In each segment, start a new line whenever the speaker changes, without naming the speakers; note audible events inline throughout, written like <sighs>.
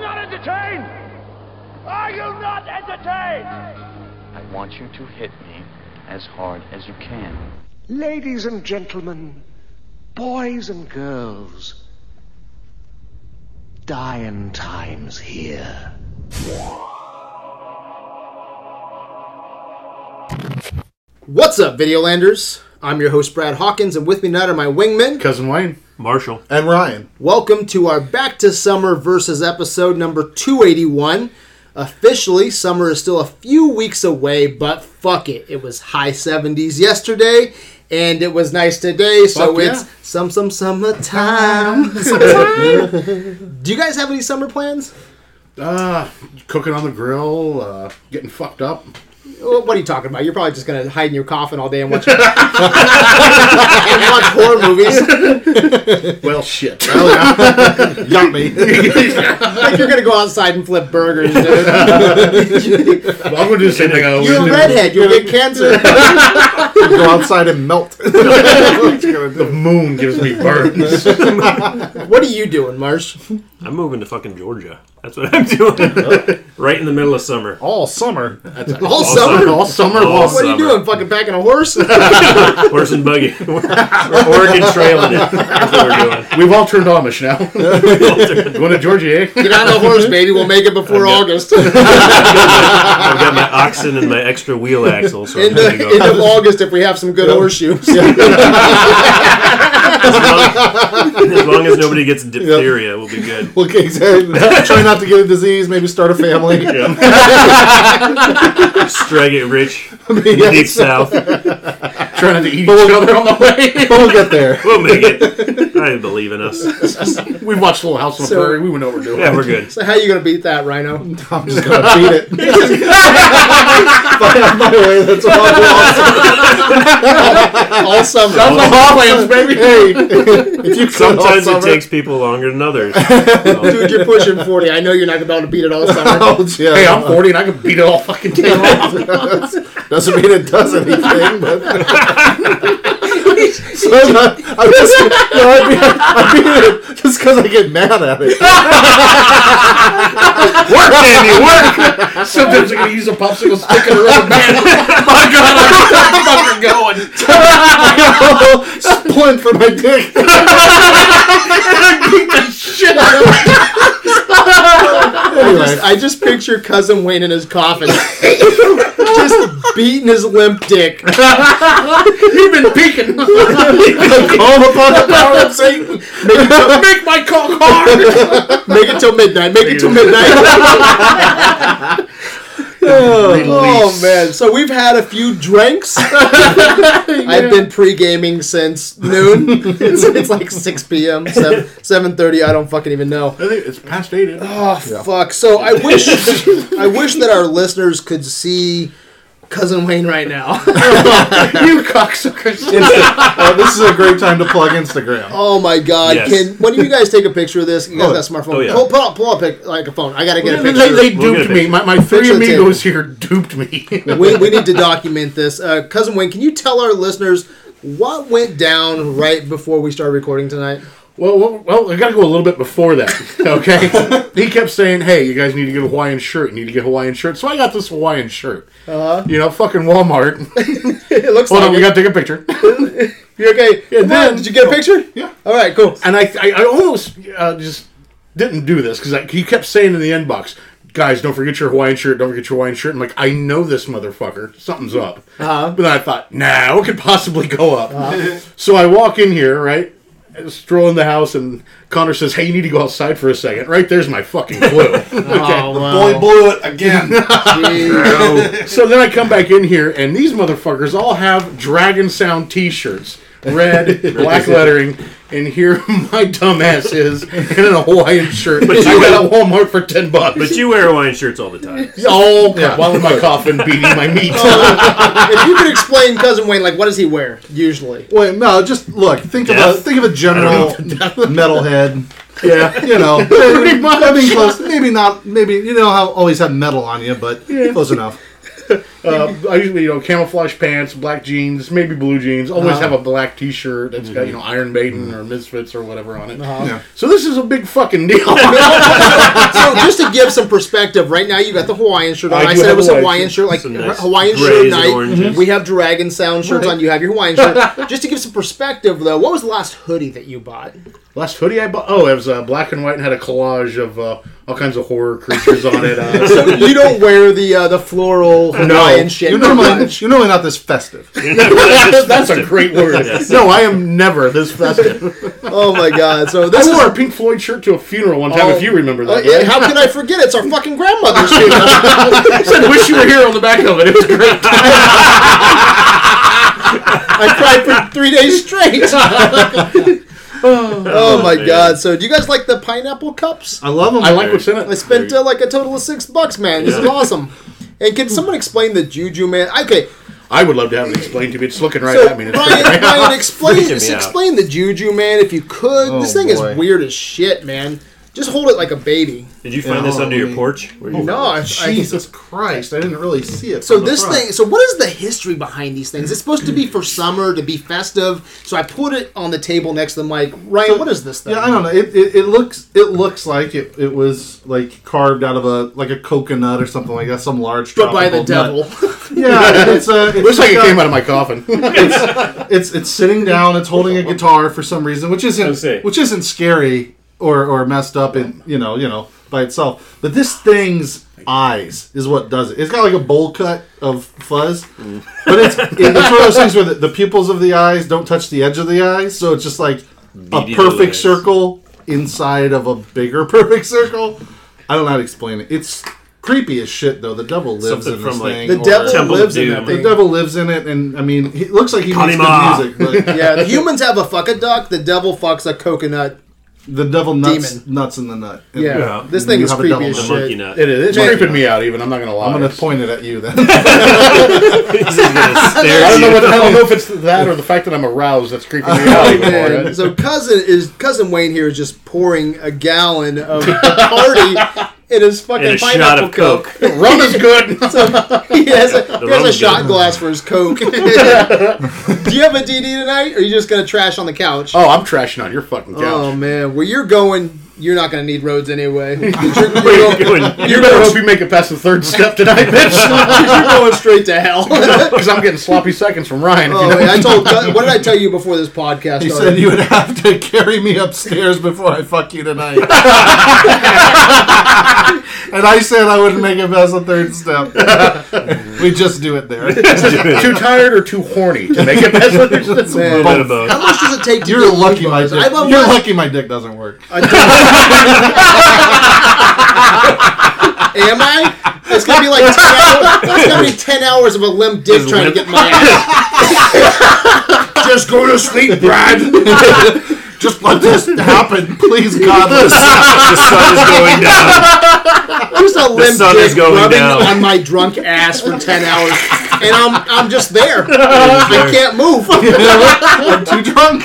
entertained? Are you not entertained?
I want you to hit me as hard as you can.
Ladies and gentlemen, boys and girls, dying times here.
What's up, Videolanders? I'm your host, Brad Hawkins, and with me tonight are my wingmen.
Cousin Wayne.
Marshall.
And Ryan.
Welcome to our Back to Summer versus episode number 281. Officially, summer is still a few weeks away, but fuck it. It was high 70s yesterday, and it was nice today, so
Fuck yeah.
it's some, some,
<laughs>
summertime. Do you guys have any summer plans?
Uh, cooking on the grill, uh, getting fucked up.
Well, What are you talking about? You're probably just going to hide in your coffin all day and watch, <laughs> and watch horror movies.
<laughs>
Well, shit. <laughs> Well, yeah. Got <laughs> me.
like you're gonna go outside and flip burgers,
<laughs>
dude.
Well, I'm going to do the same thing I always
You're a
do.
redhead. You'll get cancer.
go outside and
<laughs>
melt.
The moon gives me <laughs> burns.
What are you doing, Marsh?
I'm moving to fucking Georgia. That's what I'm doing. <laughs> right in the middle of summer.
All summer.
All
All
summer.
summer.
All summer
All
long.
What are you
summer.
doing? Fucking packing a horse?
Horse and buggy. <laughs> We're Oregon trailing it. That's what we're doing. <laughs>
We've all turned Amish
<laughs>
now. Going to Georgia, eh?
get on a
<laughs>
horse, baby. We'll make it before August. end
I've got my oxen and my extra wheel axle, so I'm gonna
of, <laughs> end
go.
of August if we have some good horseshoes. <laughs>
As long, <laughs> as long as nobody gets diphtheria, we'll be good.
Look, exactly. Try not to get a disease. Maybe start
<laughs>
a family.
Strike it
<laughs>
rich.
Yes.
Deep south.
Trying not to eat each other on the way.
But we'll get there.
We'll make it. I believe in us.
<laughs>
We've watched Little House on the
So-
Prairie. We know what we're doing.
Yeah, we're good.
so how you gonna beat that,
<laughs>
Rhino?
I'm just gonna beat it. Find out my way. That's all I <laughs>
All summer.
plans, baby.
want. If you could
Sometimes it
all summer-
takes people longer than
<laughs>
others.
Dude, you're pushing 40. I know you're not gonna be able to beat it all summer.
Ouch, yeah.
Hey, I'm 40 and I can beat it all fucking day long.
<laughs> Doesn't mean it does anything,
<laughs>
but. So I'm not- I'm just, no, I mean, I mean it just because I get mad at it.
<laughs> Work, Andy, work! Sometimes I'm going to use a popsicle stick and a rubber band.
<laughs>
My God, I'm fucking going.
Splint for my dick.
Just- I just picture cousin Wayne in his coffin, just beating his limp dick.
You've been
<laughs>
peeking.
Call upon the power of Satan.
Make my cock hard.
Make it till midnight. Make it till midnight. <laughs> Oh man! So we've had a few
<laughs>
drinks. I've been pre-gaming since noon. it's, it's like six p.m. seven thirty. I don't fucking even know.
I think it's past eight. isn't it?
Oh fuck! So I wish I wish that our listeners could see cousin Wayne right now.
<laughs> you cocksuckers.
Insta- oh, this is a great time to plug Instagram.
Oh my god!
Yes.
Can when do you guys take a picture of this? You guys got a smartphone?
Oh, yeah.
pull, pull up, pull up, pic, like a phone. I gotta get a
They, they
picture.
We'll get
duped
a
me. My, my three
Picture taken.
amigos here duped me.
we, we need to document this, uh, cousin Wayne. Can you tell our listeners what went down right before we started recording tonight?
<laughs>
<laughs>
Well, well, well, I got to go a little bit before that. <laughs> Okay, he kept saying, "Hey, you guys need to get a Hawaiian shirt. You need to get a Hawaiian shirt." So I got this Hawaiian shirt. Uh-huh. You know, fucking Walmart. <laughs>
It looks
Hold
like
on, we
it.
got to take a picture.
You okay? Come
then- Oh.
on, did you get a picture?
Yeah.
All right, cool.
And I, I, I almost uh, just didn't do this because he kept saying in the inbox, "Guys, don't forget your Hawaiian shirt. Don't forget your Hawaiian shirt." I'm like, I know this motherfucker. Something's up. Uh-huh. But then I thought, Nah, what could possibly go up? so I walk in here, right. I Stroll in the house, and Connor says, "Hey, you need to go outside for a second. Right there's my fucking clue.
Oh,
Boy blew it
<laughs>
again.
<laughs> So then I come back in here, and these motherfuckers all have Dragon Sound T-shirts, red, black lettering, and here <laughs> my dumbass is in a Hawaiian shirt. But
But
I
you-
got at Walmart for ten bucks.
But you wear Hawaiian shirts all the time.
oh crap! While in my coffin, beating my meat.
if you could explain cousin Wayne, like what does he wear usually?
Wait, no, just look. Think of a
Death?
think of a general <laughs> metalhead.
yeah. <laughs>
You know, pretty much. I mean, close. Maybe not. Maybe you know how always have metal on you, but close enough.
<laughs> Uh, I usually, you know, camouflage pants, black jeans, maybe blue jeans. Always
Uh-huh.
have a black T-shirt that's got you know Iron Maiden or Misfits or whatever on it.
Mm-hmm. Uh-huh. Yeah. <laughs>
So this is a big fucking deal.
so just to give some perspective, right now you got the Hawaiian shirt on.
I
I,
do
said it
have
was
a
a
Hawaiian
Hawaiian shirt, like
Some nice
Hawaiian
grays
shirt
and
night. Mm-hmm.
oranges.
We have Dragon Sound shirts on. You have your Hawaiian
<laughs>
shirt. Just to give some perspective, though, what was the last hoodie that you bought?
<laughs> Last hoodie I bought. Oh, it was uh, black and white and had a collage of uh, all kinds of horror creatures on it.
<laughs>
Uh,
you don't wear the uh, the floral <laughs> Hawaiian shit.
You're normally, you're normally not
<laughs>
this festive.
that's, that's a great word.
Yes.
No, I am never this <laughs> festive.
oh my god! So this
I
is
wore a Pink Floyd shirt to a funeral one time.
Oh.
if you remember
Uh,
that,
yeah,
right?
how could I forget? It's
<laughs>
our fucking grandmother's funeral.
I said, "Wish you were here" on the back of it. It was great.
I cried for three days
<laughs>
straight. <laughs> oh my god! So do you guys like the pineapple cups?
I love them.
I like what's in it.
I spent uh, like a total of six bucks, man. This is
Yeah.
awesome. And can someone explain the juju man? Okay,
I would love to have it explained to me. It's looking right
so
at me. and It's <laughs>
Brian, Brian, explain
Freaking me
just
out.
explain the juju man if you could. this
Oh,
thing
boy.
is weird as shit, man. Just hold it like a baby.
Did you find this under your porch? Where you
No, I, I,
Oh, Jesus Christ! I didn't really see it.
So
from the
this
front.
thing, so what is the history behind these things? It's supposed to be for summer, to be festive. So I put it on the table next to the mic. Ryan, what is this thing?
Yeah, I don't know. It, it, it looks it looks like it, it was like carved out of a like a coconut or something like that, some large.
But by the
tropical nut.
devil.
Yeah,
<laughs>
it's a. It's
Looks like it
<laughs>
a-
came out of my coffin.
It's it's sitting down. It's holding a guitar for some reason, which
I see.
isn't which isn't scary or or messed up in you know you know by itself. But this thing's eyes is what does it. It's got like a bowl cut of fuzz, but it's it's one of those things where the, the pupils of the eyes don't touch the edge of the eyes, so it's just like
Beady
a
little
perfect
eyes.
circle inside of a bigger <laughs> perfect circle. I don't know how to explain it. It's creepy as shit though. The devil lives
Something
in
from,
this
like,
<laughs>
thing.
The
or-
devil
Temple of
lives in that
Doom.
the
thing.
devil lives in it, and I mean, he it looks like he makes
Kalima.
<laughs>
good music, but
Yeah, the humans have a fuck a duck. The devil fucks a coconut.
the devil nuts
Demon.
nuts in the nut. And
Yeah,
Yeah.
this thing
You
is
have a
creepy
devil
as
the
with
shit.
monkey nut.
It
<laughs>
is. It's
Man.
creeping me out. Even I'm not gonna lie.
I'm gonna
It's-
point it at
<laughs>
you then.
He's <laughs> just gonna stare
I
at
don't know
you.
what. I don't know if
<laughs>
it's that or the fact that I'm aroused that's creeping me
Oh,
out. even more,
Oh, Man,
right?
so cousin is cousin Wayne here is just pouring a gallon of party in his fucking
And a
pineapple
shot of
coke.
Coke.
Rum is
<laughs>
good.
<laughs>
he has a, he has a
rum's
shot
good.
glass for his coke. Do you have a DD tonight, or are you just gonna trash on the couch?
oh, I'm trashing on your fucking couch.
Oh, man, where you're going, you're not gonna need roads anyway. You're,
Where
you're
<laughs>
you
going,
going?
you better hope you make it past the third step tonight,
<laughs>
bitch.
<laughs>
<laughs>
you're going straight to hell. oh,
Because I'm getting sloppy seconds from
Oh,
Ryan. If you know
man, Oh, I told. What did I tell you before this podcast?
he
started?
said you would have to carry me upstairs before I fuck you
<laughs>
tonight. and I said I wouldn't make it past the third step. we just do
<laughs>
it there.
too tired or too horny to make
<laughs>
it past the third step.
Man,
Bit of both.
how much does it take to
You're
get
lucky my
Levi's?
dick.
I've
You're
unlocked-
lucky my dick doesn't work.
Am I? It's gonna be like ten hours, it's gonna be ten hours of a limp dick
His
trying
limp.
to get my ass.
Just go to sleep, Brad.
<laughs> Just let this happen, please
<laughs>
God. This.
The sun <laughs> is going down.
Just a
<laughs>
limp
sun is
dick
going
rubbing
down.
on my drunk ass for ten hours, and I'm I'm just there. I can't
<laughs>
move.
I'm too
<laughs>
drunk.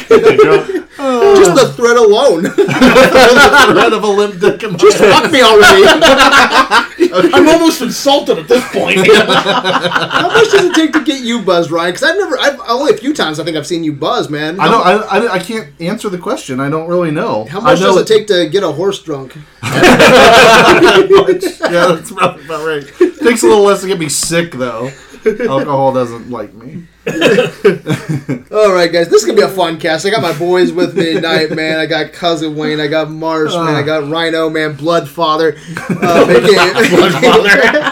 Just the threat alone. <laughs>
the threat of a limp dick in my
Just fuck me already.
I'm almost insulted at this point.
How much does it take to get you buzzed, Ryan? Because I've never, I've only a few times I think I've seen you buzz, man.
I don't. I, I, I can't answer the question. I don't really know.
How much
I know
does it take to get a horse drunk?
Yeah, that's probably about right. Takes a little less to get me sick though. Alcohol doesn't like me.
All right, guys, this is gonna be a fun cast. I got my boys with me tonight, man. I got cousin Wayne, I got Marsh, man, I got Rhino, man, Bloodfather, uh,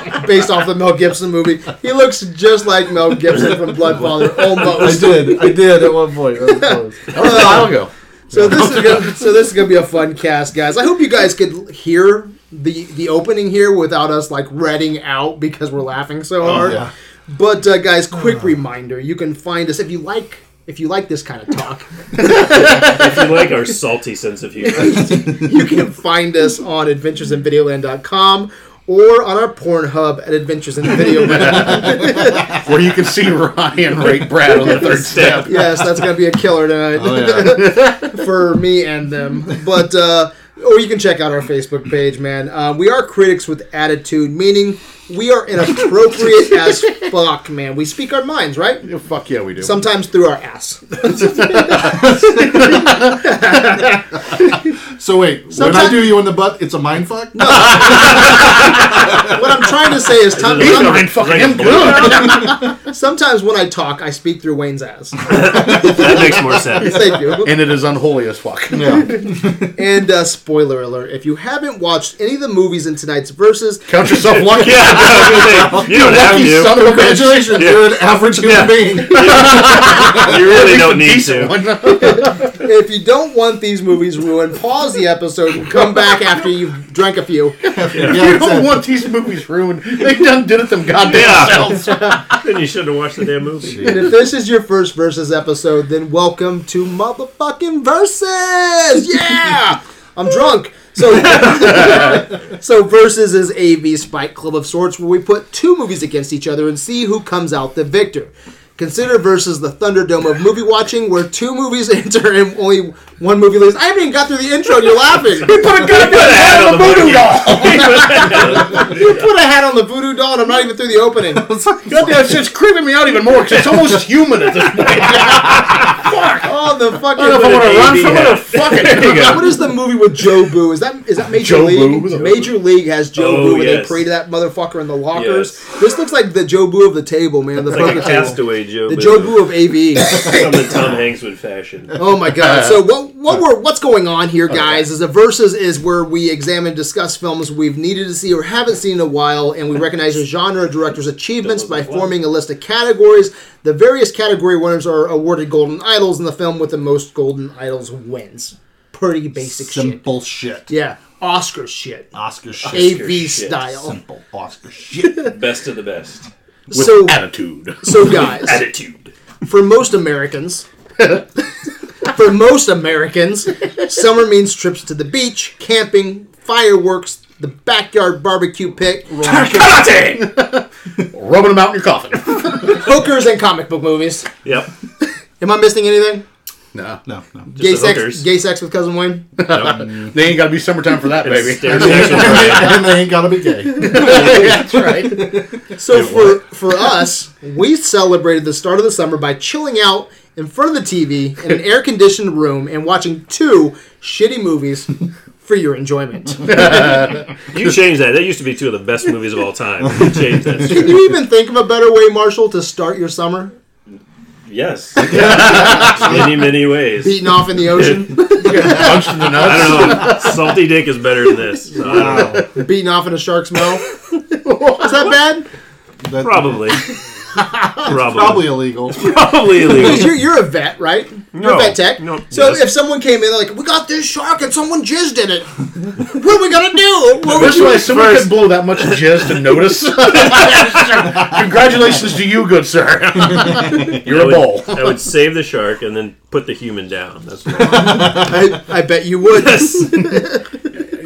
<laughs>
aka- <laughs> based off the Mel Gibson movie. He looks just like Mel Gibson from Bloodfather,
I
almost.
did. I did at one point. That was close.
<laughs>
So this is gonna, so this is gonna be a fun cast, guys. I hope you guys could hear the the opening here without us like reading out because we're laughing so hard.
yeah.
But uh, guys, quick reminder: you can find us if you like if you like this kind of talk. <laughs>
If you like our salty sense of humor,
you can find us on adventuresinvideoland.com or on our Pornhub at Adventures in Videoland.
Where you can see Ryan rape Brad on the
<laughs>
third step.
yes, that's going to be a killer tonight
Oh,
for me and them. But uh, or you can check out our Facebook page, man. Um, we are critics with attitude, meaning we are inappropriate as fuck, man. We speak our minds, right?
Fuck yeah, we do.
Sometimes through our ass.
<laughs> So wait, when I
Sometime-
do you in the butt, it's a mind fuck. No, <laughs>
what I'm trying to say is, Tom,
He's
Tom-
mind fucking him good.
sometimes when I talk, I speak through Wayne's ass.
that makes more sense.
Thank
<laughs>
you.
and it is unholy as fuck.
And uh, spoiler alert: if you haven't watched any of the movies in tonight's verses,
Count yourself lucky.
Yeah, I
<laughs>
was gonna say, you don't have
you son
to.
of a congratulations, you're an average human
Yeah.
being.
<laughs> You really don't need
Decent
to.
one.
if you don't want these movies ruined, pause the episode and come back after you've drank a few.
Yeah,
You
exactly.
don't want these movies ruined. They done did it them goddamn
Yeah.
selves.
<laughs> Then you should have watched the damn movie.
And if this is your first versus episode, then welcome to motherfucking <laughs> versus. Yeah, I'm drunk. So, <laughs> so versus is a V Spike Club of sorts, where we put two movies against each other and see who comes out the victor. Consider versus the Thunderdome of movie watching, where two movies <laughs> enter and only one movie leaves. I haven't even got through the intro. and You're laughing. <laughs> You put a
Put a hat on the voodoo
you put a hat on the voodoo doll, and I'm not even through the <laughs> opening.
Goddamn shit's creeping me out even more because it's almost human at this point.
Oh, the fucking.
I don't know if I want to run from it or fuck it.
<laughs> There you go.
what is the movie with Joe Boo? Is that is that Major
Joe
League?
Boo?
Major League has Joe
Oh,
Boo, and
yes.
they pray to that motherfucker in the lockers. This looks like the Joe Boo of the table, man. The
Like a <laughs>
poker table.
castaway Joe.
The
Boo.
Joe Boo of
<laughs>
AV.
Something Tom Hanks would fashion.
oh my god! So what what we're, what's going on here, guys? Is the verses is where we examine, discuss films we've needed to see or haven't seen in a while, and we recognize the genre director's achievements by forming a list of categories. The various category winners are awarded golden idols, and the film with the most golden idols wins. Pretty basic shit.
<laughs> Simple shit.
Yeah, Oscar shit,
Oscar shit.
AV
shit.
style.
Simple Oscar shit.
Best of the best.
<laughs> So,
<laughs> Attitude.
so guys,
Attitude.
for most
<laughs>
Americans, for most Americans, summer means trips to the beach, camping, fireworks, the backyard barbecue pit,
<laughs> Karate!
Rubbing them out in your coffin.
hookers, and comic book movies.
Yep.
Am I missing anything?
No.
<laughs> No, no.
Just
Gay
the
sex,
hookers.
gay sex with cousin
<laughs>
Wayne.
They ain't got to be summertime for that,
It's
baby.
stair sex with Ray.
and <laughs> they ain't gotta be
<laughs>
gay.
That's right.
So for for us, we celebrated the start of the summer by chilling out in front of the TV
<laughs>
in an air conditioned room and watching two shitty movies for your
<laughs>
enjoyment.
You changed that. That used to be two of the best movies of all time. You changed
Can
that.
you even think of a better way, Marshall, to start your summer?
Yes. <laughs> Many, many ways.
Beating off
<laughs>
in the ocean,
Punched in the
I
nuts.
don't know. Salty dick is better than this. So I don't know.
beating off in a shark's mouth. Is that bad?
That-
Probably. Probably.
Probably illegal.
Probably
Because
illegal.
you're, you're a vet, right? You're
No.
a vet tech.
No.
So
Yes.
if someone came in, like, we got this shark and someone jizzed in it, what are we going to do? What
First of all,
we-
someone could blow that much jizz to notice.
<laughs>
Congratulations to you, good sir. You're a
I
bull.
would, I would save the shark and then put the human down. That's what I want.
I, I bet you would.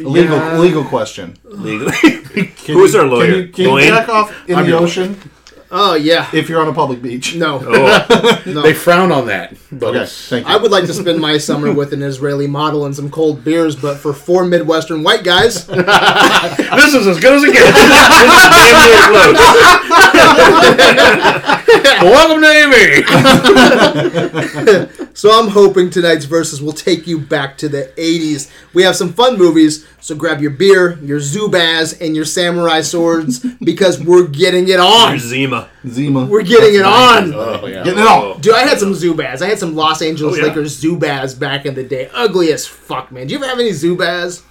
Illegal. Legal question.
legally.
Can
<laughs> Who's
you-
our lawyer?
Can you, can
Dwayne?
you back off in
I'm
the
your lawyer.
ocean
Oh, yeah.
if you're on a public beach?
No.
Oh,
They frown on that. But
Okay,
it's
thank you.
I would like to spend my summer with an Israeli model and some cold beers, but for four Midwestern white
<laughs>
guys,
this is as good as it gets.
<laughs>
damn near close.
Welcome to Amy.
So I'm hoping tonight's verses will take you back to the 80s. We have some fun movies, so grab your beer, your Zubaz, and your samurai swords
<laughs>
because we're getting it on.
Here's Zima.
Zima.
We're getting it on.
Oh, yeah.
Getting it on.
Dude, I had some Zubaz. I had some Los Angeles
Oh, yeah.
Lakers Zubaz back in the day. Ugly as fuck, man. Do you ever have any Zubaz?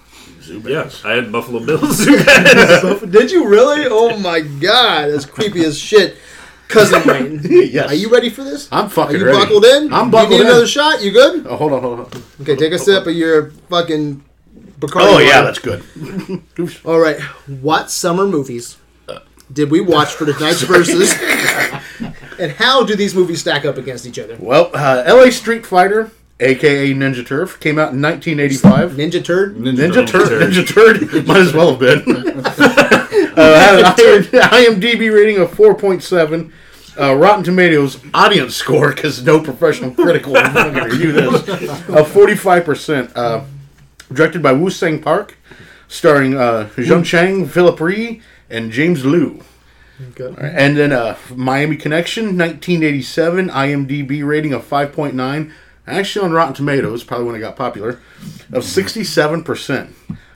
Yeah, I had Buffalo Bills. Zubaz. <laughs>
<laughs>
Uh,
Did you really? Oh my god, that's creepy as shit.
<laughs>
Cousin Wayne,
Yes.
are you ready for this?
I'm
Are
fucking
you
ready.
buckled in?
I'm
You
buckled
need
in.
another shot? You good?
Oh, hold on, hold on.
Okay, take a sip of your fucking Bacardi.
Oh, yeah,
water.
that's good.
All right, what summer movies did we watch for
<laughs>
tonight's verses? and how do these movies stack up against each other?
Well, uh, L.A. Street Fighter, a.k.a. Ninja Turf, came out in 1985.
Ninja Turd?
Ninja
Turtle.
Turd. Ninja Turd. <laughs> Might as well have been. uh, had an IMDb rating of 4.7. Uh, Rotten Tomatoes audience score, because no professional critic will fucking review this, of 45%. Uh, directed by Wu Sang Park, starring uh, Zheng Chang, Philip Ree, and James Liu.
Okay.
And then uh, Miami Connection, 1987, IMDb rating of 5.9. actually on Rotten Tomatoes, probably when it got popular, of 67%.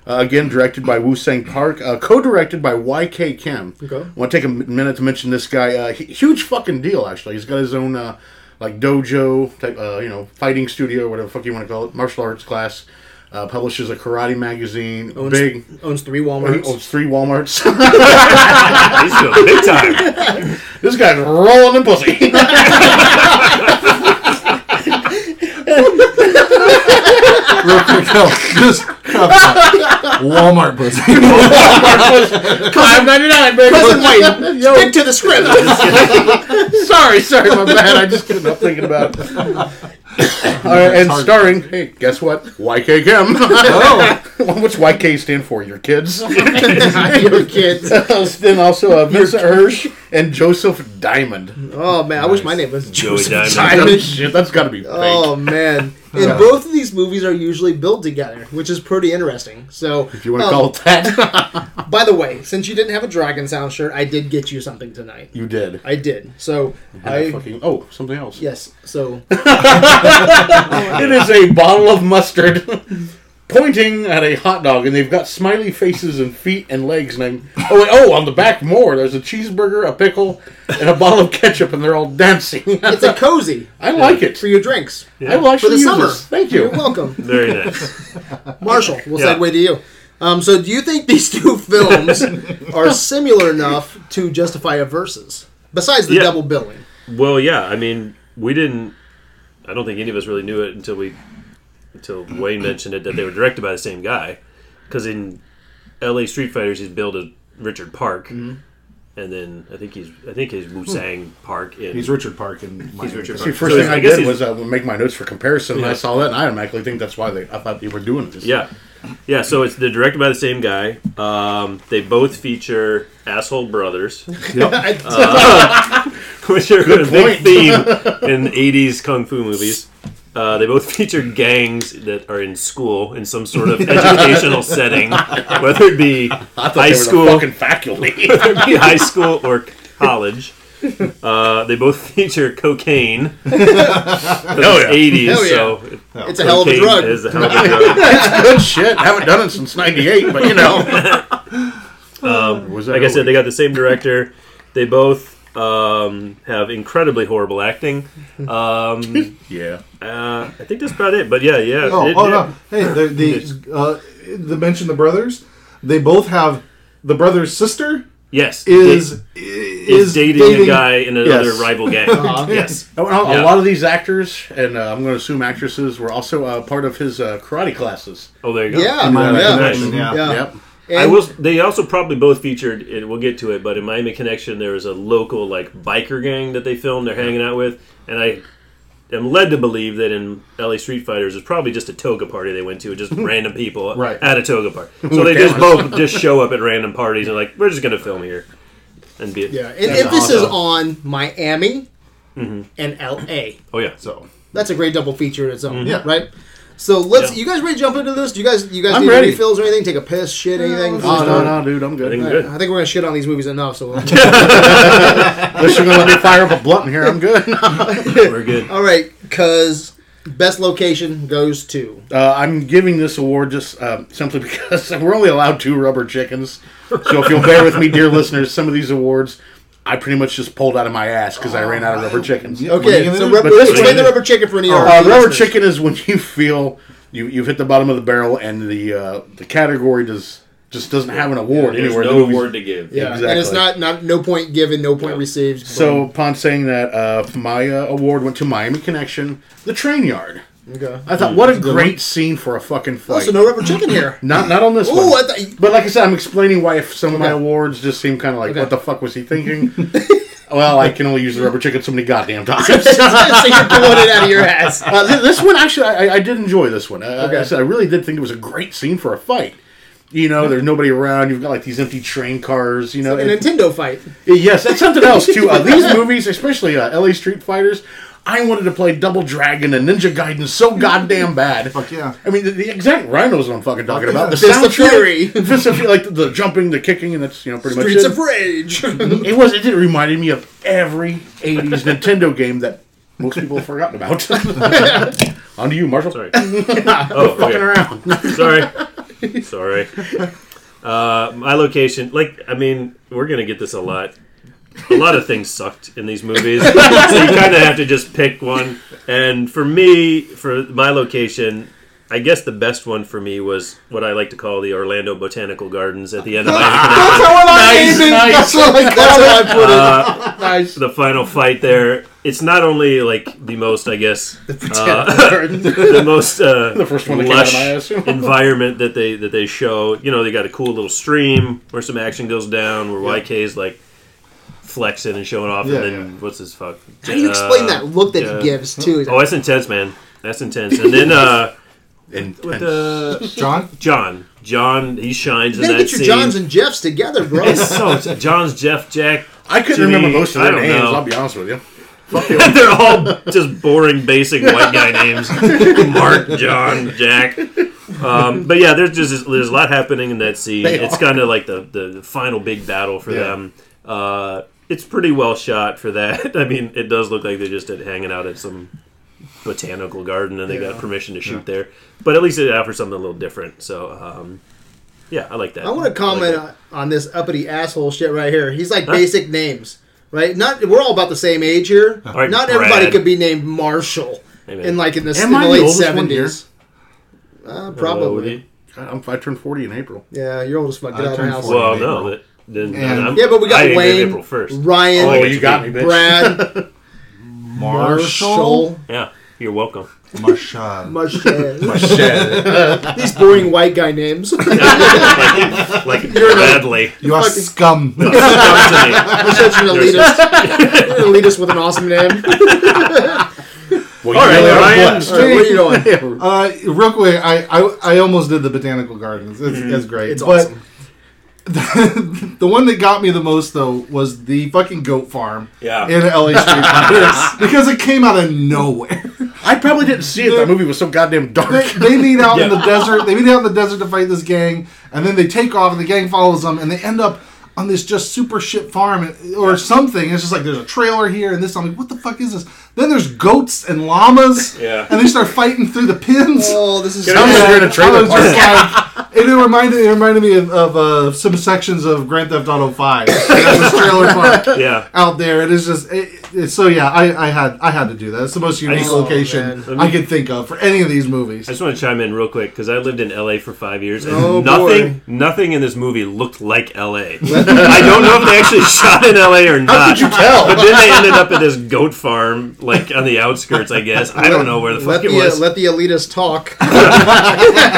Uh, again, directed by Wu Sang Park, uh, co directed by YK Kim.
Okay.
want to take a m- minute to mention this guy. Uh, hu- huge fucking deal, actually. He's got his own, uh, like, dojo type, uh, you know, fighting studio, whatever the fuck you want to call it, martial arts class. Uh, publishes a karate magazine.
Owns,
big.
owns three
He
Walmarts.
owns three Walmarts. <laughs>
He's going big time.
this guy's rolling in pussy. <laughs>
Real quick, no, just cut that. Walmart pussy.
Five ninety nine, baby. <laughs>
Cousin Wayne, stick to the script.
sorry, sorry, my bad. I just couldn't help thinking about. it. <coughs> All right, and starring, hey, guess what? YK <laughs> Kim. <laughs> What's YK stand for? Your <laughs> kids.
Your kids.
<laughs> then also uh, Vincent Hirsch and Joseph Diamond.
Oh man, I wish my name was
Joey
Joseph
Diamond.
Diamond, shit, that's got to be fake.
Oh man!
<laughs>
And both of these movies are usually billed together, which is pretty interesting. So, um,
if you want to call it that,
by the way, since you didn't have a Dragon Sound shirt, I did get you something tonight.
<laughs> you did.
I did. So I
fucking, oh, something else.
yes. So
It is a bottle of mustard <laughs> pointing at a hot dog, and they've got smiley faces and feet and legs. And I'm oh, wait, oh, on the back more. There's a cheeseburger, a pickle, and a bottle of ketchup, and they're all dancing. <laughs>
it's a cozy
I like it.
for your drinks
I will
for
actually
the
use
summer.
this. Thank
You're
you.
welcome,
Very nice.
Marshall. We'll
Yeah.
segue to you. Um, so, do you think these two <laughs> films
<laughs>
are similar enough to justify a versus? Besides the
Yeah.
double billing,
Well, yeah. I mean, we didn't. I don't think any of us really knew it until we, until Wayne mentioned it that they were directed by the same guy, because in L.A. Street Fighters he's billed as Richard Park,
Mm-hmm.
and then I think he's I think he's Wu Sang Park. In,
He's Richard Park and my
He's Richard
The
Park.
first
So
thing I,
I guess
did
he's-
was uh, make my notes for comparison, and I saw that, and I automatically think that's why they. I thought they were doing this. <laughs>
Yeah, yeah. So it's they're directed by the same guy. Um, they both feature asshole brothers, Uh, <laughs> which are a big
point.
theme
<laughs>
in '80s kung fu movies. Uh, they both <laughs> feature gangs that are in school in
<laughs>
some sort of educational setting, whether it be
They
high
were the
school,
fucking faculty. <laughs>
<laughs> whether it be high school or college. Uh, they both <laughs> feature
<laughs>
cocaine.
Hell yeah.
'80s,
Hell yeah.
so
it's a hell of a
cocaine
drug.
is a hell of a
<laughs>
drug.
Good shit. I haven't done it since '98, but you
<laughs>
know. Um, was that
like I said, they got the same director. They both um, have incredibly horrible acting. Um,
yeah.
uh, I think that's about it. But yeah, yeah.
<laughs> Oh,
it-
oh
it-
no! Hey, the the, uh, the mention the brothers. They both have the brother's sister
Yes,
is is,
is dating, a guy in another
yes.
rival gang.
<laughs>
Yes,
Oh, and A a
Yeah.
lot of these actors, and uh, I'm going to assume actresses, were also uh, part of his uh, karate classes.
oh there you go.
yeah,
Miami
yeah,
Connection,
Nice.
yeah.
yeah.
Yep.
I
And-
will. They also probably both featured. And we'll get to it. But in Miami Connection, there was a local like biker gang that they filmed. They're hanging out with, and I am led to believe that in L.A. Street Fighters, it's probably just a toga party they went to, just random people
Right.
at a toga party. So they just both just show up at random parties and like we're just gonna film here and be
Yeah, and if this is on Miami
Mm-hmm.
and LA,
Oh yeah.
So
that's a great double feature in its own.
Yeah.
right. So let's.
Yeah.
You guys ready to jump into this? Do you guys? You guys
Mm-hmm. I'm
need
ready.
any fills or anything? Take a piss, shit, anything?
Oh, no, no, dude, I'm good.
I think
Unless
good.
I think we're gonna shit on these movies enough. So,
<laughs> you're going to let
<laughs>
me fire up a blunt in here, I'm good. <laughs>
We're good.
all right, because best location goes to
Uh, I'm giving this award just uh, simply because <laughs> we're only allowed two rubber chickens. So if you'll bear with me, dear listeners, some of these awards I pretty much just pulled out of my ass because I ran out of rubber chickens.
What are
okay.
you gonna
So
do?
rubber,
But
let's
this
explain
one-
the rubber chicken for New York.
Uh, rubber
listeners.
chicken is when you feel you you've hit the bottom of the barrel and the uh, the category does just doesn't have an award
There's
anywhere.
no
The movie's-
award to give.
Yeah, and
exactly.
it's not not no point given, no point received.
So upon saying that, uh, my uh, award went to Miami Connection, the train yard.
okay.
I thought,
Mm-hmm.
what a great scene for a fucking fight.
Oh, so no rubber chicken here. <laughs>
Not not on this
Ooh,
one.
I thought-
but like I said, I'm explaining why if some of my
Okay.
awards just seem kind of like,
Okay.
what the fuck was he
<laughs>
thinking? well, I can only use the rubber chicken so many goddamn times.
so you're pulling it out of your ass.
Uh, th- this one actually, I, I- I did enjoy this one. Uh,
Okay.
I, said I really did think it was a great scene for a fight. You know, there's nobody around. You've got like these empty train cars. You know,
A
and-
Nintendo fight.
yes, that's something else too. Uh, these
<laughs>
movies, especially uh, L.A. Street Fighters, I wanted to play Double Dragon and Ninja Gaiden so goddamn bad.
Fuck yeah.
I mean, the, the exact rhinos I'm fucking talking about. The
Fist of
soundtrack-
Fury.
Fist of Fury, like the, the jumping, the kicking, and that's you know pretty
Streets
much
of
it.
Rage.
It was. It reminded me of every '80s Nintendo game that most people have forgotten about. <laughs> On to you, Marshall.
Sorry. oh,
<laughs> Fucking
okay.
around. <laughs>
Sorry. Sorry. Uh, my location, like, I mean, we're going to get this a lot. A lot of things sucked in these
<laughs>
movies. so you kind of have to just pick one. And for me, for my location, I guess the best one for me was what I like to call the Orlando Botanical Gardens at
<laughs>
the end of my
That's how I named it. That's what I- that's how I put it.
nice.
the final fight there. It's not only like the most, I guess,
<laughs>
uh, <laughs>
the
the most uh,
first one that came out
lush
of my ass. <laughs>
environment that they that they show. You know, they got a cool little stream where some action goes down, where YK's like flexing and showing off,
Yeah,
and then
yeah.
what's his fuck?
How do you explain that look that
yeah.
he gives too? He's
Oh, that's intense, man. That's intense. And
<laughs>
then uh,
And
with uh,
John,
John, John, he shines
You
in
gotta
that
get your
scene.
Johns and Jeffs together, bro.
<laughs> it's so John's Jeff Jack.
I couldn't
Jimmy,
remember most of
I
their
don't
names.
know.
I'll be honest with you.
<laughs> They're all just boring, basic white guy names: Mark, John, Jack. Um, but yeah, there's just there's a lot happening in that scene.
They
it's
are.
kind of like the, the the final big battle for
Yeah.
them. Uh, it's pretty well shot for that. <laughs> I mean, it does look like they're just at, hanging out at some botanical garden and they got permission to shoot there. But at least it offers something a little different. So um, yeah, I like that.
I want to
like
comment
that.
on on this uppity asshole shit right here. He's like basic names, right? Not we're all about the same age here.
right,
Not everybody
Brad.
could be named Marshall
Amen.
in like in the,
Am
in the
I the
late
oldest one here?
seventies. Uh, probably.
God, I'm, I turned 40 in April.
yeah, you're old as fuck. Get
I
out of the
turned
house.
forty.
Well,
in
no.
April.
that- then-
And-
I'm-
Yeah, but we got
I am
Wayne,
April first.
Ryan,
Oh, you got me, bitch.
<laughs>
Brad,
Marshall,
Marshall,
Yeah, you're welcome.
Marshall,
<laughs>
Marshall.
Marshall.
These boring white guy names. <laughs>
like, like <laughs> badly.
<laughs> You are
Fucking-
scum.
Come to me.
Such an elitist.
<laughs>
You're an elitist with an awesome name.
Well, you really
right,
are
Ryan.
blessed.
All right, what are you
<laughs>
doing?
Uh, real quick, I, I I almost did the botanical gardens. It's,
Mm-hmm.
it's great.
It's
but
awesome.
<laughs> the, one that got me the most though was the fucking goat farm.
Yeah.
In LA Street because it came out of nowhere.
I probably didn't see it. That movie was so goddamn dark.
They,
<laughs>
they meet out in the
Yeah.
desert. They meet out in the desert to fight this gang, and then they take off, and the gang follows them, and they end up on this just super shit farm and- or something. It's just like there's a trailer here and this. I'm like, what the fuck is this? Then there's goats and llamas,
Yeah.
and they start fighting through the pins.
Oh, this is.
Get out of here in a
I
trailer
was
park.
just like, and it reminded it reminded me of, of uh, some sections of Grand Theft Auto Five. <laughs> That was trailer park
Yeah.
out there. It is just it, it's so yeah. I, I had I had to do that. It's the most unique
just-
location
man.
I could think of for any of these movies.
I just want to chime in real quick because I lived in LA for five years and
Oh, boy.
nothing, nothing in this movie looked like LA. I don't know if they actually shot in LA or not.
could you tell?
But then they ended up at this goat farm, like on the outskirts, I guess. I don't know where the
Let
fuck
the,
it was.
let the elitist talk.
<laughs>
In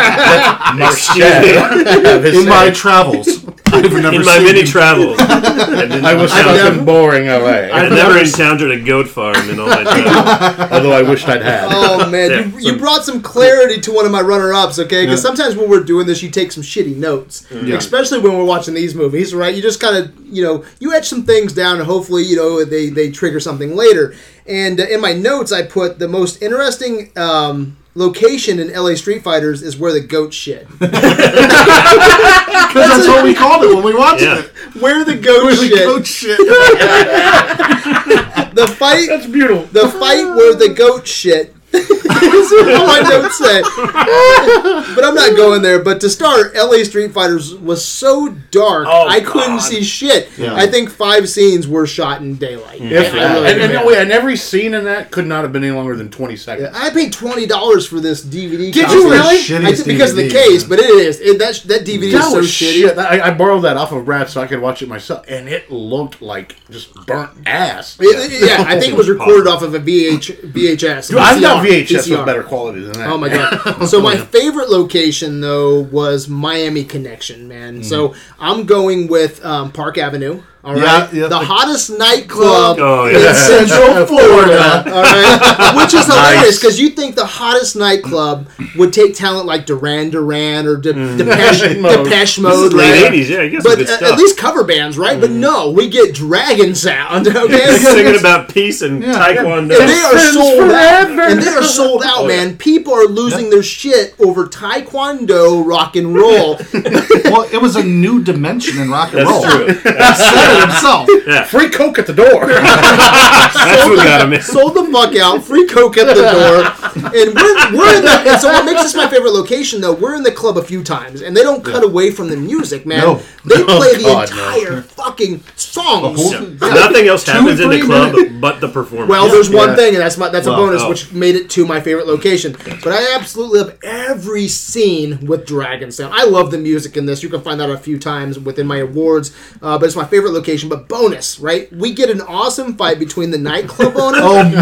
my
<laughs>
travels, I've never
in my
seen
many
it.
travels, I, did
I was
not-
stuck in boring <laughs> LA.
I never encountered a goat farm in all my travels.
although I wished I'd had.
<laughs> Oh man,
Yeah,
you, you brought some clarity to one of my runner-ups, okay? Because sometimes when we're doing this, you take some shitty notes, especially when we're watching these movies, right? You just kind of, you know, you etch some things down, and hopefully, you know, they they trigger something later. And uh, in my notes, I put the most interesting. Um, Location in LA Street Fighters is where the goat shit.
because that's what we called it when we watched
Yeah.
it.
<laughs>
<laughs>
Where the goat
The
shit.
goat <laughs> shit.
The fight.
That's beautiful.
the fight where the goat shit. <laughs> That's what my notes say. but I'm not going there. But to start, LA Street Fighters was so dark,
Oh,
I couldn't
God.
see shit. I think five scenes were shot in daylight.
If,
I really
and, and,
do.
wait, and every scene in that could not have been any longer than 20 seconds.
I paid twenty dollars for this DVD.
Did
copy.
you really?
I did because of the case, but it is it, that that DVD is
That
so
was
shitty.
shit. I, I borrowed that off of Brad so I could watch it myself, and it looked like just burnt ass.
It- it- yeah, I think it was recorded off of a VH, VHS.
Dude, I've got
VCR.
VHS with better quality than that.
Oh my
<laughs>
god! So my favorite location though was Miami Connection, man. So
Mm.
I'm going with um, Park Avenue. All right,
Yeah, yeah.
the hottest nightclub
Oh,
in
yeah. <laughs>
Central Florida. All right, which is hilarious
Nice.
because you think the hottest nightclub would take talent like Duran Duran or De- Depeche,
<laughs>
Mode.
Depeche
Mm. This is
Mode,
late
right?
'80s, yeah. I guess
But
good
a-
stuff. Mm.
at least cover bands, right? But no, we get Dragon Sound. <laughs> Okay,
They're singing about peace and taekwondo.
and they are sold out. And they are sold out, man. People are losing their shit over Taekwondo rock and roll.
<laughs> well, it was a new dimension in rock and
That's
roll.
true.
it himself.
Free Coke at the <laughs> door.
That's what got him in.
sold the fuck out, free coke at the door, and we're, we're in the. And so what makes this my favorite location though? We're in the club a few times, and they don't cut away from the music, man.
No.
They play the
God,
entire fucking songs.
whole-
Yeah. Nothing else happens in the
three
club but the performance.
Well, there's one
Yeah.
thing, and that's my that's a
Well,
bonus,
oh.
which made it to my favorite location. But I absolutely love every scene with Dragon Sound. I love the music in this. You can find that a few times within my awards, uh, but it's my favorite location. But bonus, right? We get an awesome fight between the nightclub owner and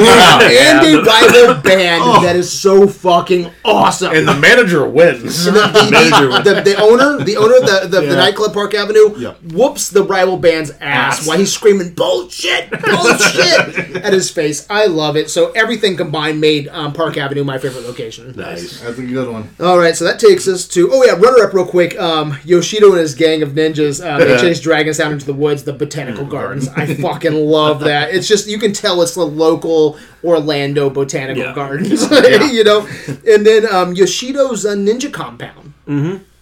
a rival band that is so fucking awesome.
and the manager wins.
the,
Manager wins.
the, the owner, the owner of the, the, the
Yeah.
nightclub Park Avenue,
Yep.
whoops the rival band's ass,
Ass.
while he's screaming bullshit, bullshit at his face. I love it. So everything combined made um, Park Avenue my favorite location.
Nice.
That's a good one.
All right, so that takes us to oh yeah, runner up real quick. Um, Yoshido and his gang of ninjas uh, they chase dragons down into the woods, the
Mm-hmm.
botanical gardens. I fucking love that. It's just you can tell it's the local Orlando botanical
<laughs> Yeah.
gardens, <laughs> you know. And then um, Yoshido's uh, ninja compound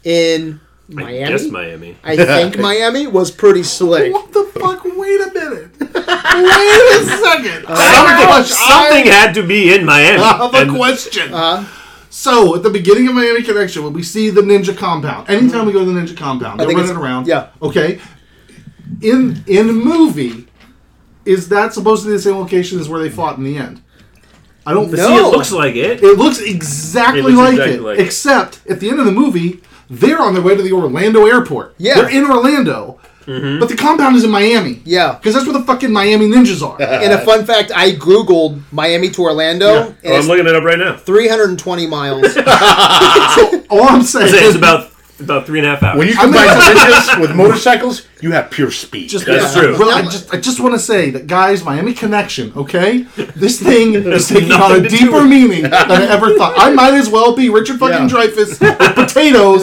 in Miami. I,
Yes, Mm-hmm. Miami. <laughs>
think Miami was pretty slick.
What the fuck? Wait a minute. <laughs> Wait a second.
Something,
I Ah. have a
something had to be in Miami.
<laughs> I have a
And-
question.
Uh-huh.
so, at the beginning of Miami Connection, when we see the ninja compound, anytime we go to the ninja compound, they're
think
running
it's-
around.
yeah.
Okay. In in the movie, is that supposed to be the same location as where they fought in the end? I don't
See, it
No.
looks like it.
It looks exactly
It looks
like
exactly
it,
like it.
except at the end of the movie, they're on their way to the Orlando airport.
Yeah.
they're in Orlando,
Mm-hmm.
but the compound is in Miami.
Yeah.
because that's where the fucking Miami ninjas
<laughs>
are.
And a fun fact, I googled Miami to Orlando, and
Oh, I'm
it's
looking it up right now.
320
<laughs>
miles.
so all I'm saying
Say
is
It's about about three and a half hours.
When you
I'm
combine
gonna-
<laughs>
ninjas with motorcycles, you have pure speed.
Just,
That's
yeah.
true.
Well, I just I just want to say that, guys, Miami connection. Okay, this
<laughs>
thing is
There's
taking on
nothing to
a
do
deeper
with it.
meaning than I
<laughs>
ever thought. I might as well be Richard fucking
Yeah.
Dreyfus with potatoes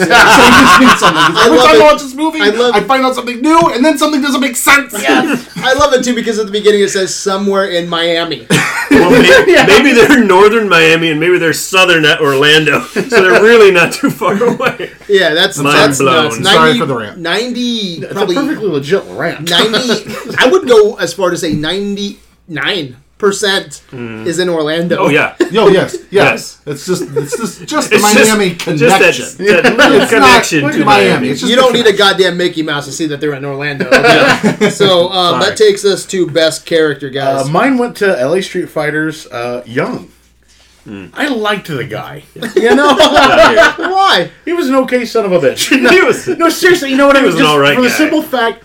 <laughs>
and saying this means something. 'Cause Every
love
time
it.
I watch this movie,
I
I,
love it.
find out something new, and then something doesn't make sense.
I love it too because at the beginning it says somewhere in Miami.
Well, maybe, maybe they're northern Miami and maybe they're southern at Orlando, so they're really not too far away.
Yeah, that's
Mind
that's
blown.
nuts.
Sorry for the rant.
Ninety,
it's a
probably
perfectly legit rant.
ninety. I would go as far to say ninety-nine percent is in Orlando.
Oh yeah, <laughs>
Yo, yes,
Yes.
yes. It's just it's just just
<laughs>
the
It's just-
Miami
just,
connection.
that, that little
It's
connection
not
to
Miami.
Miami.
It's just
You don't need a goddamn Mickey Mouse to see that they're in Orlando. <laughs> So um, that takes us to best character,
Uh,
guys.
mine went to LA Street Fighters uh, Young.
Hmm.
I liked the guy.
<laughs>
You know,
Why?
he was an okay son of a bitch.
<laughs> He was-
no, seriously, you know what I mean?
was an
Just
alright
for the
guy.
simple fact,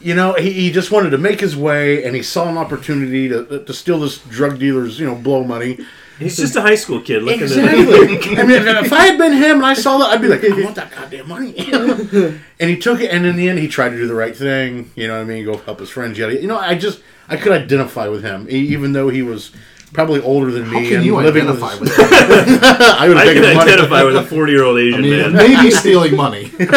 you know, he, he just wanted to make his way, and he saw an opportunity to, to steal this drug dealer's, you know, blow money.
He's just a high school kid looking at
Exactly. <laughs> I mean, if I had been him and I saw that, I'd be like, I want that goddamn money. <laughs> and he took it, and in the end, he tried to do the right thing. You know what I mean? Go help his friends. Yada. You know, I just I could identify with him, e- even though he was probably older than me
How can
and
you
living
identify
<laughs> with.
<laughs>
with that?
I would
I
have
can
taken money.
identify with a forty-year-old Asian
I mean,
man. <laughs>
maybe stealing money.
He's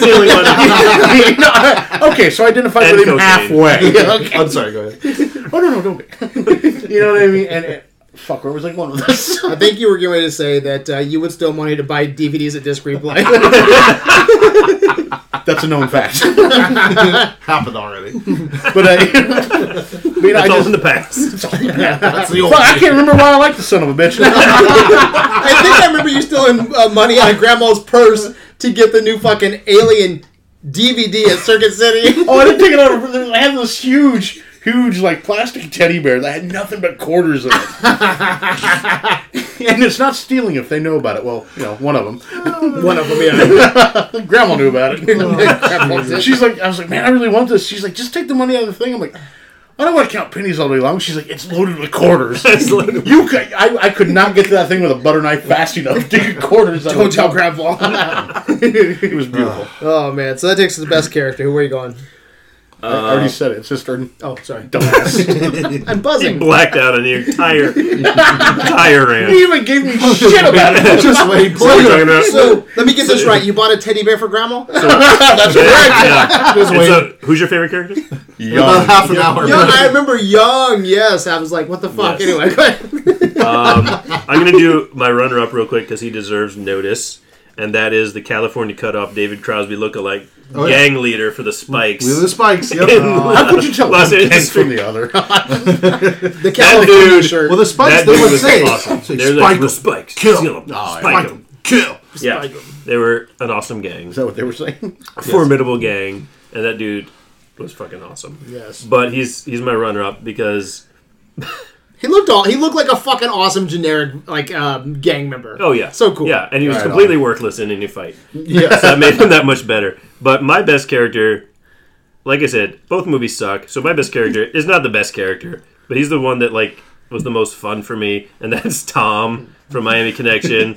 stealing money.
You know, <laughs> I- okay, so I identified
And
with him
cocaine.
halfway. <laughs> okay.
<laughs> I'm sorry.
<laughs>
Go ahead.
Oh no, no, don't. be. <laughs> you know what I mean? And, and fuck, where was I going with this?
I think you were going to say that uh, you would steal money to buy DVDs at Disc Replay.
<laughs>
<laughs>
That's a known fact. <laughs>
Happened already.
But I, <laughs> I mean, I
It's all
just.
in the past.
That's the old.
Fuck, I can't remember why I like the son of
<laughs>
a bitch. Oh,
I think I remember you stealing uh, money out of Grandma's purse to get the new fucking Alien DVD at Circuit City.
Oh, I didn't take it out. Of, I had this huge, huge like plastic teddy bear that had nothing but quarters
<laughs>
in it. and it's not stealing if they know about it. Well, you know, <laughs> one of them.
<laughs> One of them, yeah.
Grandma knew about
Oh.
<laughs>
<laughs>
it.
Grandma's it.
She's like, I was like, man, I really want this. She's like, just take the money out of the thing. I'm like. I don't want to count pennies all day long. She's like, it's loaded with quarters.
<laughs>
you, could, I, I could not get to that thing with a butter knife fast enough to get quarters. out of
Don't
it.
tell Grandma.
<laughs> It was beautiful.
oh man, so that takes us to the best character. Who are you going?
I
Uh,
already said it, sister.
Oh, sorry.
<laughs>
Dumbass.
I'm <laughs>
<laughs>
buzzing.
Blacked out on the entire entire
he
rant.
even gave
<laughs>
me shit about it. <laughs>
Just wait.
What are we
Play
talking about?
So let me get this right. You bought a teddy bear for
<laughs>
Grandma?
Yeah.
Just
And
wait.
so, who's your favorite character? <laughs>
About half an hour.
Young, Um, I remember young. Yes, I was like, what the fuck?
Yes. <laughs>
Anyway, go ahead.
I'm gonna do my runner-up real quick because he deserves notice. and that is the California cutoff David Crosby lookalike
Oh, yeah.
gang leader for the Spikes.
We the spikes.
<laughs>
Yep.
How could you tell one
Los
gang
Angeles
from the other? <laughs>
The California
dude-
shirt.
well, the spikes.
that
They
dude
would
was
say,
awesome.
say,
They're
"Spike
like the
them,
Spikes.
kill
Kill 'em.
Oh,
Spike 'em.
'em, kill."
yeah, they were an awesome gang,
Is that what they were
<laughs>
saying?
formidable gang, and that dude was fucking awesome.
Yes.
but he's he's my runner up because
he looked all. He looked like a fucking awesome generic like um, gang member.
oh yeah,
so cool.
Yeah, and he was
Right
completely worthless in any fight. <laughs>
Yes.
that made him that much better. But my best character, like I said, both movies suck. So my best character is not the best character, but he's the one that like was the most fun for me, and that's Tom from
<laughs>
Miami Connection.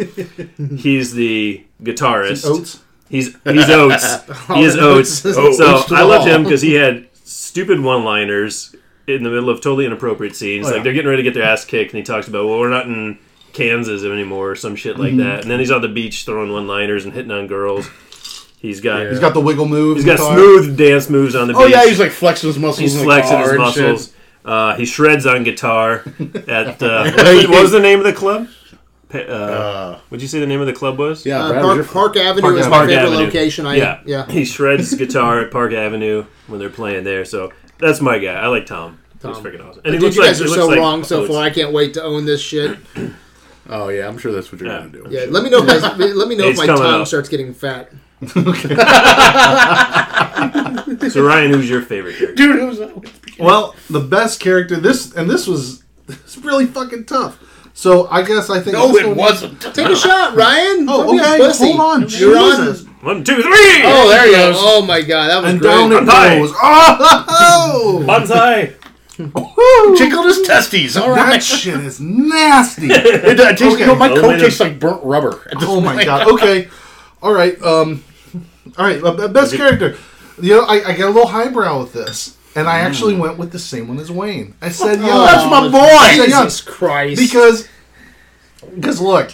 he's the guitarist.
Oats.
He's
<laughs>
he's Oates. he is Oates.
Oates.
so
Oates to
I
the
loved
wall.
him because he had stupid one-liners in the middle of totally inappropriate scenes.
Oh,
Like they're getting ready to get their ass kicked, and he talks about, "Well, we're not in Kansas anymore," or some shit like
Mm-hmm.
that. And then he's on the beach throwing one-liners and hitting on girls. He's got
He's got the wiggle move.
he's got smooth dance moves on the
Oh
beach.
yeah, he's like flexing his muscles.
He's
in the
flexing
car
his
and shit.
muscles. Uh, he shreds on guitar
<laughs>
at uh, what was the name of the club? Pa- Uh, what'd you say the name of the club was?
Yeah,
Uh,
Brad, was your-
Park, Park Avenue
Park
is my
Park
favorite
Avenue.
location. I,
yeah,
yeah. yeah.
He shreds guitar at Park Avenue when they're playing there. So that's my guy. I like Tom. He's
Tom.
freaking awesome.
Dude,
And
you guys
he
are so
looks like-
wrong so
oh, it's-
far. I can't wait to own this shit.
Oh yeah, I'm sure that's what you're
Yeah.
gonna do.
Yeah, let me know. If
<laughs>
my, let me know if
It's
my
coming
tongue
up.
starts getting fat.
So Ryan, who's your favorite character?
Dude, who's that?
Well, the best character. This and this was. <laughs> It's really fucking tough. So I guess I think.
No, it wasn't.
Take a shot, Ryan. Don't
Oh,
be a
okay.
pussy.
Hold on.
You're on-
Jesus. <laughs>
One, two, three.
Oh, there he goes. Oh my god, that was
And
great.
down it
Hi.
goes. Oh,
Bonsai.
Tickled his testes. All
<laughs>
that
right.
shit is nasty.
It, uh, tastes,
Okay.
you know, my
Oh,
coat
man.
tastes like burnt rubber. at this
<laughs> Oh my
point.
god. Okay. All right. Um. All right. uh, Best character. You know, I, I got a little highbrow with this, and I actually went with the same one as Wayne. I said, "Yeah,
That's my
I
boy.
said, "Yeah."
Jesus Christ.
because because look,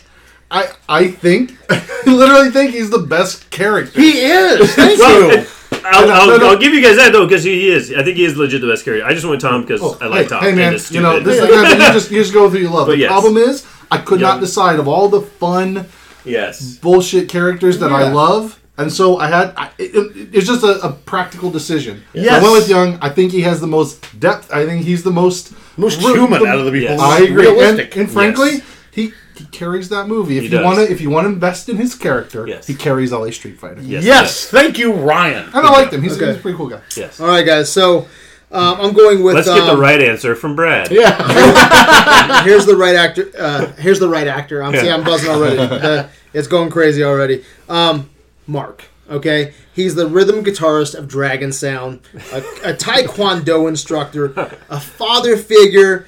I I think <laughs> I literally think he's the best character.
he is.
<laughs>
Thank you.
I'll, I'll,
no, no.
I'll give you guys that though because he is. I think he is legit the best character. I just want Tom because I like
Oh, hey,
Tom.
Hey
and
man,
it's
you know
stupid.
this is the guy that you just you just go through you love. the
yes.
problem is I could
Yeah.
not decide of all the fun
yes.
bullshit characters that I
Yeah.
love. And so I had. I, it, it, it's just a, a practical decision.
Yes.
I went with Young. I think he has the most depth. I think he's the most
Most
re-
human
the-
out of the people.
Yes.
I agree. And,
Realistic.
and frankly,
Yes.
he, he carries that movie. If
He
you
does.
want to, if you want to invest in his character,
Yes.
he carries LA Street Fighter.
Yes.
yes, Thank you, Ryan.
And I liked him. He's,
Okay.
he's a pretty cool guy.
Yes.
All right, guys. So um, I'm going with.
Let's get the
um,
right answer from Brad.
here's the right actor. Uh, here's the right actor. I'm see,
Yeah.
I'm buzzing <laughs> already. Uh, it's going crazy already. Um, Mark. Okay, he's the rhythm guitarist of Dragon Sound, a, a Taekwondo instructor, a father figure.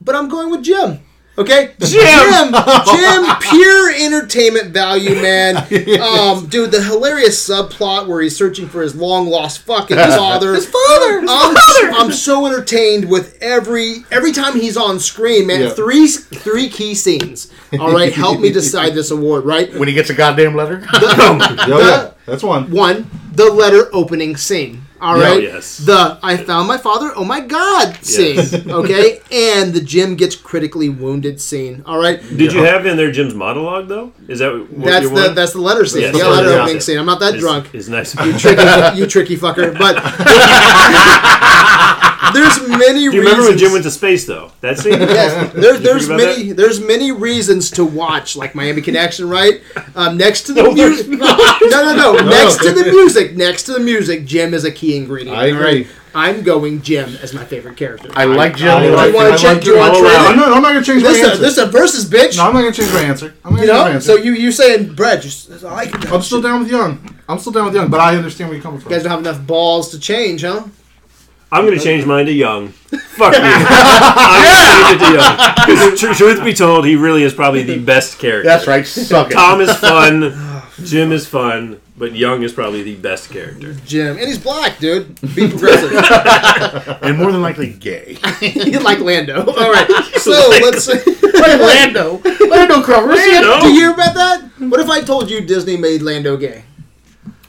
But I'm going with Jim. Okay, Jim, <laughs> Jim, pure entertainment value, man. <laughs> Um, dude, the hilarious subplot where he's searching for his long lost <laughs> fucking father. Um, his father. I'm, I'm so entertained with every every time he's on screen, man.
Yeah.
Three three key scenes. All right, help me decide this award, right?
When he gets a goddamn
<laughs>
letter,
Yeah, yeah. That's one.
One, the letter opening scene. All
Yeah. Oh,
right.
Yes.
The I found my father. Oh my God! Scene.
<laughs>
Okay, and the Jim gets critically wounded scene. All right.
Did you have in there Jim's monologue though? Is that what
That's
you
the that's the letter scene.
Yes,
the
that's
letter
what it
opening
is.
scene. I'm not that
is,
drunk.
Is <laughs> nice. Do you
Tricky- <laughs> you tricky fucker.
<laughs>
But <laughs> there's many. Do
remember when Jim went to space though? That scene.
<laughs>
Yes, there, there's
about
many there's many reasons to watch like Miami Connection, right? Um, next to the music, no, <laughs> no, no, next to the music, next to the music, Jim is a key ingredient.
I
all right?
agree.
I'm going Jim as my favorite character.
I like Jim.
I like-
wanna
I
check-
like
do you
him.
wanna
I'll
try
allow
it?
it. No, no, I'm not gonna change my
this
answer.
a, this a versus, bitch.
no, I'm not gonna change my answer. I'm not
you
gonna change my
know, so
answer.
you you saying Brad? You, s- I like that.
I'm still down with Young. I'm still down with Young, but I understand where you're coming from.
You guys don't have enough balls to change, huh?
I'm gonna change mine to Young. Fuck you. I'm gonna change it to Young. 'Cause tr- truth be told, he really is probably the best character.
That's right. Suck it.
Tom is fun. Jim is fun, but Young is probably the best character.
Jim, and he's black, dude. Be
<laughs>
progressive. <laughs>
and more than likely
<laughs>
gay.
like Lando. <laughs> All
<laughs>
right, so let's
Hey,
<laughs>
Lando, Lando Crummer. is he a-
Do you hear about that? What if I told you Disney made Lando gay?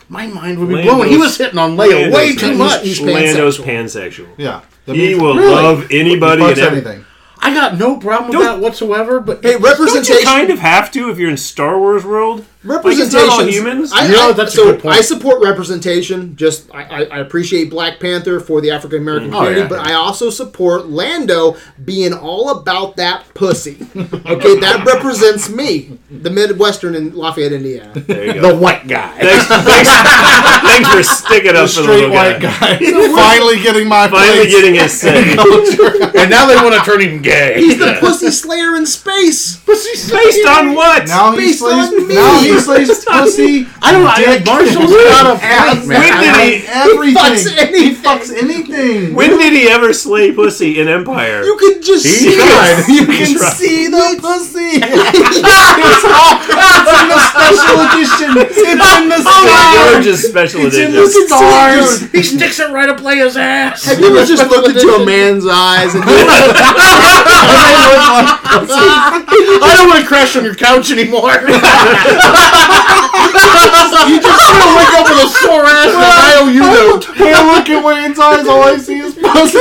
My mind would be
Lando's-
blown. He was hitting on Leia
Lando's
way
not-
too much.
He's
Lando's
pansexual.
pansexual.
yeah, That
He
means-
will
Really?
love anybody
Fucks
and every-
anything.
I got no problem with
Don't-
that whatsoever. But
Hey,
Don't you
Don't you
representation.
kind of have to if you're in Star Wars world?
Representations.
all humans?
I,
Yeah,
I-
that's a
so
good point.
I support representation. Just I, I, I appreciate Black Panther for the African American
Oh,
community,
yeah.
but I also support Lando being all about that pussy. Okay, that represents me, the Midwestern in Lafayette, Indiana.
There you go.
The white guy.
thanks, thanks, thanks for sticking up for the
Straight
little
white
guy.
<laughs> guy. finally getting my
Finally
place.
getting his say.
and now they want to turn him
<laughs>
gay.
He's the pussy slayer in space.
Based on what?
Now he
Based
slays.
on me.
Now he slays pussy. <laughs> I don't know. Dick.
Marshall's got a
ass,
man.
When did he-
like everything.
fucks anything.
He fucks
<laughs>
anything.
When did he ever slay pussy in Empire?
You can just see
tried.
it.
you can
right.
see the <laughs> pussy. it's, all, it's in the special edition. It's in
<laughs> They
the
Oh were
stars.
just special
It's in
edition.
the
Look at
stars.
He sticks it right up Leia's ass.
Have you ever just looked into a man's eyes
<laughs>
and
I don't want to crash on your couch anymore.
<laughs> You just
I wake up with a sore ass and I owe you note.
Hey, look at Wayne's eyes. All I see is pussy.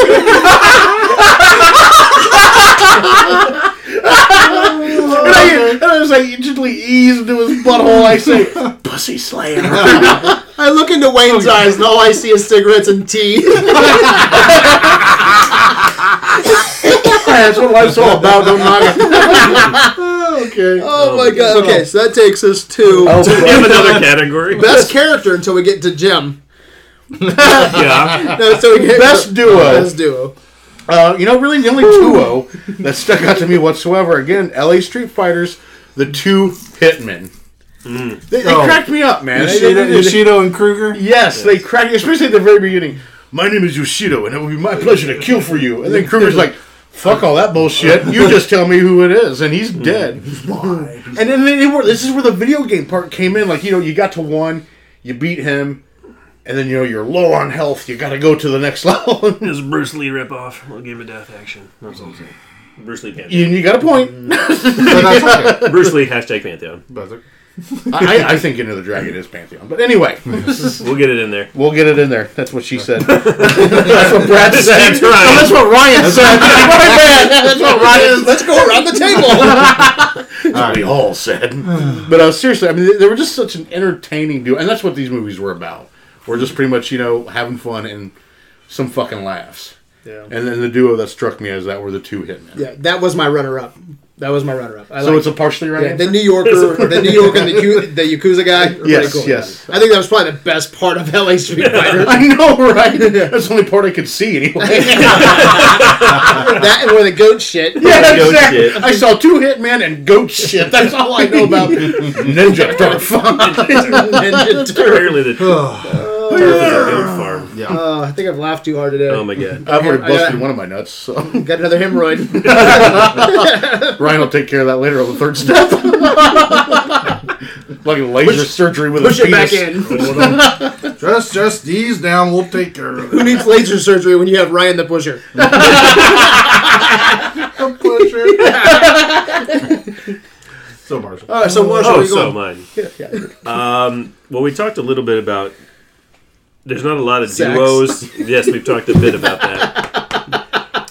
And I, and I was like, you gently ease into his butthole. I say, pussy
<laughs>
slayer.
I look into Wayne's eyes and all I see is cigarettes and tea? <laughs>
That's what life's all about. Don't knock it.
<laughs> okay.
Oh my god. Okay, so that takes us to
Oh.
We have another category.
best character until we get to Jim.
Yeah.
No, <laughs> so we get
Best duo.
Best duo.
Uh, you know, really, the only duo that stuck out to me whatsoever. Again, LA Street Fighters, the two hitmen. They, they
Oh.
cracked me up, man. They- they-
Yoshido,
they- they-
Yoshido and <laughs> Kruger.
Yes, they cracked, especially at the very beginning. My name is Yoshido, and it will be my pleasure to kill for you. And then Kruger's like, "Fuck all that bullshit. You just tell me who it is," and Mm, he's dead. and then they, they were. This is where the video game part came in. Like you know, you got to one, you beat him, and then you know you're low on health. You got to go to the next <laughs> level.
It was Bruce Lee ripoff. Little game of death action. That's all I'm saying. Bruce Lee Pantheon.
you, you got a point.
But that's okay.
Bruce Lee hashtag Pantheon.
That's okay.
I, I- I think Into the Dragon is Pantheon, but <laughs> anyway,
We'll get it in there.
we'll get it in there. That's what she <laughs> said. that's what Brad said.
That's right.
No, that's what Ryan said. My bad.
<laughs>
That's <laughs> what Ryan
Let's go around the table.
<laughs> we all said. <sighs> but uh, seriously, I mean, they, they were just such an entertaining duo, and that's what these movies were about. We're just pretty much, you know, having fun and some fucking laughs. Yeah. And then the duo that struck me as that were the two hitmen.
yeah, that was my runner up. That was my runner up. I
So
like
it's a partially right.
yeah,
answer?
the New Yorker, the New York and the, Yu- the Yakuza guy. are
Yes,
pretty
yes.
I think that was probably the best part of LA Street Fighter.
<laughs> I know,
<laughs>
right? That's the only part I could see anyway. <laughs>
that and where the goat shit.
yeah,
Goat
exactly.
shit.
I saw two hitmen and goat shit. That's all I know about <laughs> Ninja
<laughs>
<laughs> Turf.
Ninja Turtle.
Apparently the turf is a goat farm.
Yeah.
Uh, I think I've laughed too hard today.
Oh my god.
I've already
I got-
busted one of my nuts, so <laughs>
Got another
<laughs>
hemorrhoid.
Ryan will take care of that later on the third step. like laser surgery with
Push
a
it
penis.
back in.
Just, just these down. We'll take care of
Who
<laughs> it.
needs laser surgery when you have Ryan the Pusher?
so Marshall.
All right, so Marshall, where
Oh,
you
so
going?
mine. Um, well, we talked a little bit about. There's not a lot of
Sex.
duos. Yes, we've talked a bit about that.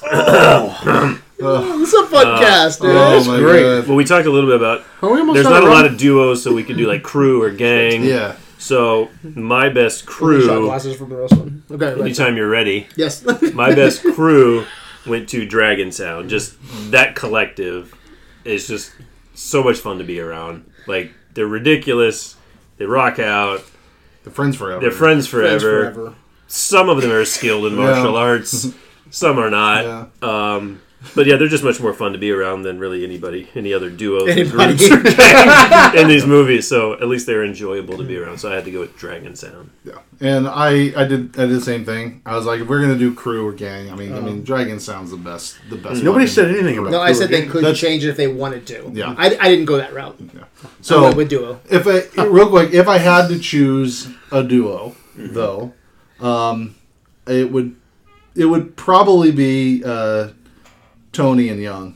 Oh, It's a
Uh,
podcast, dude.
oh my
great.
god.
Well, we talked a little bit about.
Are we almost
There's
out
not a
of
lot
rum?
of duos, so we could do like crew or gang.
Yeah.
So my best
Shot
crew.
glasses from the roast one. Okay, right.
Anytime you're ready.
yes. <laughs>
my best crew went to Dragon Sound. Just that collective is just so much fun to be around. Like they're ridiculous. They rock out.
The friends forever.
They're friends forever.
Friends forever.
Some of them are skilled in martial
<laughs>
arts. Some are not. Um, but yeah, they're just much more fun to be around than really anybody, any other duos or
Anybody.
groups or gangs in these movies. So at least they're enjoyable to be around. So I had to go with Dragon Sound.
Yeah. And I, I did, I did the same thing. I was like, if we're gonna do crew or gang, I mean, I mean, Dragon sounds the best, the best.
Oh. Nobody
weapon.
said anything about
No, I said they
Kruger.
could
That's-
change it if they wanted to.
Yeah.
I, I didn't go that route. I
So
went with duo.
if I real quick, if I had to choose a duo,
Mm-hmm.
though, um, it would it would probably be uh, Tony and Young,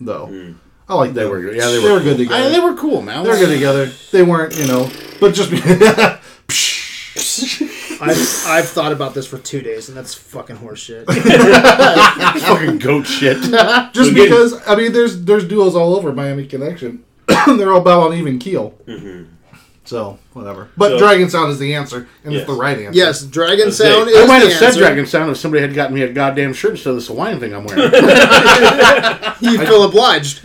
though. I like they
were good. Yeah, Mm. they were
good together.
I- they were cool, man.
they were good together. They weren't, you know, but just <laughs>
<laughs>
<laughs> I've, I've thought about this for two days, and that's fucking horseshit. <laughs>
fucking goat shit.
just because <clears throat> I mean, there's there's duos all over Miami Connection. They're all about on even keel. So whatever. But
Mm-hmm. So-
Dragon Sound is the answer, and
Yes.
it's the right answer.
Yes, Dragon
That's it.
Sound
I
is
I
the
might have said
answer.
Dragon Sound if somebody had gotten me a goddamn shirt instead of this Hawaiian thing I'm wearing.
You feel obliged.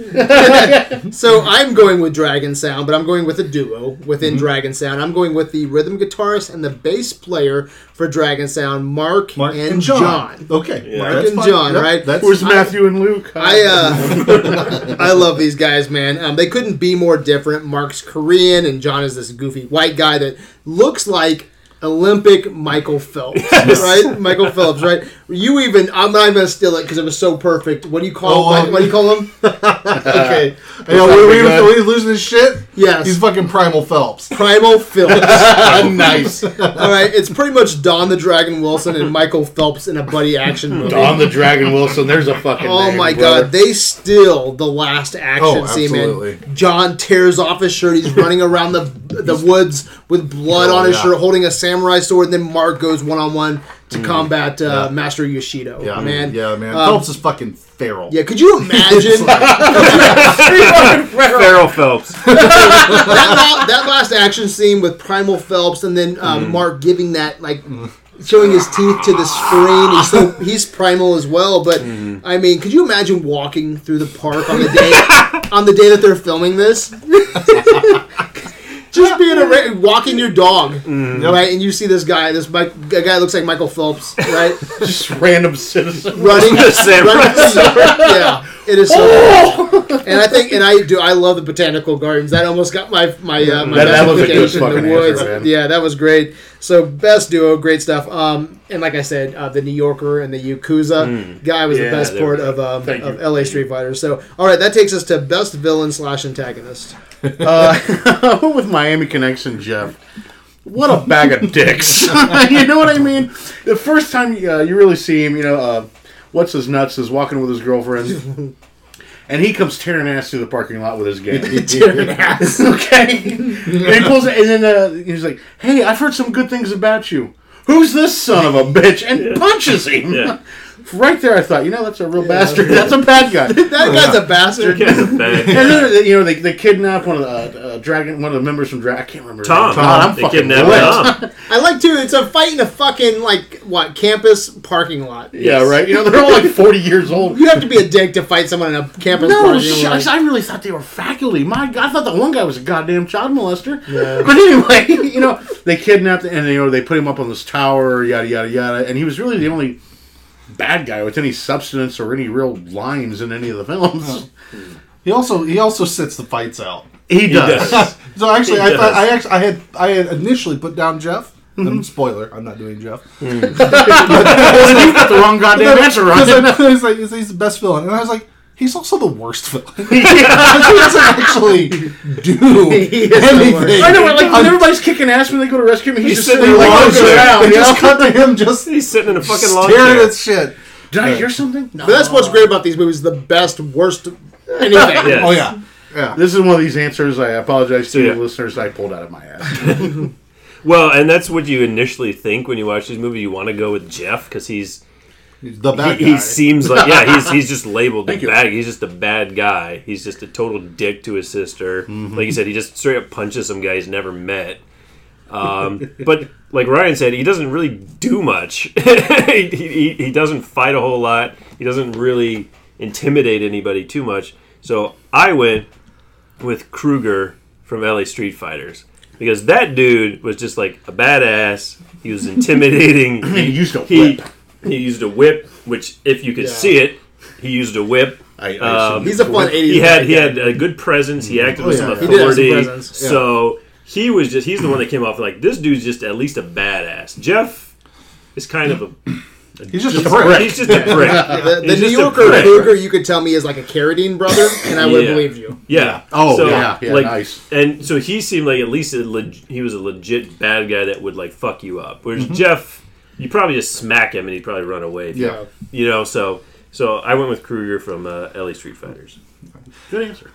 <laughs>
<laughs>
so I'm going with Dragon Sound, but I'm going with a duo within Dragon Sound. I'm going with the rhythm guitarist and the bass player for Dragon Sound, Mark,
Mark
and, John.
Okay.
Mark
that's
and
fine.
John, right?
That's
Where's Matthew and Luke?
I uh, I love these guys, man. Um, they couldn't be more different. Mark's Korean, and John is this goofy white guy that looks like Olympic Michael Phelps, right? Michael Phelps, right? You even I'm not even gonna steal it because it was so perfect. What do you call
Oh,
him?
uh,
What, do you call him?
okay. yeah, we, we, we, losing his shit.
Yes.
He's fucking
<laughs>
Primal Phelps.
Primal Phelps.
<laughs> nice.
All right, it's pretty much Don the Dragon Wilson and Michael Phelps in a buddy action movie.
Don the Dragon Wilson. There's a fucking.
Oh
name,
my
brother.
god, they steal the last action
Oh,
scene,
absolutely.
man. John tears off his shirt. He's running around the the woods with blood
Oh,
on his
yeah.
shirt, holding a samurai sword. And then Mark goes one on one to combat uh, Master Yoshido.
Mm. Yeah,
man.
Yeah, man.
Um,
Phelps is fucking feral.
yeah, could
<laughs>
you imagine
Farrell Phelps. <laughs>
that, la- that last action scene with Primal Phelps and then uh, Mark giving that like showing his teeth to the screen. He's so he's primal as well. But I mean, could you imagine walking through the park on the day on the day that they're filming this? <laughs> Just being a ra- walking your dog, right? And you see this guy. This Mike, a guy looks like Michael Phelps, right?
Just random
<laughs>
citizen.
running,
Sam
running yeah, it is so.
Oh!
bad. And I think, and I do, I love the botanical gardens. That almost got my my uh, my
That- that was a good
justification in
fucking
the
answer,
woods.
man.
yeah, that was great. So best duo, great stuff. Um, and like I said, uh, the New Yorker and the Yakuza
Mm.
guy was
Yeah,
the best
they were
part of
good.
um,
Thank
of
you.
L.A. Street Fighter. So all right, that takes us to best villain slash antagonist.
I went <laughs> with Miami Connection, Jeff. What a bag of dicks. <laughs> you know what I mean? The first time uh, you really see him, you know, uh, what's his nuts is walking with his girlfriend, and he comes tearing ass through the parking lot with his gang.
Tearing ass.
<laughs> okay, and he pulls, and then uh, he's like, "Hey, I've heard some good things about you. Who's this son of a bitch?" And punches him.
Yeah.
<laughs> Right there, I thought, you know, that's a real bastard. That's a bad guy.
That guy's a bastard.
Guy's a bad guy.
And then they- you know they, they kidnap one of the uh, uh, dragon one of the members from Dragon. I can't remember. his
Tom.
name. God, I'm
They
fucking
kidnapped
lit.
Tom.
I like too. It's a fight in a fucking like what campus parking lot.
Yeah, right. You know they're all like 40 years old.
You have to be a dick to fight someone in a campus
<laughs> No,
parking
shucks,
lot.
I really thought they were faculty. My God, I thought that one guy was a goddamn child molester. But anyway, <laughs> you know, they kidnapped him and you know they put him up on this tower, yada yada yada, and he was really the only bad guy with any substance or any real lines in any of the films.
He also he also sits the fights out.
He
does. <laughs>
So actually,
He
I thought
does.
I actually I had I had initially put down Jeff.
Mm-hmm.
Um, spoiler, I'm not doing Jeff.
you got the <laughs> wrong goddamn answer,
Because
Ron.
I know he's like he's, he's the best villain, and I was like, he's also the
<laughs>
worst villain. <laughs> he doesn't actually do anything.
I know, like when everybody's kicking ass when they go to rescue him, he's,
He's
just
sitting
sitting there
there
like,
watching.
looking around.
They
you
just
know?
cut to him
<laughs>
just
He's sitting in a fucking lawn
staring
chair.
at shit.
<laughs> Did I hear something? No.
But that's what's great about these movies: the best, worst,
<laughs>
anything.
Yes.
Oh yeah, yeah.
This is one of these answers. I apologize to
Yeah.
the listeners. I pulled out of my ass.
Well, and that's what you initially think when you watch this movie. You want to go with Jeff because he's
He's the
he,
bad guy.
he seems like yeah he's he's just labeled the bad. He's just a bad guy. He's just a total dick to his sister. Like you said, he just straight up punches some guy he's never met. Um, <laughs> but like Ryan said, he doesn't really do much. <laughs> he, he, he doesn't fight a whole lot. He doesn't really intimidate anybody too much. So I went with Kruger from LA Street Fighters because that dude was just like a badass. He was intimidating.
He used a
He,
whip.
he used a whip, which if you could see it, he used a whip.
I, I
um,
assume-
He's a fun 80s
He had
guy.
he had a good presence.
Mm-hmm.
He acted with
yeah,
some
yeah. He
Oh, did have some
authority.
presence, yeah.
So he was just he's the one that came off like this dude's just at least a badass. Jeff is kind of a
He's just a prick.
he's just a prick.
The, the
He's
New
just a
Yorker
prick.
Kruger, you could tell me, is like a Carradine brother, and I would have
Yeah.
believed you.
Yeah.
Oh, yeah, yeah,
like,
nice.
And so he seemed like at least a leg- he was a legit bad guy that would like fuck you up. Whereas Jeff, you probably just smack him and he'd probably run away. if you-
Yeah.
You know. So so I went with Kruger from uh, LA Street Fighters.
Good answer.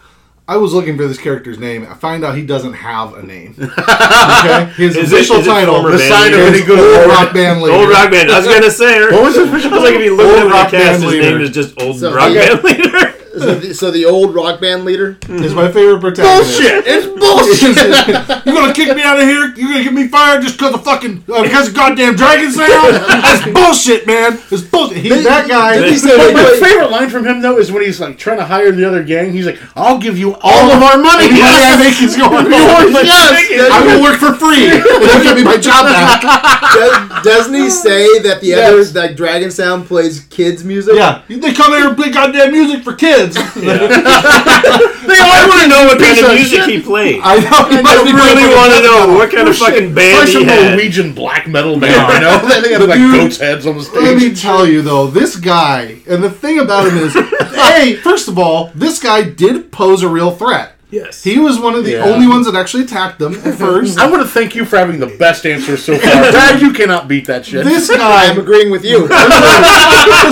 I was looking for this character's name. I find out he doesn't have
<laughs>
a name. Okay, his
Is it-
official
is it
title.
former
The
band
sign of
leader?
any good old rock band leader.
Old rock band. I was gonna say. What was it? I was like, if you look
Old
at the
rock
cast,
band
his
leader.
name is just old
So,
rock
yeah.
band leader.
So the, so the old rock band leader.
is my favorite protagonist.
Bullshit! It's bullshit! <laughs> you gonna kick me out of here? You gonna get me fired just because of fucking uh, because of goddamn Dragon Slayer? That's bullshit, man. It's bullshit. He,
He's that guy.
Did he say
my,
that?
my favorite line from him though is when he's like trying to hire the other gang. He's like, "I'll give you all of our money.
The money I make is going
Yours,
home.
yes.
<laughs>
I will work for free. If you give me my job back.
<laughs>
Does, doesn't he say that the
Yes.
other that Dragon Sound plays kids music?
Yeah, they come here and play goddamn music for kids.
They all want to know what
kind of music he played. I
I know. He must
really
be playing
want to
for-
know what kind of fucking
Play
band he
some
had.
Norwegian black metal band. You know, they have
But
like
dude-
goats heads on the
Let me
stage.
tell you though, this guy, and the thing about him
<laughs>
is, hey, first of all, this guy did pose a real threat.
Yes.
He was one of the
Yeah.
only ones that actually attacked them at first.
I want to thank you for having the best answer so far. Dad, you cannot beat that shit.
<laughs>
this
I'm
guy,
agreeing with you.
<laughs>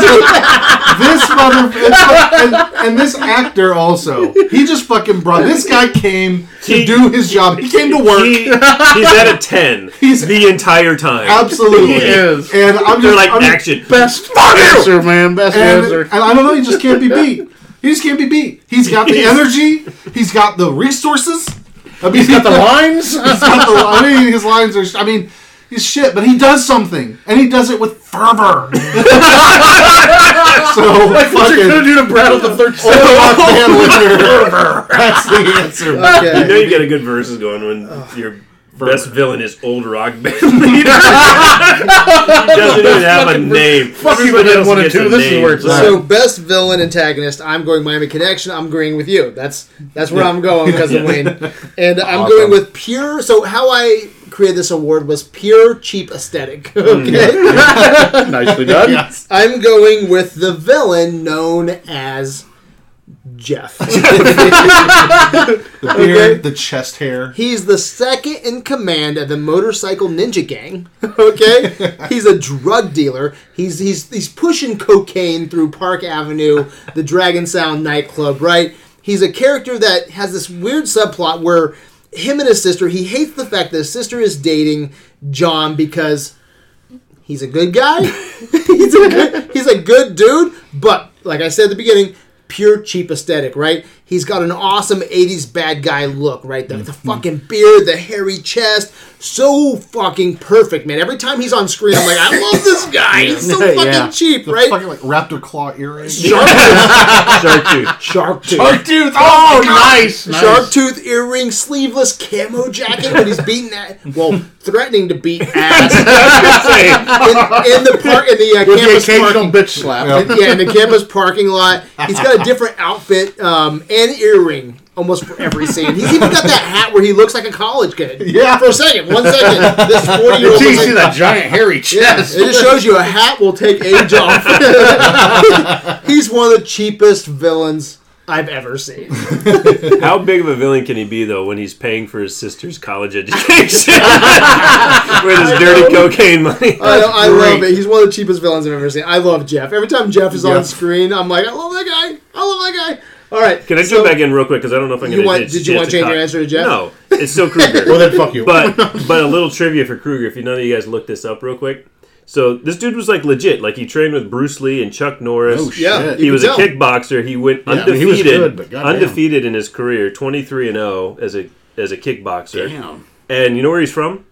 this mother, this, and, and this actor also, he just fucking brought. This guy came to
He-
do his job. He came to work.
He- he's at a ten
He's-
the entire time. <laughs>
Absolutely.
He is.
And I'm
They're
just
like
I'm,
action.
best answer, man. Best
And,
answer.
and I don't know, he just can't be beat. He just can't be beat. He's got the energy. He's got the resources. I mean,
He's got
<laughs>
the lines.
He's got the. I mean, his lines are. I mean, he's shit, but he does something, and he does it with fervor. <laughs> so
Like what you're gonna
fucking.
do to Brad on the third
Oil
set?
rock band with your fervor. That's the
<laughs>
answer.
You know
Okay.
you got a good verses going when your best villain is old rock band leader. <laughs> he doesn't even have a name.
Fuck you, but
Everybody
then
else
one and
gets
two.
a
This is
name.
where it's at.
So best villain antagonist, I'm going Miami Connection. I'm agreeing with you. That's that's where I'm going,
<laughs>
cousin Wayne. And I'm going with pure. So how I created this award was pure cheap aesthetic. <laughs>
Mm.
Okay,
nicely done.
I'm going with the villain known as Jeff.
The beard,
Okay.
the chest hair.
He's the second in command of the motorcycle ninja gang. Okay, he's a drug dealer. He's he's he's pushing cocaine through Park Avenue, the Dragon Sound nightclub. Right. He's a character that has this weird subplot where him and his sister. He hates the fact that his sister is dating John because he's a good guy. he's a good, he's a good dude, but like I said at the beginning, pure cheap aesthetic, right? He's got an awesome '80s bad guy look, right? The, the fucking beard, the hairy chest, so fucking perfect, man. Every time he's on screen, I'm like, I love this guy. He's so fucking
Yeah.
cheap,
The
right?
<laughs> fucking like raptor claw earrings.
Shark
<laughs>
Tooth.
Shark tooth.
Shark tooth. Oh,
Nice, nice.
Shark tooth earring, sleeveless camo jacket, but he's beating that. Well, threatening to beat ass
<laughs>
in, in the park in the uh,
With the
campus
occasional
parking
bitch slap.
And- yeah, in the campus parking lot. He's got a different outfit um, and earring almost for every scene. He's even got that hat where he looks like a college kid.
<laughs> Yeah.
For a second, one second. This 40 year old.
See, see that giant hairy chest.
It just shows you a hat will take age off. <laughs> He's one of the cheapest villains I've ever
<laughs>
seen.
How big of a villain can he be though when he's paying for his sister's
<laughs>
college education with his dirty cocaine money?
I, I love
great.
it. He's one of the cheapest villains I've ever seen. I love Jeff. Every time Jeff is on
Yes.
screen, I'm like, I love that guy. I love that guy. All right.
Can I
so-
jump back in real quick because I don't know if I'm
You
going
want- did you want to change your answer to Jeff?
No, it's still
<laughs>
Kruger.
Well, then fuck you.
but but a little trivia for Kruger. If you none of you guys look this up real quick, so this dude was like legit. Like he trained with Bruce Lee and Chuck Norris.
Oh, shit.
Yeah,
He
you
He
can
was a
tell.
kickboxer. He went
I mean,
undefeated,
he was good, but goddamn.
undefeated in his career, twenty three and zero as a as a kickboxer.
Damn.
And you know where he's from?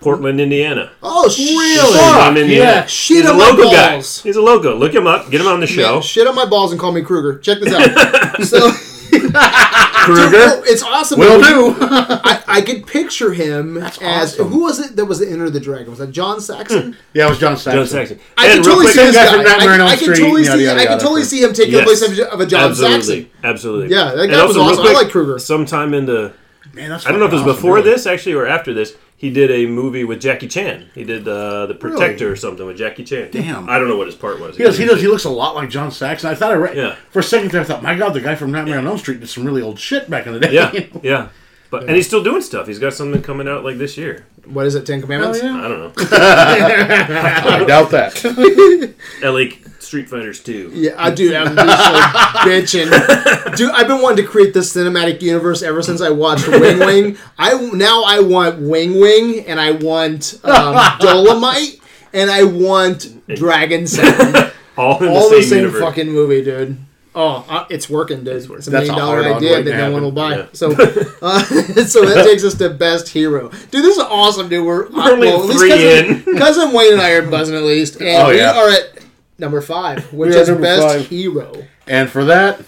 Portland, Indiana.
Oh, really?
Portland, Indiana.
yeah.
Shit
He's a
on my
local guy.
balls.
He's a local. Look him up. Get him on the
Man,
show.
shit on my balls and call me Kruger. Check this
<laughs>
out. so
Kruger.
it's awesome.
Will
because
do.
I, I could picture
<laughs>
him as
awesome. Hmm.
who was it that was the Enter the Dragon? Was that John Saxon?
yeah, it was John Saxon.
John Saxon.
I
And
can
real
totally
quick-
see this
guy
guy.
from Nightmare
I,
on Elm
I can
Street,
totally
yada,
see.
yada,
I can
yada.
totally see him taking
Yes.
the place of, of a John
absolutely,
Saxon.
absolutely.
Yeah, that
And
guy was
real
awesome. I like Kruger.
Sometime in the
Man, that's
I don't know if it was
fucking awesome,
before
dude.
this actually or after this. He did a movie with Jackie Chan. He did uh, the Protector or something with Jackie Chan.
Damn.
I don't know what his part was.
He does. He does. He looks a lot like John Saxon. I thought I read.
Yeah.
For a second there, I thought, my God, the guy from Nightmare on Elm Street did some really old shit back in
<laughs>
the day.
Yeah, yeah. But and he's still doing stuff. He's got something coming out like this year.
What is it? Ten Commandments.
Oh,
I don't know.
<laughs> I doubt that.
LA Street Fighters Two.
Yeah, I do. I'm
<laughs>
just like bitching, dude. I've been wanting to create this cinematic universe ever since I
<laughs>
watched Wing Wing. I now I want Wing Wing, and I want
<laughs>
um, Dolomite, and I want Dragon Sound.
All in
All
the same,
the same
universe.
fucking movie, dude. Oh, uh, it's working, dude. It's, a
That's
million
a
dollar
hard-on
idea
waiting
that
to
no one
happen.
will buy.
Yeah.
<laughs>
So, uh, <laughs> so that takes us to best hero, dude. This is awesome, dude. We're,
We're only three
cousin, <laughs>
in.
cousin Wayne and I are buzzing at
<laughs>
least, and
Oh,
we
yeah.
are at number five,
<laughs>
which
We are
is
number
best
five.
hero.
And for that,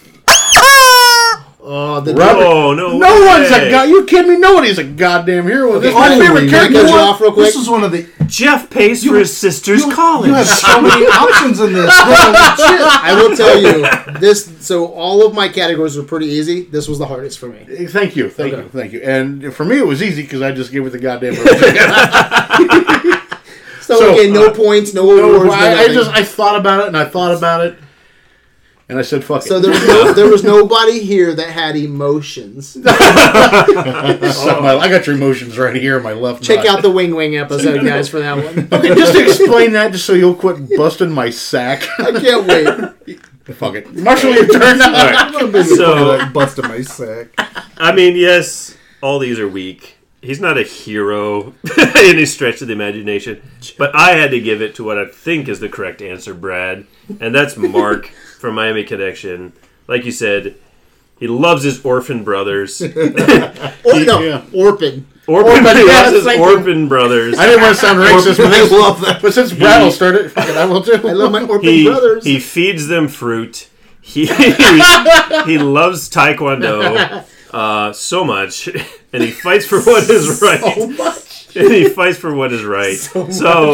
Oh, the
Robert-
Oh no!
no
way.
one's a god. You kidding me? Nobody's a goddamn hero. in This my
Anyway,
can
favorite
I
character.
cut you
was-
off real quick?
This is one of the
Jeff pays for his sister's college.
You have so many options in this.
I will tell you
<laughs>
this. So all of my categories were pretty easy. This was the hardest for me.
Thank you, thank
Okay.
you, thank you. And for me, it was easy because I just gave it the goddamn.
<laughs>
hero.
So,
So,
again, no
uh,
points, no
No,
awards. no
I, I
nothing.
just I thought about it and I thought about it, and I said, "Fuck
so
it." <laughs>
there was no, there was nobody here that had emotions.
Suck my- I got your emotions right here in my left.
Check
nut.
out the Wing Wing episode, guys, for that one.
<laughs> Okay, just to <laughs> explain that, just so you'll quit busting my sack.
<laughs>
<laughs>
I can't wait.
Fuck it, Marshall, your turn. <laughs>
All right. <laughs> So
like busting my sack.
I mean, yes, all these are weak. He's not a hero <laughs> any stretch of the imagination. But I had to give it to what I think is the correct answer, Brad, and that's Mark from Miami Connection. Like you said, he loves his orphan brothers.
Or, no,
Yeah.
<laughs> Orpin.
Orphan,
Orphan,
he
yeah,
loves his
thank you.
orphan brothers.
I didn't want to sound racist, but,
I
since-
love that.
but since Brad will start it, fuck it, I will too.
I
<laughs>
love my Orpin
he,
brothers.
he feeds them fruit. He <laughs> he loves taekwondo uh, so much, <laughs> and he fights for what is right. So much, <laughs> and he fights for what is right. So,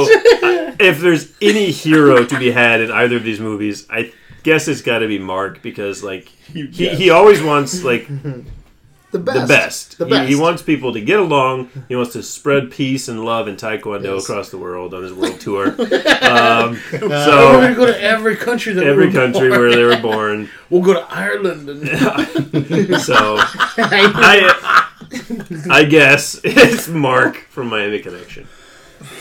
I- if there's any hero to be had in either of these movies, I guess it's got to be Mark because like he, he always wants like
the best.
the best.
The
He-
best.
He, wants people to get along. He wants to spread peace and love and taekwondo across the world on his world tour. um,
We're going
so
to go to every country that
every
we're
country
born.
where they were born.
We'll go to Ireland and
So I, I guess it's Mark from Miami Connection.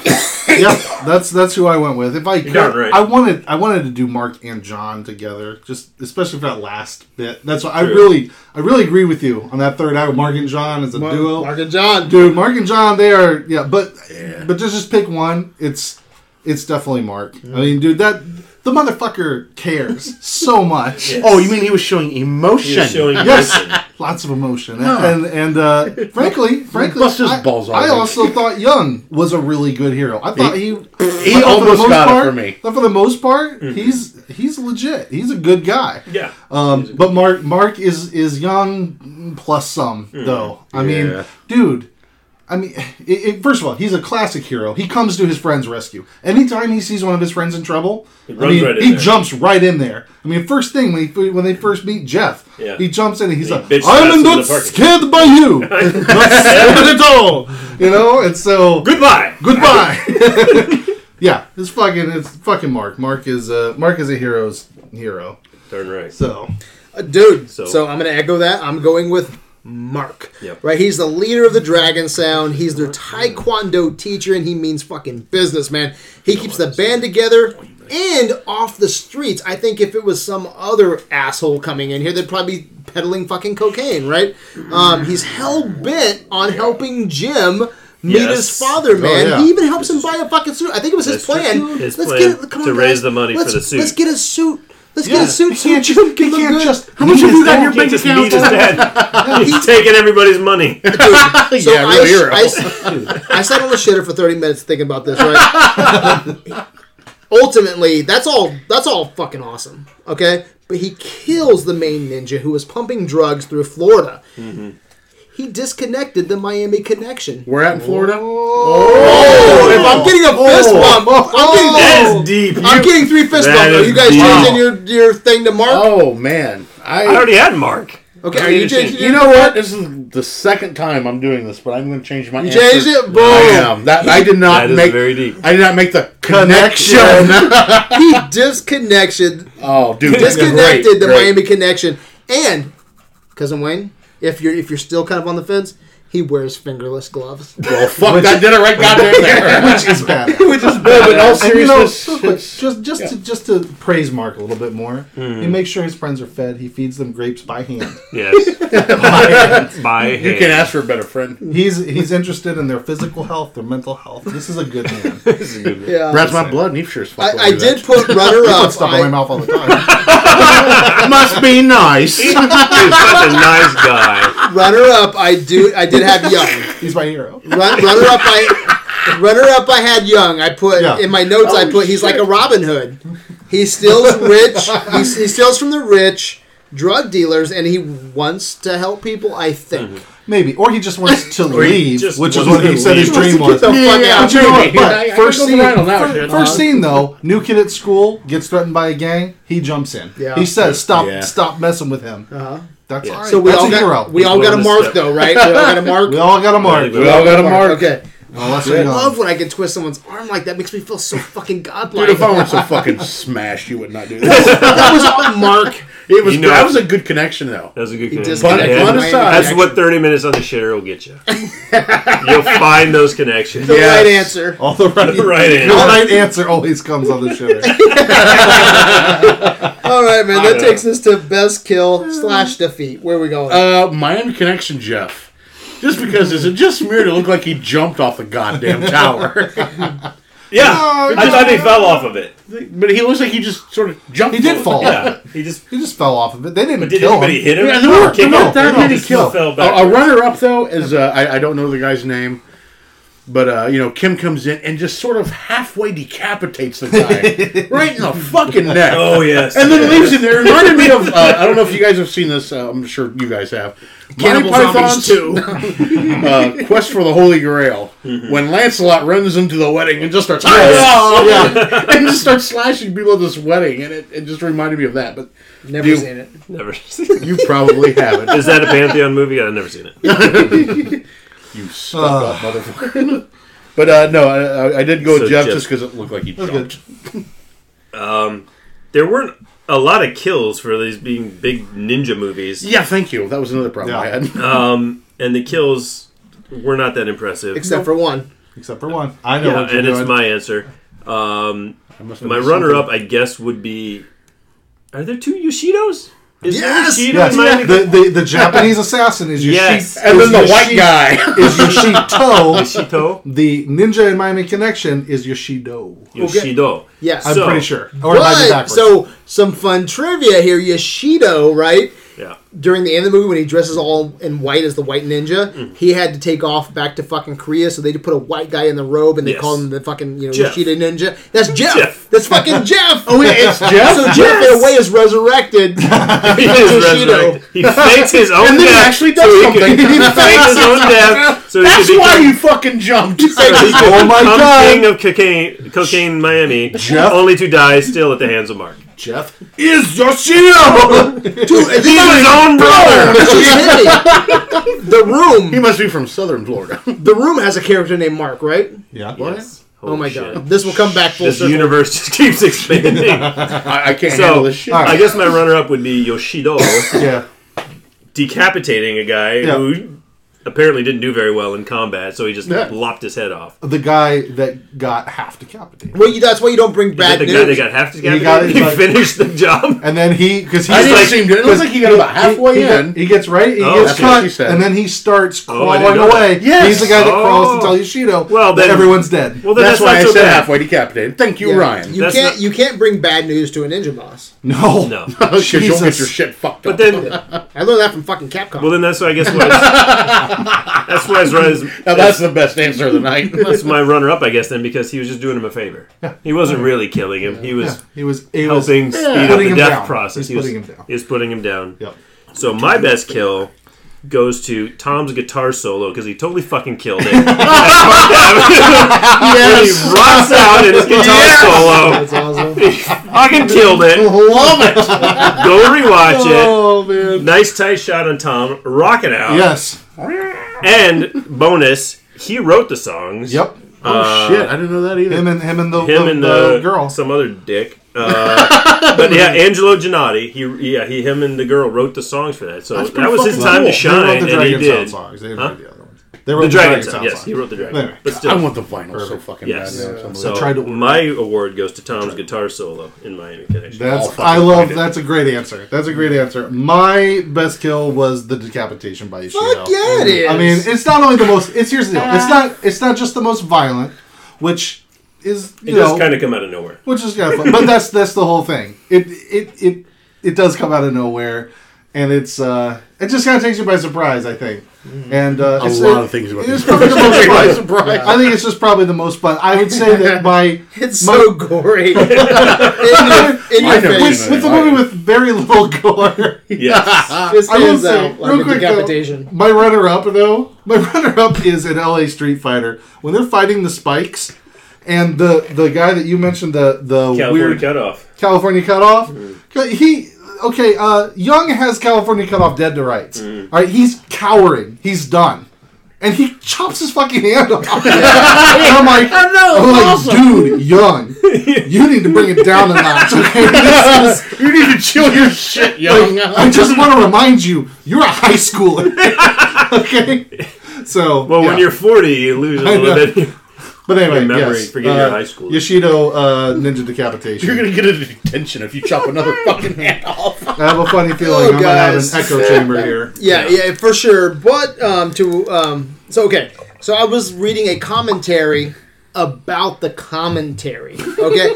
yeah, that's that's who I went with. If I could,
got it right.
I wanted I wanted to do Mark and John together, just especially for that last bit. That's why I
True.
really I really agree with you on that third album. Mark and John as a duo.
Mark and John.
Dude, Mark and John, they are yeah, but but just just pick one. It's it's definitely Mark. I mean, dude, that the motherfucker
<laughs>
cares so much.
Oh, you mean he was showing emotion?
Yes, lots of emotion, and
<laughs>
and uh, frankly, frankly,
Bust his
I,
balls off
I
him.
also thought Young was a really good hero. I thought he
he
I thought for the
almost
most
got it
part-
for me. Mm-hmm.
I thought For the most part, he's he's legit. He's a good guy.
Yeah.
Um, but Mark Mark is is Young plus some
Hmm.
though. I mean, dude. I mean, it, it, first of all, he's a classic hero. He comes to his friend's rescue. Anytime he sees one of his friends in trouble, he, I
runs
mean,
right in
he
there.
jumps right in there. I mean, first thing when he, when they first meet Jeff,
Yeah.
he jumps in and he's
He
like,
bitch
"I'm
slaps him in
not
the parking
scared
<laughs>
by you, <laughs> not scared at all." You know, and so
Goodbye.
goodbye. <laughs> yeah, it's fucking it's fucking Mark. Mark is uh, Mark is a hero's hero.
Turn right.
So
Uh, dude. So.
So-
I'm gonna echo that. I'm going with Mark.
Yep.
Right, he's the leader of the Dragon Sound. He's their Taekwondo teacher, and he means fucking business, man. He keeps the band together
Oh,
and off the streets. I think if it was some other asshole coming in here, they'd probably be peddling fucking cocaine, right? Um, he's hell bent on helping Jim. Meet
Yes. Oh,
his father, man.
yeah.
He even helps him buy a fucking suit. I think it was his
That's true.
plan.
His plan to raise the money for
let's-
the suit.
Let's get a suit. Let's
Yeah.
get a suit.
He
so
can't
Jim
just-
can
he
look
can't
good.
<laughs> just-
how much
he
have you
just
got in your
won't
bank
Can't just meet
account?
his dad. He's taking everybody's money.
So
Yeah, real
I,
hero.
I, <laughs> I sat on the shitter for thirty minutes thinking about this. Right. <laughs> Ultimately, that's all. That's all fucking awesome. Okay, but he kills the main ninja who was pumping drugs through Florida. He disconnected the Miami connection.
We're out in Florida.
Oh, if I'm getting a fist bump, I'm getting, Oh.
That's deep.
I'm getting three fist
That
bumps. Are
is
you guys
deep.
changing your, your thing to Mark?
Oh man, I,
I already had Mark.
okay, are you changing?
You know what? This is the second time I'm doing this, but I'm going to change my.
You
answer.
changed it? Boom.
I am. That I did not
That is
make.
very deep.
I did not make the connection.
<laughs>
he disconnected
oh, dude,
disconnected
great,
the
great.
Miami connection. And cousin Wayne, if you're if you're still kind of on the fence, He wears fingerless gloves.
Well, fuck, that did it right goddamn there.
which is bad.
<laughs> Which is bad, but
<laughs>
in all
And you know,
seriousness,
real quick, just just to, just to praise Mark a little bit more. He makes sure his friends are fed. He feeds them grapes by hand.
<laughs>
Yes. By hand.
you can ask for a better friend.
He's he's interested in their physical health, their mental health. <laughs> This is a good man.
Yeah.
Brad's my blood, and he sure as fuck
I,
will
I
do that.
did put runner
I put
up.
stuff in my
I,
mouth all the time.
<laughs> Must be nice.
He's such a nice
<laughs>
guy.
runner up. I do. I did have young.
He's my hero.
Run, runner up. I runner up. I had young. I put
Yeah.
in my notes.
Oh,
I put he's like a Robin Hood. He steals rich. he, s- he steals from the rich drug dealers, and he wants to help people. I
Mm-hmm.
think.
Maybe, or he just wants to leave,
just
which is
wants
what
to
he said his
leave.
dream was.
Get the fuck
yeah,
out.
But you know what?
Jamie,
But
I- I gotta
first
go
scene,
around on that
fir-
shit.
first scene though, new kid at school gets threatened by a gang. He jumps in.
Yeah.
He says, "Stop!
Yeah.
Stop messing with him." That's all right.
So we
That's
all
a
got
hero.
we all got a
Bonus
mark
step.
though, right? <laughs> We all got a mark.
We all got a mark.
We all got a mark.
Okay.
Well, that's
I
what you
love <laughs>
got.
when I can twist someone's arm like that. Makes me feel so fucking godlike.
<laughs> Dude, if I weren't so fucking smashed, you would not do
<laughs>
that.
that was a mark.
It was
You know-
that was a good connection though.
That was a good
Pun,
connection.
disconnected
pun
my
Yeah.
aside,
That's what 30 minutes on the shitter
<laughs>
will get you. You'll find those connections.
<laughs> The
Yes.
right answer.
All the right,
The right
the
answer.
right answer always comes on the shitter.
All right, man.
I
That
know.
takes us to best kill slash defeat. Where are we going?
uh, Miami connection, Jeff. Just because is it just weird to look like he jumped off the goddamn tower?
Yeah, I thought they fell off of it.
but he looks like he just sort of jumped.
He did
<laughs>
fall.
Yeah, he just.
He just fell off of it. They didn't
But did
kill
anybody
him.
hit him?
Yeah, there were-
Kick
there
him?
were that many
He just
kills.
Fell
A, a
back.
runner up though is uh, I, I don't know the guy's name, but uh, you know Kim comes in and just sort of halfway decapitates the guy right in the fucking neck.
Oh yes.
And then leaves him there. It Reminded
<laughs>
me of uh, I don't know if you guys have seen this. Uh, I'm sure you guys have.
Cannibal Zombies
<laughs> uh, Quest for the Holy Grail.
Mm-hmm.
When Lancelot runs into the wedding and just starts "Ah, <laughs> and just starts slashing people at this wedding, and it, it just reminded me of that. But
Never
you-
seen it.
Never.
<laughs> you probably haven't.
Is that a Pantheon movie? I've never seen it.
You stuck up, motherfucker. Ah. <laughs> But uh, no, I, I- I did go
So
with Jeff
Jeff-
just because it looked like he
good.
jumped.
There weren't a lot of kills for these being big ninja movies.
Yeah, thank you. That was another problem I
<laughs>
had.
and the kills were not that impressive.
Except for one.
Except for one. I know
yeah,
what you're
and
doing.
it's my answer. Um,
I must have
my
missed
runner-up,
something.
I guess, would be. Are there two Yoshidos? Is
Yes!
there a Yoshido
Yes,
in Miami?
the, the, the Japanese assassin is Yoshi.
Yes.
And
is
then the
Yoshi-
white guy.
is Yoshito.
Yoshito.
the ninja in Miami Connection is Yoshido.
Yoshido.
Yes.
I'm
So-
pretty sure. Or it might be
But,
backwards.
so some fun trivia here. Yoshido, right?
Yeah.
During the end of the movie, when he dresses all in white as the White Ninja,
Mm.
he had to take off back to fucking Korea, so they put a white guy in the robe, and they
Yes.
called him the fucking you know
Jeff.
Yoshida Ninja. That's Jeff.
Jeff.
That's
<laughs>
fucking Jeff. oh,
it's
<laughs>
Jeff?
So Jeff in a way is resurrected.
<laughs>
He
Yoshido.
is resurrected. He fakes his own
And then he
death.
actually does
so He,
something.
can, he <laughs> fakes his own death.
<laughs>
So
That's
he can
why
become,
you fucking
<laughs>
jumped.
so <laughs> he can
Oh my
become
God.
king of cocaine, cocaine Miami, only to die still at the hands of Mark.
Jeff.
is
<laughs>
Yoshino.
Dude, and
He's
this
his own brother.
this just hit me. The
<laughs> he
room.
must be from Southern Florida.
The room has a character named Mark, right?
Yeah.
Yes.
<laughs> oh
Holy
my
shit.
god, this will come back full
This
circle.
universe just keeps
<laughs>
expanding.
I, I can't handle
So
this shit.
I guess my runner-up would be Yoshido
Yeah.
decapitating a guy
Yeah.
who apparently didn't do very well in combat, so he just
Yeah.
lopped his head off.
The guy that got half decapitated.
well, you, that's why you don't bring
Is that
bad
the
news.
guy that got half
He got
decapitated.
it,
He,
like-
finished the job.
And then he, because he
I didn't
like-
see him do it. It looks
Because
like he got about halfway
he, he
in.
Got, he gets right. He
Oh,
gets
that's what
cut,
she said.
and then he starts
Oh, I
crawling
didn't know
away.
that.
Yes.
He's the guy that crawls to
Oh.
tell Yoshido
Well,
that
then-
everyone's dead.
Well, then
That's,
that's,
why I
not so
said
bad.
halfway decapitated. Thank you,
Yeah.
Ryan.
You
That's
can't
not-
you can't bring bad news to a ninja boss.
no, <laughs>
No,
Because you'll get your
Jesus.
shit fucked
but
up.
then,
I learned that from fucking Capcom.
well, then that's what I guess was. that's
<laughs>
why his run is.
now, that's the best answer of the night.
That's my runner-up, I guess, then because he was just doing him a favor. He wasn't really killing him. He was
he was he was
helping speed up
putting
the
him
death
down.
process.
He's
he was,
putting him down.
He was putting him down.
Yep.
So my best kill goes to Tom's guitar solo because he totally fucking killed
<laughs>
it. <laughs> yes. Ah, He rocks out in his
<laughs>
guitar
That's
solo.
awesome.
<laughs> He fucking killed it.
love <laughs> it.
Go rewatch
Oh
it.
man.
Nice tight shot on Tom rocking out.
Yes.
And bonus, he wrote the songs.
Yep.
oh, shit. I didn't know that
Uh,
either.
Him and him and the,
Him
the,
and the,
girl.
some other dick.
<laughs>
Uh, but yeah, Angelo Giannotti. He yeah he him and the girl wrote the songs for that. So
That's
that
pretty
was his
fucking
time
cool.
to
They
They
shine, and he did.
wrote the Dragon's Sound songs. They didn't
Huh?
do the other ones. They wrote
The Dragon
Dragon
Song.
Song
Yes,
song.
he wrote the Dragon.
Anyway.
But still,
I want the vinyl so fucking
yes.
bad. now.
So
tried to order
my award goes to Tom's guitar solo in Miami Connection.
I'll
That's
fucking
I love
find it.
that's a great answer. That's a great answer. My best kill was the decapitation by Ishino.
Fuck yeah, it is.
I mean, it's not only the most it's here's the deal. It's not it's not just the most violent, which is
It
you know
does kind of come out of nowhere.
<laughs> which is kind of fun. but that's that's the whole thing. It it it it does come out of nowhere, and it's uh it just kind of takes you by surprise. I think, and uh,
A lot of things about this.
It's <laughs> probably the most
By
fun.
surprise.
I think it's just probably the most fun. I would say that my
It's so
<laughs>
gory. in your,
<laughs>
in your
I know.
face.
with, with the movie with very little <laughs> gore.
Yes.
It
I will
stands
say,
out like
real
a
quick,
decapitation.
though, my runner-up though, my <laughs> runner-up is in L.A. Street Fighter when they're fighting the spikes, and the the guy that you mentioned, the the
California
weird
cutoff.
California cutoff.
Mm-hmm.
He okay. Uh, Young has California cutoff dead to rights.
Mm-hmm.
All right, he's cowering. He's done, and he chops his fucking
<laughs>
hand off. And I'm like,
I know,
I'm like,
awesome.
dude,
<laughs>
Young, you need to bring it down a notch. Okay, This is-
You need to chill your shit, young.
I just want to remind you, you're a high
<laughs>
schooler. okay, so
Well,
yeah.
when you're 40, you lose a
I
little
know.
bit.
but anyway,
remembering-
yes,
forgetting
uh,
your high school.
Yoshido uh, ninja decapitation.
You're gonna get a detention if you chop another fucking hand off.
I have a <laughs> funny feeling
Oh,
I'm gonna have an
guys.
echo <laughs> chamber here.
Yeah, yeah, for sure. But um, to um, so okay, so I was reading a commentary about the commentary. <laughs> Okay,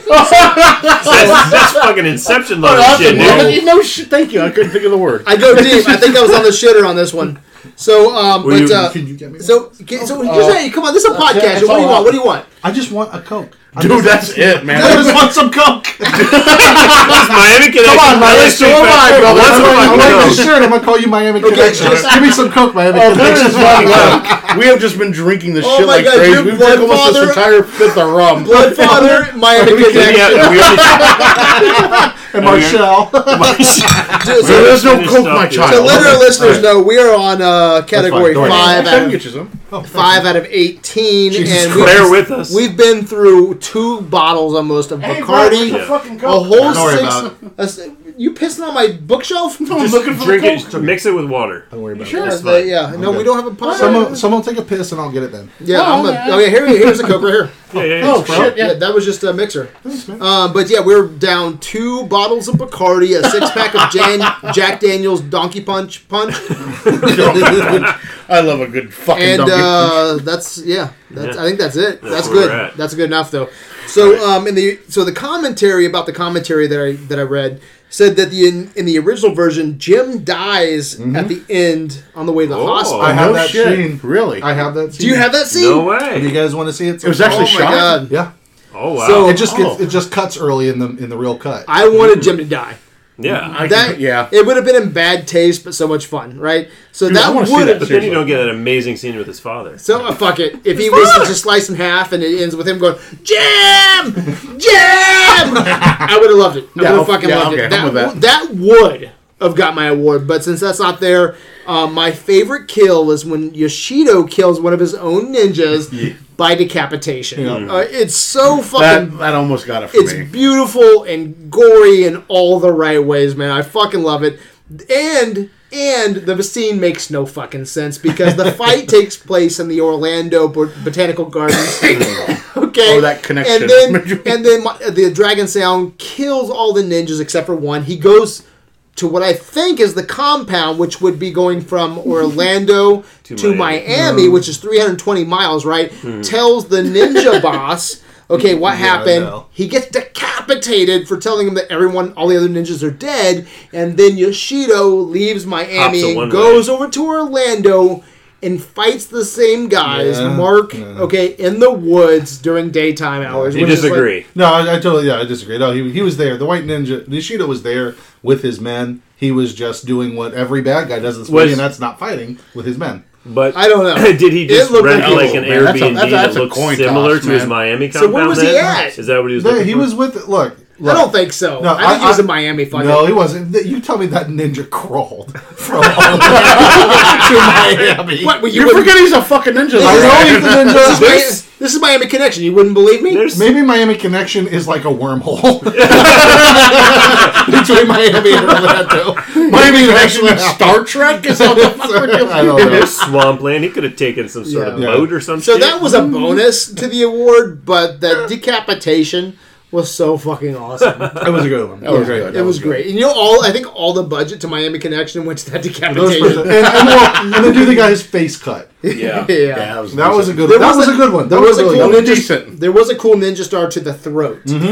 That's, that's fucking Inception level shit, dude.
no, no shit. Thank you. I couldn't think of the word.
I go deep. I think I was on the shitter on this one. So, um,
Were
but
you-
uh,
Can you get me?
so okay, so here's hey, come on, this is a podcast.
that's
What do you
all
want? What do you <laughs> want?
I just want a Coke. I
<laughs> Dude,
just-
that's it, man.
I just want some Coke.
Miami Connection.
Come
LA
on, Miami,
Street
so am I,
Fighter.
brother.
Let's
I'm like,
fucking
I'm like
go.
this shirt. I'm gonna call you Miami Connection.
just-
Give me some Coke, Miami
Oh, <laughs>
Connection. <laughs>
we have just been drinking this
Oh
shit
my
like
God,
crazy.
your
We've drunk almost this
bloodfather-
entire fifth of rum. <laughs>
Bloodfather, Miami
<laughs> We
Connection.
have- we already-
and Marshall.
So,
There's no
Finish
coke,
up,
my
dude.
child.
so let our listeners
Alright.
know we are on uh, category
fine, don't worry.
five
I
out
can
of <laughs>
get you some.
five out of eighteen,
Jesus
and
Bear
we,
with us.
we've been through two bottles almost of Bacardi.
Yeah.
fucking
A whole
Don't worry
six.
about it.
a s- you pissing on my bookshelf? No,
Just drink it. Mix it with water.
Oh,
Sure, they- yeah. no, we
good.
don't have a pot.
<laughs> Someone, someone take a piss and I'll get it then.
yeah, I'm a, okay. Here, here's a coke right here.
Yeah, yeah, yeah.
Oh shit!
Yeah,
Yeah.
that was just a mixer. Um, but yeah, we're down two bottles of Bacardi, a six pack of Jan, Jack Daniels Donkey Punch Punch, <laughs>
I love a good fucking
and
donkey.
uh, that's yeah, that's,
Yeah.
I think that's it. That's,
where
good.
we're at.
That's good enough though. So um, in the so the commentary about the commentary that I that I read said that the in, in the original version Jim dies at the end on the way to the
Oh.
hospital.
I have
no
that
shit.
scene.
Really?
I have that scene.
Do you have that scene?
No
Do you
way.
guys want to see it?
it was
Oh
actually
my
shot.
god!
Yeah.
Oh wow.
So-
It just gets,
Oh.
it just cuts early in the in the real cut.
I wanted Jim to die.
yeah.
I
That
can- <laughs> yeah.
it would have been in bad taste, but so much fun, right? So
Dude, I
that
wanna
would
see
have
that.
But then you don't get that amazing scene with his father.
So uh, fuck it. If he was to just slice in half and it ends with him going Jim, Jim, I would have loved it. I
Yeah,
would
I'll-
have fucking
yeah,
loved
okay,
it.
I'm
That,
with
w- that would have got my award, but since that's not there, um, my favorite kill is when Yoshido kills one of his own ninjas by decapitation. Uh, it's so fucking.
That, that almost got it for
It's
me.
beautiful and gory in all the right ways, man. I fucking love it. And and the scene makes no fucking sense because
<laughs>
the fight takes place in the Orlando Bo- Botanical
<laughs>
Gardens. okay.
Oh, that connection.
And
<laughs>
then and then my, the Dragon Sound kills all the ninjas except for one. He goes to what I think is the compound, which would be going
<laughs>
from Orlando to, Miami,
Miami.
which is 320 miles, right?
Hmm.
Tells the ninja <laughs> boss, okay, what happened?
no.
He gets decapitated for telling him that everyone, all the other ninjas are dead, and then Yoshido leaves
Hops a
Miami
one-way.
and goes over to Orlando and fights the same guys,
Yeah.
Mark, okay, in the woods during daytime hours.
You
which is like-
disagree.
No, I, I totally yeah, I disagree. No, he, he was there. The White Ninja Nishida was there with his men. He was just doing what every bad guy does in this
Was-
movie, and that's not fighting with his men.
But
I don't know.
<laughs> did he just
looked
rent
like
like,
he-
an
man, that's a-
Airbnb
that's a- that's
that
a
looks
coin
similar
toss,
to his
man.
Miami compound?
So where was he
then?
at?
Is that what he was?
Yeah,
looking
he
for?
was <laughs> with. Look,
I
look.
don't think so.
No,
I think he was in Miami fighting.
No, he wasn't. Th- You tell me that ninja crawled
<laughs>
from all to Miami.
What, were you
You forget he's a fucking ninja.
I
though.
<laughs>
<laughs>
know he's the ninja.
This, This is Miami Connection. You wouldn't believe me?
There's
<laughs> Maybe Miami Connection is like a <laughs> wormhole between Miami and Orlando. Miami Connection and Star Trek is all the I don't <laughs> know.
there's swampland. He could have taken some sort of
Yeah.
boat or something.
so that was a bonus to the award, but the decapitation was so fucking
<laughs>
awesome.
That was a good one. That was great.
it was great. And you know, all I think all the budget to Miami Connection went to that <laughs>
Those were-
decapitation.
and, and, well, and the dude that got his face cut.
Yeah.
<laughs> yeah.
That was,
That was a good.
There
that was
was
a,
a-
good one. That
there
was,
was a
really
cool
good.
was decent.
There was a cool ninja star to the throat.
And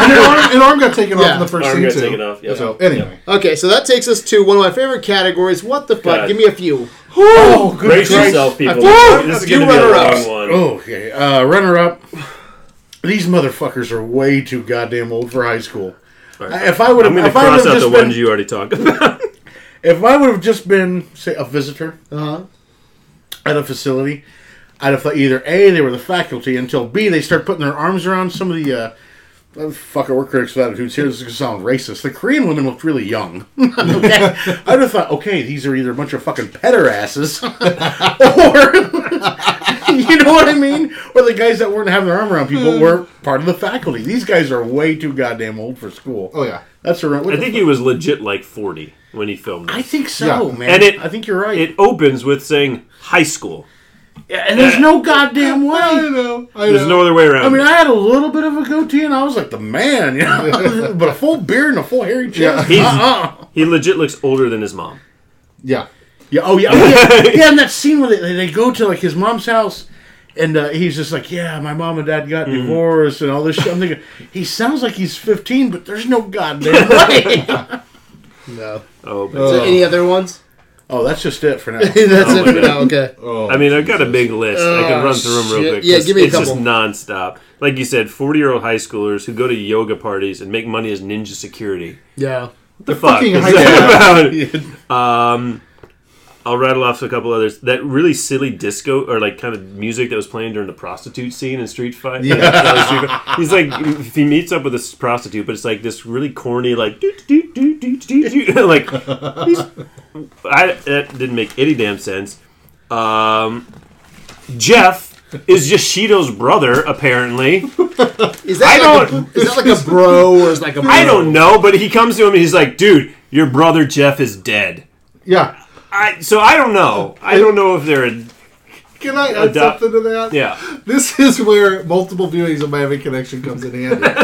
an arm, an arm got taken off
Yeah.
in the first
Arm
scene
got
too.
taken off, yeah.
So anyway,
Okay, so that takes us to one of my favorite categories. What the fuck?
God.
Give me a few.
oh,
Brace
Christ.
yourself, people.
Woo!
This is
You
going to be a
runner-ups.
long one.
Okay, uh, runner up. These motherfuckers are way too goddamn old for high school. If I would
I'm
have,
going to
if I would
cross out
have
the
just been,
ones you already talked about.
if I would have just been, say, a visitor
Uh-huh.
at a facility, I'd have thought either a they were the faculty until b they start putting their arms around some of the. Uh, oh, Fuck our work critics with attitudes here. This is gonna sound racist. The Korean women looked really young. <laughs> okay, I'd have thought, okay, these are either a bunch of fucking <laughs> pederasses, or you know what I mean, or the guys that weren't having their arm around people were part of the faculty. These guys are way too goddamn old for school.
oh yeah.
that's a. What the
I think he was legit like 40 when he filmed
I
it.
think so,
Yeah.
man.
And it-
I think you're right.
It opens with saying high school.
and there's no <laughs> goddamn way.
I know. I
There's no other way around.
I mean, I had a little bit of a goatee, and I was like the man, you <laughs> know. but a full beard and a full hairy chest.
He's-
Uh-uh.
he legit looks older than his mom.
Yeah.
Yeah. Oh yeah. Oh, yeah. <laughs> yeah. And that scene where they, they go to like his mom's house, and uh, he's just like, "Yeah, my mom and dad got divorced and all this shit." I'm thinking he sounds like he's 15, but there's no goddamn way.
No.
Oh, but-
So any other ones?
<laughs>
<laughs>
oh, that's just it <laughs> for now.
That's it for now. Okay.
Oh,
I mean, I've got a big list. I can run through them real
Oh, shit.
quick.
Yeah,
'cause
give me a
it's
couple.
just nonstop. Like you said, forty-year-old high schoolers who go to yoga parties and make money as ninja security.
Yeah.
What the, fuck
fucking
is
high
that <laughs> about? Um, I'll rattle off a couple others. That really silly disco or like kind of music that was playing during the prostitute scene in Street Fight. <laughs> Yeah. He's like, if he meets up with this prostitute, but it's like this really corny, like, do, do, do, do, do, do, <laughs> do. like, he's- I, that didn't make any damn sense. Um, Jeff is Yoshido's brother, apparently.
Is that
<laughs> I
like
don't-
A, <laughs> is that like a bro or is like a? Bro?
I don't know, but he comes to him and he's like, dude, your brother Jeff is dead.
yeah.
I, so I don't know. I don't know if they're in.
Can I add
Adopt-
something to that? <laughs>
Yeah.
This is where multiple viewings of Miami Connection comes
<laughs>
in handy. and I'm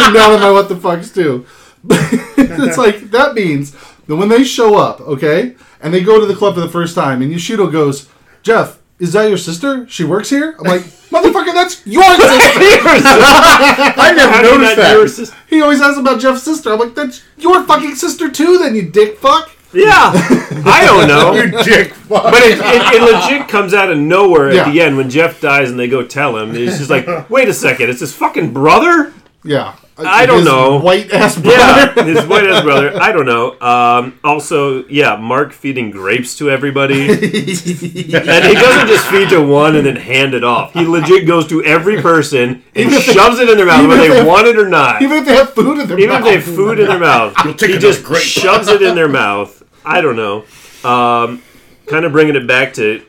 just down on my what the fucks too. <laughs> it's like that means that when they show up, okay, and they go to the club for the first time, and Yoshido goes, Jeff, is that your sister? She works here. I'm like, motherfucker, that's your
<laughs>
sister.
I never noticed that.
He always asks about Jeff's sister. I'm like, that's your fucking sister too, then you dick fuck.
Yeah, I don't know.
You dick fuck.
But it, it, it legit comes out of nowhere
Yeah.
at the end when Jeff dies and they go tell him. He's just like, wait a second, it's his fucking brother?
Yeah,
I don't
His
know.
White ass
Yeah, <laughs>
brother. <laughs>
his white ass brother. I don't know. Um, also, yeah, Mark feeding grapes to everybody.
<laughs>
and he doesn't just feed to one and then hand it off. He legit goes to every person and shoves it in their mouth,
even
whether
if
they
they-
want it or not.
Even if they have food in their
Even if
mouth.
they have food in their mouth,
take
he
another
just
grape.
shoves it in their mouth. I don't know. Um, kind of bringing it back to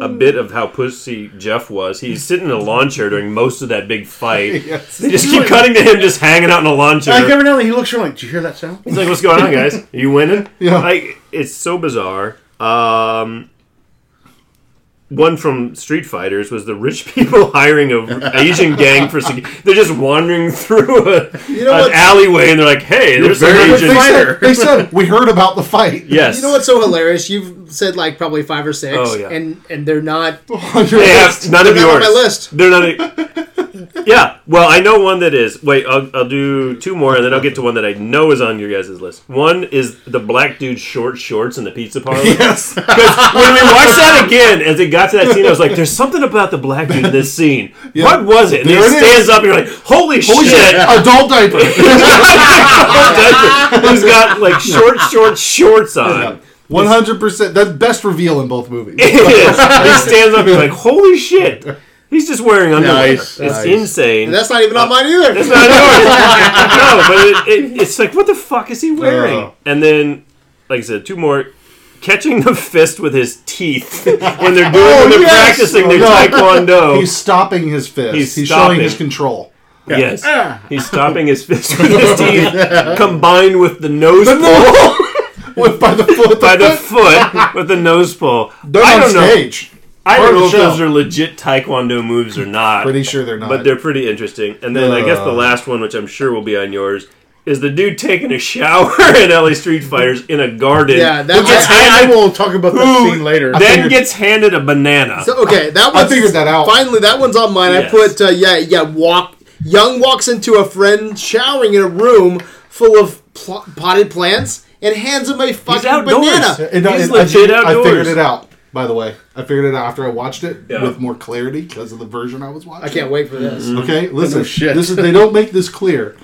a bit of how pussy Jeff was. He's sitting in a lawn chair during most of that big fight. They just keep cutting to him just hanging out in a lawn chair.
Like every now and then he looks around like, "Do you hear that sound?"
It's like, what's going on, guys? Are
<laughs>
you winning?
Yeah.
Like, it's so bizarre. Um, one from Street Fighters was the rich <laughs> people hiring a Asian gang for sec- They're just wandering through a,
know
an
what's-
alleyway, and they're like, "Hey, there's an
They
Asian
said, they said we heard about the fight.
Yes.
You know what's so hilarious? You've said like probably five or six,
Oh, yeah.
and and they're not.
<laughs> On your
They
list.
have none of
They're not on
yours.
my list.
They're not.
<laughs>
A- yeah. Well, I know one that is. Wait, I'll, I'll do two more, and then I'll get to one that I know is on your guys' list. One is the black dude's short shorts in the pizza parlor.
<laughs>
Yes. <laughs>
Because when we watched that again, as it got to that scene, I was like, "There's something about the black dude in this scene. What was it?" And
There
he
it is.
stands up, and you're like, "Holy, shit!" <laughs>
Adult diaper.
Who's got like short, short shorts on?
One hundred percent. That's best reveal in
<laughs>
both movies.
It is. He stands up, and you're like, "Holy shit!" He's just wearing underwear.
Nice,
it's
nice.
insane.
That's not even on mine either.
It's not
<laughs>
yours. no, but it, it, it's like, what the fuck is he wearing?
Oh.
And then, like I said, two more. catching the fist with his teeth <laughs> when they're doing when they're
Oh, yes!
practicing their
No.
taekwondo.
<laughs> He's stopping his fist.
He's
He's,
stopping.
showing his control.
Yes,
Ah.
he's stopping his
<laughs>
fist with his teeth, combined with the nose pull
<laughs> With by the foot.
by the foot with the nose pull.
They're
I
on
don't know.
stage.
I don't
Part of
know if
the show.
those are legit taekwondo moves or not.
Pretty sure they're not. Uh.
but they're pretty interesting. And then I guess the last one, which I'm sure will be on yours, is the dude taking a shower <laughs> in LA Street Fighters in a garden.
Yeah,
who
that
gets
I, I
handed,
will talk about that
who
scene <laughs> later.
Then gets handed a banana.
So, okay, that
I
one
figured that out.
Finally, that one's on mine.
Yes.
I put uh, yeah, yeah. Walk young walks into a friend showering in a room full of pl- potted plants and hands him a fucking
outdoors.
banana.
It-
He's
it- I, figured-
legit
I
outdoors.
figured it out. By the way, I figured it out after I watched it
Yeah.
with more clarity because of the version I was watching.
I can't wait for this.
Mm-hmm. <laughs>
Okay,
Oh,
listen.
shit.
This is they don't make this clear.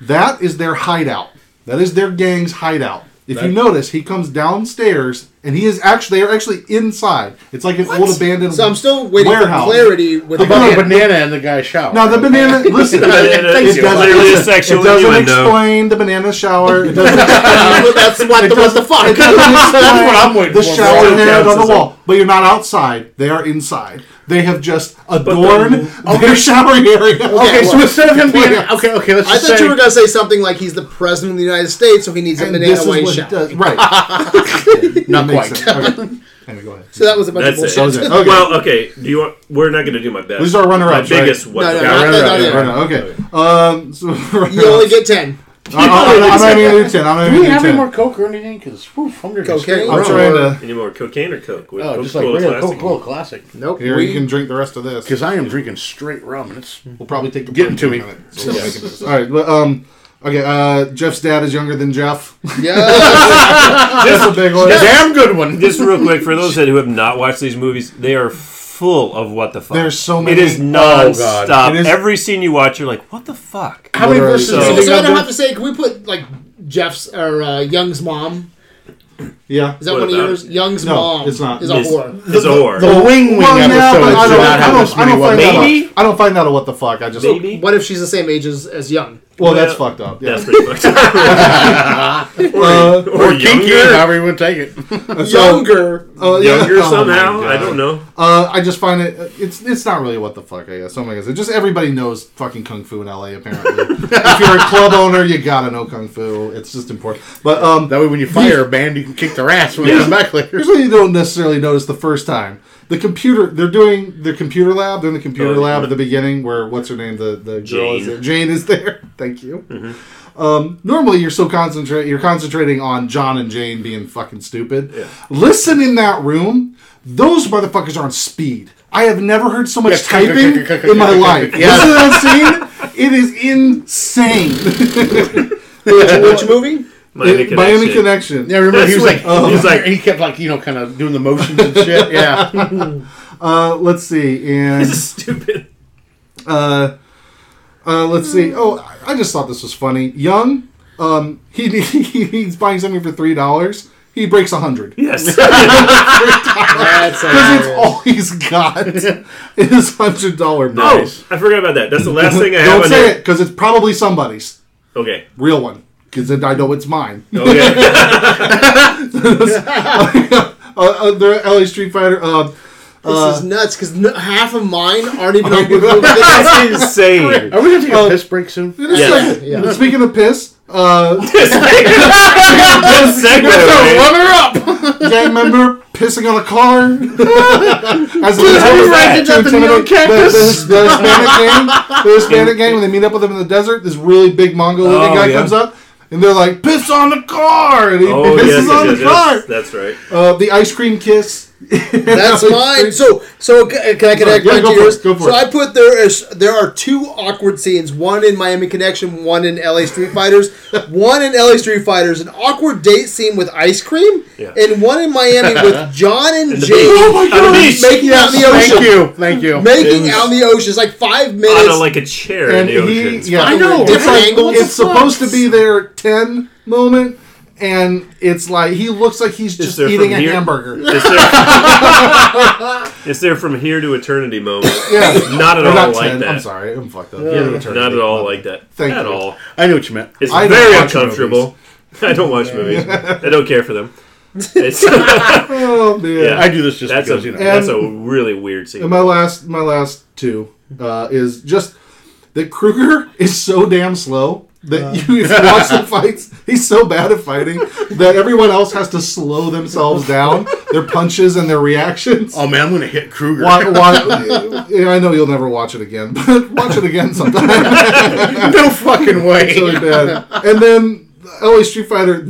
That is their hideout. That is their gang's hideout. If you notice, he comes downstairs and he is actually they are actually inside. It's like an old abandoned.
So I'm still waiting
warehouse.
for clarity with the
about a
banana.
banana and the guy shower.
Now the banana.
<laughs>
Listen,
banana is clearly a sexual
it doesn't
innuendo.
explain the banana shower. It doesn't
<laughs> That's what the, what the fuck. <laughs>
<laughs>
It doesn't explain
what I'm waiting
the
for.
shower
Still
head
counts
on
as
the
a-
wall. But you're not outside. They are inside. They have just adorned their <laughs> shower area.
okay, so
well,
instead of him <laughs> being
plants.
okay, okay, let's
I
just
thought
say
you were gonna say something like he's the president of the United States, so he needs a
And
banana
this is
while he
what it
showers.
<laughs>
<laughs>
does. Right.
not
Makes
quite.
sense. Okay. Anyway, go ahead.
So that was a bunch
That's
of bullshit.
it.
<laughs>
That was it. Okay.
Well, okay. Do you? Want, we're not going to do my best.
This is our runner-ups,
My
right?
biggest one.
No, no,
Yeah,
not
right,
that,
right,
not that.
Right now,
<laughs>
okay. Um, so <laughs>
You only get ten.
I, am not even gonna do ten. I'm not
Do
even
we
gonna
have
do
any
ten.
more coke or anything? Because I'm just
Cocaine?
I'm trying to.
Any more cocaine or coke? With
Oh, just like
Coca-Cola
regular
Classic.
Coca Cola Classic.
Nope.
<laughs> Here,
we-
you can drink the rest of this.
Because I am drinking straight rum, and it's
We'll probably take the
Getting to
break in
me.
a minute. So we can do this. All right. well, Um. Okay. Uh. Jeff's dad is younger than Jeff.
<laughs> yeah.
That's a big one.
a damn good one.
Just real quick for those that who have not watched these movies, they are full of what the fuck.
There's so many.
It is
Oh,
nonstop.
It is-
Every scene you watch, you're like, what the fuck?
How many
Literally.
verses?
So-
do you
So,
think
so I
I'll
don't
do?
have to say. Can we put like Jeff's or uh, Young's mom?
Yeah.
Is that
What
one of
about
yours? Young's
No,
mom.
it's not.
Is a
It's-
whore.
It's a whore.
The wing wing
Well, yeah,
episode
but I
does
don't,
not
I
have
don't,
this
I
many
don't
one.
find
Maybe?
out. I don't find out what the fuck. I just
Maybe.
What if she's the same age as, as Young?
well, that's fucked up. Yeah.
That's pretty fucked up.
Uh,
<laughs>
<laughs>
or
Kinky,
younger.
however you want to take it.
Younger.
uh, yeah.
Younger
Oh my
somehow. I
God.
don't know.
Uh, I just find it. It's it's not really what the fuck. I guess. Oh my god. Just everybody knows fucking kung fu in
<laughs>
L.A. Apparently, if you're a club owner, you gotta know kung fu. It's just important. But um,
That way, when you fire a band, you can kick their ass when it comes back later.
Here's what you don't necessarily notice the first time. The computer, they're doing their computer lab. They're in the computer
Oh,
lab
yeah.
at the beginning where, what's her name? The, the girl
Jane.
is there. Jane is there. <laughs> Thank you.
Mm-hmm.
Um, normally you're so concentrate, you're concentrating on John and Jane being fucking stupid. Listen in that room. Those motherfuckers are on speed. I have never heard so much
Yeah, click, click,
typing
click, click,
in my
click, click,
life.
click. Yeah.
Listen to that scene. It is insane. <laughs>
Which movie?
Miami
Miami
Connection.
Connection.
Yeah, remember he was like,
That's
oh.
right.
he was
<laughs>
like, he kept like you know, kind of doing the motions and shit. <laughs> Yeah,
Uh, let's see. And
This is stupid.
Uh, uh, let's see. Oh, I- I just thought this was funny. Young, um, he, <laughs> he he's buying something for three dollars. He breaks a hundred
<laughs> Yes.
That's
because it's
hilarious.
all he's got is hundred dollar bill.
oh, I forgot about that. That's the last thing I have
Don't
on
say
there.
it because it's probably somebody's
Okay.
real one. Because then I know it's mine.
Okay.
Uh, uh, the LA Street Fighter. Uh,
this is nuts because n- half of mine aren't
Oh,
even on
<laughs>
Google. That's
That's <laughs> insane.
are we gonna take a piss break soon?
in a
Yeah.
<laughs> second-
Yeah.
Speaking of piss, uh,
Good segue, man.
runner up <laughs> gang member pissing on a car.
<laughs>
As a
was that?
to intimidate the, the, the Hispanic
<laughs>
gang, the Hispanic gang, when they meet up with them in the desert, this really big Mongol looking
Oh,
guy
yeah.
comes up. And they're like, piss on the car! And he
Oh,
pisses
yes,
on
yes,
the
yes.
car!
That's right.
Uh, the ice cream kiss. <laughs>
That's mine. So, so c- can I connect
Yeah,
mine
go
to
for it.
yours?
Go for
so
it.
I put there is there are two awkward scenes. One in Miami Connection, one in L.A. Street
<laughs>
Fighters. one in L.A. Street Fighters, an awkward date scene with ice cream,
Yeah.
and one in Miami <laughs> with John and
the
Jane
beach. Oh my
making
God.
out in the
Thank
ocean.
you, thank you.
Making out in the ocean. It's like five
On
minutes.
a, like a chair
And
in the
he, <laughs>
ocean. It's
yeah,
I know,
It's,
right?
like,
What the
it's supposed to be their 10 moment, and it's like, he looks like he's just
there
eating
from
a
here? <laughs>
hamburger.
It's there, it's there <laughs> from here to eternity
<laughs>
moment.
Yeah.
Not at
Or
all
not
like
10,
that.
I'm sorry, I'm fucked up.
Not at all like that.
Thank
at
you.
all.
I knew what you meant.
It's
I don't
very <laughs>
watch
uncomfortable. I don't watch movies. I don't care for them. It's, <laughs>
Oh man.
Yeah.
I do this just
that's a
because you know.
that's a
And-
really weird
And
scene.
my last my last two uh, is just that Kruger <laughs> is so damn slow that you if you watch the fights, he's so bad at fighting that everyone else has to slow themselves down, their punches and their reactions.
Oh man, I'm gonna hit Kruger.
Wa- wa- <laughs> yeah, I know you'll never watch it again, but <laughs> watch it again sometime.
<laughs> no fucking way.
it's really bad. And then LA Street Fighter, <laughs>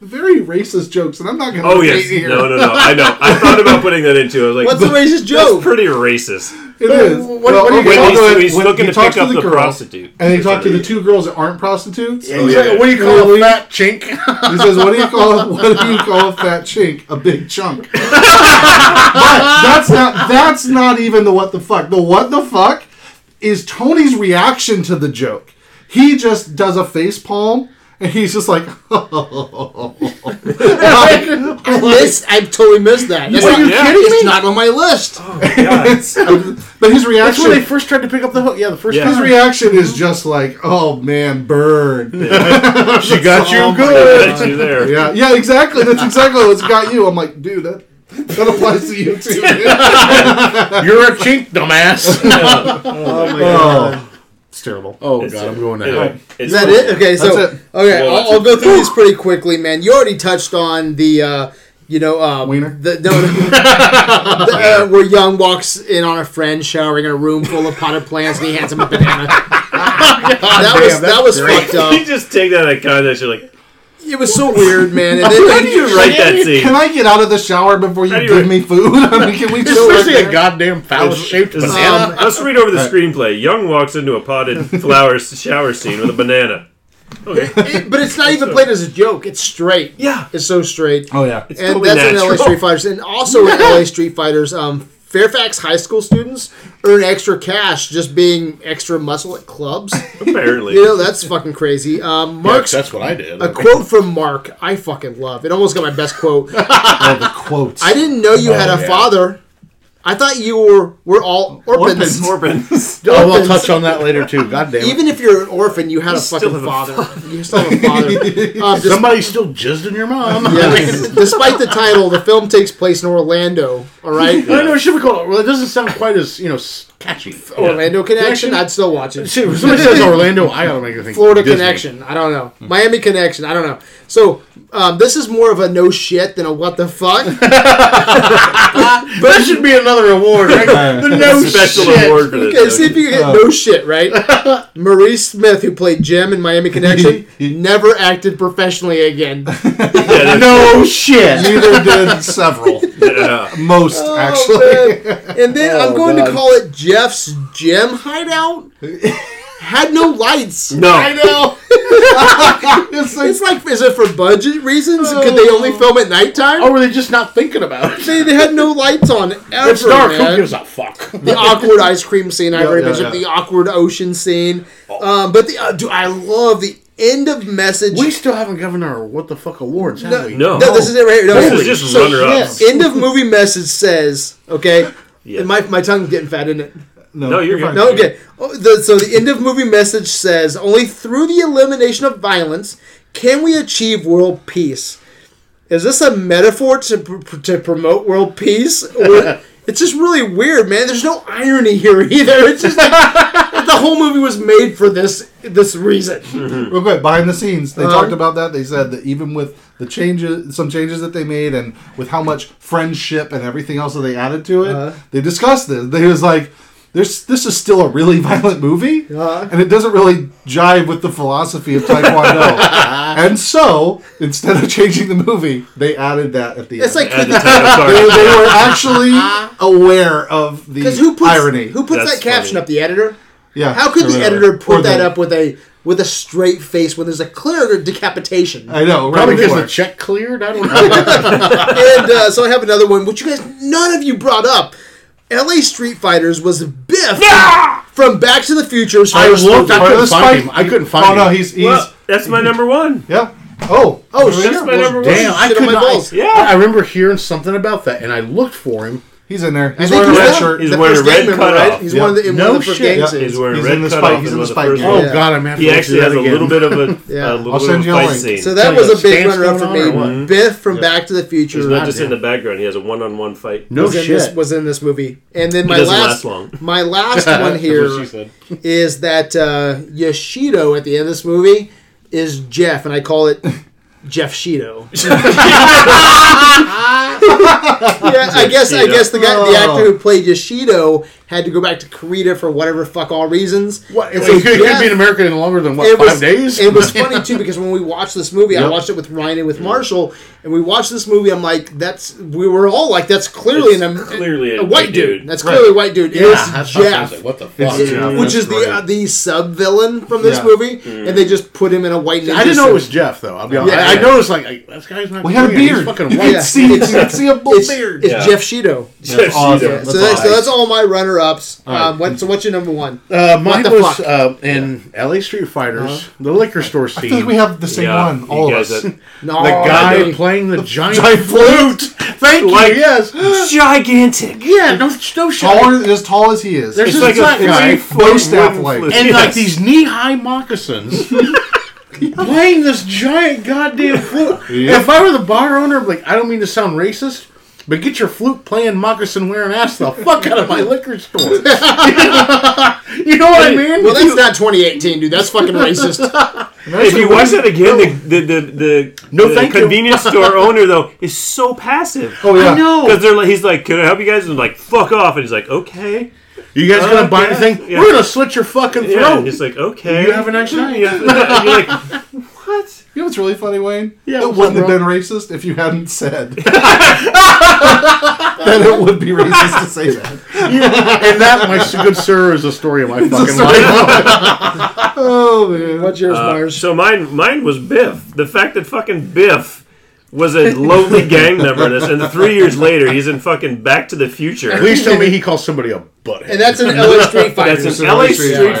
very racist jokes, and I'm not gonna
Oh
debate
yes,
here.
no, no, no. I know. I thought about putting that in too. I was like,
What's the racist
That's
<laughs>
joke?
pretty racist.
It is.
What- what are you Well,
When he's,
although
when he's
when
looking
he
to
talks
pick up the,
girl,
prostitute,
And he talked to the two girls that aren't prostitutes.
He's like, what do you call a fat <laughs> chink?
He says, "What do you call <laughs> a, what do you call a fat chink? A big chunk." <laughs> but that's not that's not even the what the fuck. The what the fuck is Tony's reaction to the joke. He just does a face palm and he's just like, <laughs>
<laughs>
I missed. I totally missed that. That's
Are
not,
you Yeah. kidding
It's
me?
not on my list.
Oh, but his
That's when they
reaction.
first tried to pick up the hook. Yeah, the first
Yeah.
His reaction is just like, "Oh man, burn."
time <laughs> she got
Oh
you
my
good.
Got you there.
Yeah, yeah, exactly. That's exactly what's got you. I'm like, dude, that, that applies to you
<laughs>
too. man."
You're a chink, <laughs> dumbass.
Oh my
oh, it's terrible.
oh god, I'm going to hell.
Anyway,
Is
it's
that it? Okay, so
That's it.
okay,
Well, that's
I'll, I'll go through these pretty quickly, man. You already touched on the, uh, you know, um,
Wiener?
The, no,
<laughs>
the, uh, where Young walks in on a friend showering in a room full of potted plants, and he hands him a
<laughs>
banana. that was that was fucked
<laughs> You
up.
just take that out of context. You're like,
It was so weird, man.
<laughs>
And then
how do you write that scene?
Can I get out of the shower before you
How do you
give
re-
me food? <laughs> I mean, can we just
Especially a goddamn phallus shaped
This is-
banana.
Um, Let's read over the
Uh,
screenplay. Young walks into a
<laughs>
potted flower shower scene with a banana. Okay.
it- but it's not even played as a joke. It's straight.
Yeah.
it's so straight.
Oh yeah.
It's
and
totally
that's
natural.
in LA Street Fighters. And also in LA Street Fighters, um, Fairfax high school students earn extra cash just being extra muscle at clubs.
Apparently.
you know, that's fucking crazy. Um, Mark's.
That's what I did.
a quote from Mark, I fucking love. It almost got my best quote. I
Oh, the quotes. <laughs>
didn't know you had a
yeah.
father. I thought you were were all orphans.
Orphans.
Orphans.
Oh, we'll touch on that later too. God damn it.
Even if you're an orphan, you had a
still
fucking
have a
father. <laughs> You still have a father. Um, just-
Somebody still jizzed in your mom. <laughs>
Yes. Despite the title, the film takes place in Orlando. All right,
<laughs> I know it should be called. Well, it doesn't sound quite as you know s- <laughs> catchy.
Oh, Orlando Connection. I'd still watch it.
Shit, if somebody says Orlando, I gotta make them think
Florida
Disney.
Connection. I don't know. Miami Connection. I don't know. So um, this is more of a no shit than a what the fuck.
That should be another award. Right? The <laughs> no
Special
shit.
award for
Okay,
this.
see if you can get no shit right. Maurice Smith, who played Jim in Miami Connection, never acted professionally again.
Yeah,
<laughs>
that's-
No shit.
Neither did several.
yeah.
Most actually.
And then I'm
Oh,
going to call it Jeff's Gem Hideout. Had no lights.
No.
I
<laughs>
know.
It's like,
It's like, is it for budget reasons? Could they only
Oh.
film at nighttime?
Or were they just not thinking about it?
They, they had no lights on ever.
It's dark.
man.
Who gives a fuck? <laughs>
The awkward ice cream scene I already
yeah,
mentioned.
yeah.
The awkward ocean scene. Um, but the uh, do I love the end of message?
We still haven't given our what the fuck awards, have we?
No.
no, this is it right here. No,
This
holy
is just
shit.
runner ups.
End of movie message says okay.
Yeah.
And my my tongue's getting fat, isn't it?
No, you're
fine.
good.
No, okay. Oh, the, so the end of movie message says only through the elimination of violence can we achieve world peace. Is this a metaphor to pr- to promote world peace?
<laughs>
Or it's just really weird, man. There's no irony here either. It's just like
<laughs>
the whole movie was made for this this reason.
Real quick, behind the scenes,
Uh-huh.
they talked about that. They said that even with the changes, some changes that they made, and with how much friendship and everything else that they added to it,
Uh-huh.
they discussed this. They was like, "There's this is still a really <laughs> violent movie,
Uh-huh.
and it doesn't really jive with the philosophy of
<laughs>
Taekwondo." and so, instead of changing the movie, they added that at the
It's
end.
like
At the
<laughs>
time,
they,
I'm sorry.
they
<laughs>
were actually aware of the
because who puts
irony.
who puts
That's
that caption
funny.
up? The editor.
yeah,
How could
or
the
whatever.
editor
Or
put that
the-
up with a with a straight face when there's a clear decapitation?
I know, right
Probably because
before.
the check cleared. I <laughs> don't know.
and uh, so I have another one, which you guys, none of you brought up. L.A. Street Fighters was Biff from Back to the Future's
I
first
looked.
movie.
I
Part of
couldn't
this
find
fight-
him. I couldn't find
Oh
him.
no, he's he's
Well, that's my number one.
yeah. Oh,
Oh,
That's
shit.
my number one.
Damn, I
Shit on
could
my
not.
balls.
Yeah, I remember hearing something about that, and I looked for him.
He's in there.
I
He's
think
wearing a
he's
red
the-
shirt.
He's
the
wearing
first
a red
gang member, right?
cutoff.
He's
Yeah.
one of the, in
No
one of the first
shit.
gangs.
Yeah,
He's wearing
He's
red
in the
cutoff
spike-
as
he's
one
in the
of
spike
first-
gang.
Oh
Yeah.
god, I'm having
He
to watch
actually
that
has a
again.
little bit of
<laughs>
a,
Yeah.
a little
I'll
bit
send
of a
you a
fight
link.
scene.
So that
Tell
was
you,
a big
stance
runner-up for
going
me.
on or what?
Biff from Back to the Future
He's not just
Yeah.
in the background. He has a one-on-one fight.
No
<laughs>
was, in this,
shit.
was in this movie. And then
It
my
doesn't
last,
last long.
<laughs> my
<laughs>
last one
That's what
here
she said.
is that uh, Yoshido at the end of this movie is Jeff, and I call it <laughs> Jeff
<laughs>
Shido. <laughs> yeah, I guess I guess the guy, the actor
Oh.
who played Yoshido had to go back to Korea for whatever fuck all reasons.
What? It,
So
it could, it
Jeff-
could be in America in longer than what
it
five
was,
days.
It
<laughs>
was funny too because when we watched this movie, I watched it with Ryan and with Marshall, and we watched this movie. I'm like, that's we were all like, that's clearly
It's
an
clearly
a, white dude. That's clearly a white dude. It
Yeah,
is
that's what I was
Jeff,
like, what the fuck?
Jeff.
which is the
That's
uh,
right.
the sub villain from this
Yeah.
movie, and they just put him in a white.
I didn't know it was
suit.
Jeff though. I'll be honest.
Yeah.
I, I noticed like, like this guy's not.
We had a
Korean. He's
beard.
Fucking
You
white.
could
Yeah.
see it. You could see a bull
It's,
beard.
it's
Yeah.
Jeff Shido.
That's awesome.
so, that's, so
awesome.
that's all my runner ups.
right.
Um, what, so what's your number one?
Uh, mine
the
was
fuck?
uh, in L.A. Street Fighters, the liquor store
I
scene.
feel like we have the same
Yeah,
one,
you
all of
guys <laughs>
us.
had-
<laughs>
No,
the guy
I-
playing the giant,
giant
flute. <laughs> Thank
Like-
you. Yes. <gasps>
gigantic.
Yeah. No. No shit.
Taller, as tall as he is.
There's
It's
this
like a-
black
it's
guy
like a
Flow staff
wooden
like.
flute.
<laughs> and like
Yes.
these knee-high <laughs> moccasins. playing this giant goddamn flute.
Yeah.
If I were the bar owner, like I don't mean to sound racist, but get your flute playing moccasin wearing ass the fuck out of my liquor <laughs> store. you know what I mean?
well, that's not 2018, dude. That's fucking racist.
<laughs>
If you watch that again, the the the, the,
No,
the
thank you. <laughs>
convenience store owner though is so passive.
Oh, yeah. I know.
Because they're like, he's like, "Can I help you guys?" And like, "Fuck off!" And he's like, "Okay."
you guys gonna
Uh,
buy
yeah,
anything?
yeah.
We're gonna slit your fucking throat.
Yeah. And he's like, "Okay."
you
<laughs>
have a nice night.
Yeah. And you're like, "What?"
You know what's really funny, Wayne?
Yeah,
it
what's
wouldn't
up,
have been racist if you hadn't
<laughs>
said that it would be racist to say that.
<laughs> and that, my s- good sir, is the story of my fucking
story
life. <laughs>
Oh man!
What's yours, Mars?
So mine, mine was Biff. The fact that fucking Biff was a lowly gang member in this, and three years later he's in fucking Back to the Future.
Please tell me he calls somebody a
and
butthead.
that's an LA Street Fighter.
That's an
LA
LA
Street
Street
Fighters.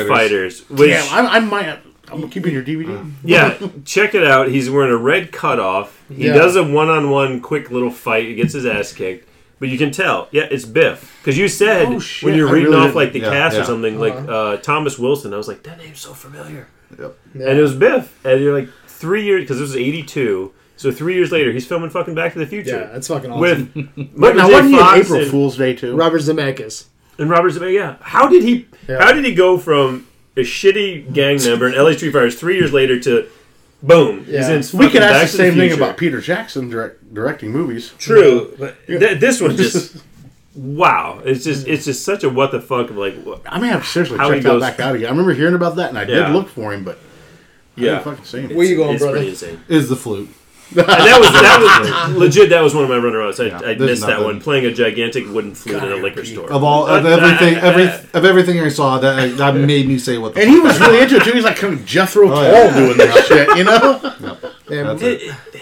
Fighters, which
Damn, I, I might. I'm keeping your DVD.
yeah, check it out. He's wearing a red cutoff. He
Yeah.
does a one-on-one quick little fight. He gets his ass kicked, but you can tell, yeah, it's Biff. Because you said when you're
I
reading
really
off like the
didn't- yeah,
cast
yeah.
or something, like uh, Thomas Wilson, I was like, that name's so familiar.
Yeah.
And it was Biff, and you're like three years because this was '82. So three years later, he's filming fucking Back to the Future.
yeah, that's fucking awesome.
with
But now,
Michael
wasn't he
J.
an
Fox
April
and,
Fool's Day too?
Robert Zemeckis.
and Robert Zemeckis. Yeah, how did he?
Yeah.
How did he go from a shitty gang member in LA Street Fighters three years later to boom?
Yeah.
He's in
We could
fucking
ask
Back
the
to
same thing
Future.
about Peter Jackson direct, directing movies.
True, but th- this one just wow. It's just it's just such a what the fuck of like wha-
I may have seriously
How he
checked that
goes-
back out again. I remember hearing about that, and I
Yeah.
did look for him, but I
yeah.
didn't fucking see him.
Where you going,
it's
brother?
pretty insane.
Is the flute?
And that was that
<laughs>
was legit. That was one of my runner-ups. I, I
there's
missed that
nothing.
one. Playing a gigantic wooden flute in a liquor store. uh,
Of all of everything, every of everything I saw, that that made me say what the.
And he was really into it too. He's like kind of Jethro Tull
yeah.
<laughs>
doing this shit, you know?
And-
it.
It, it,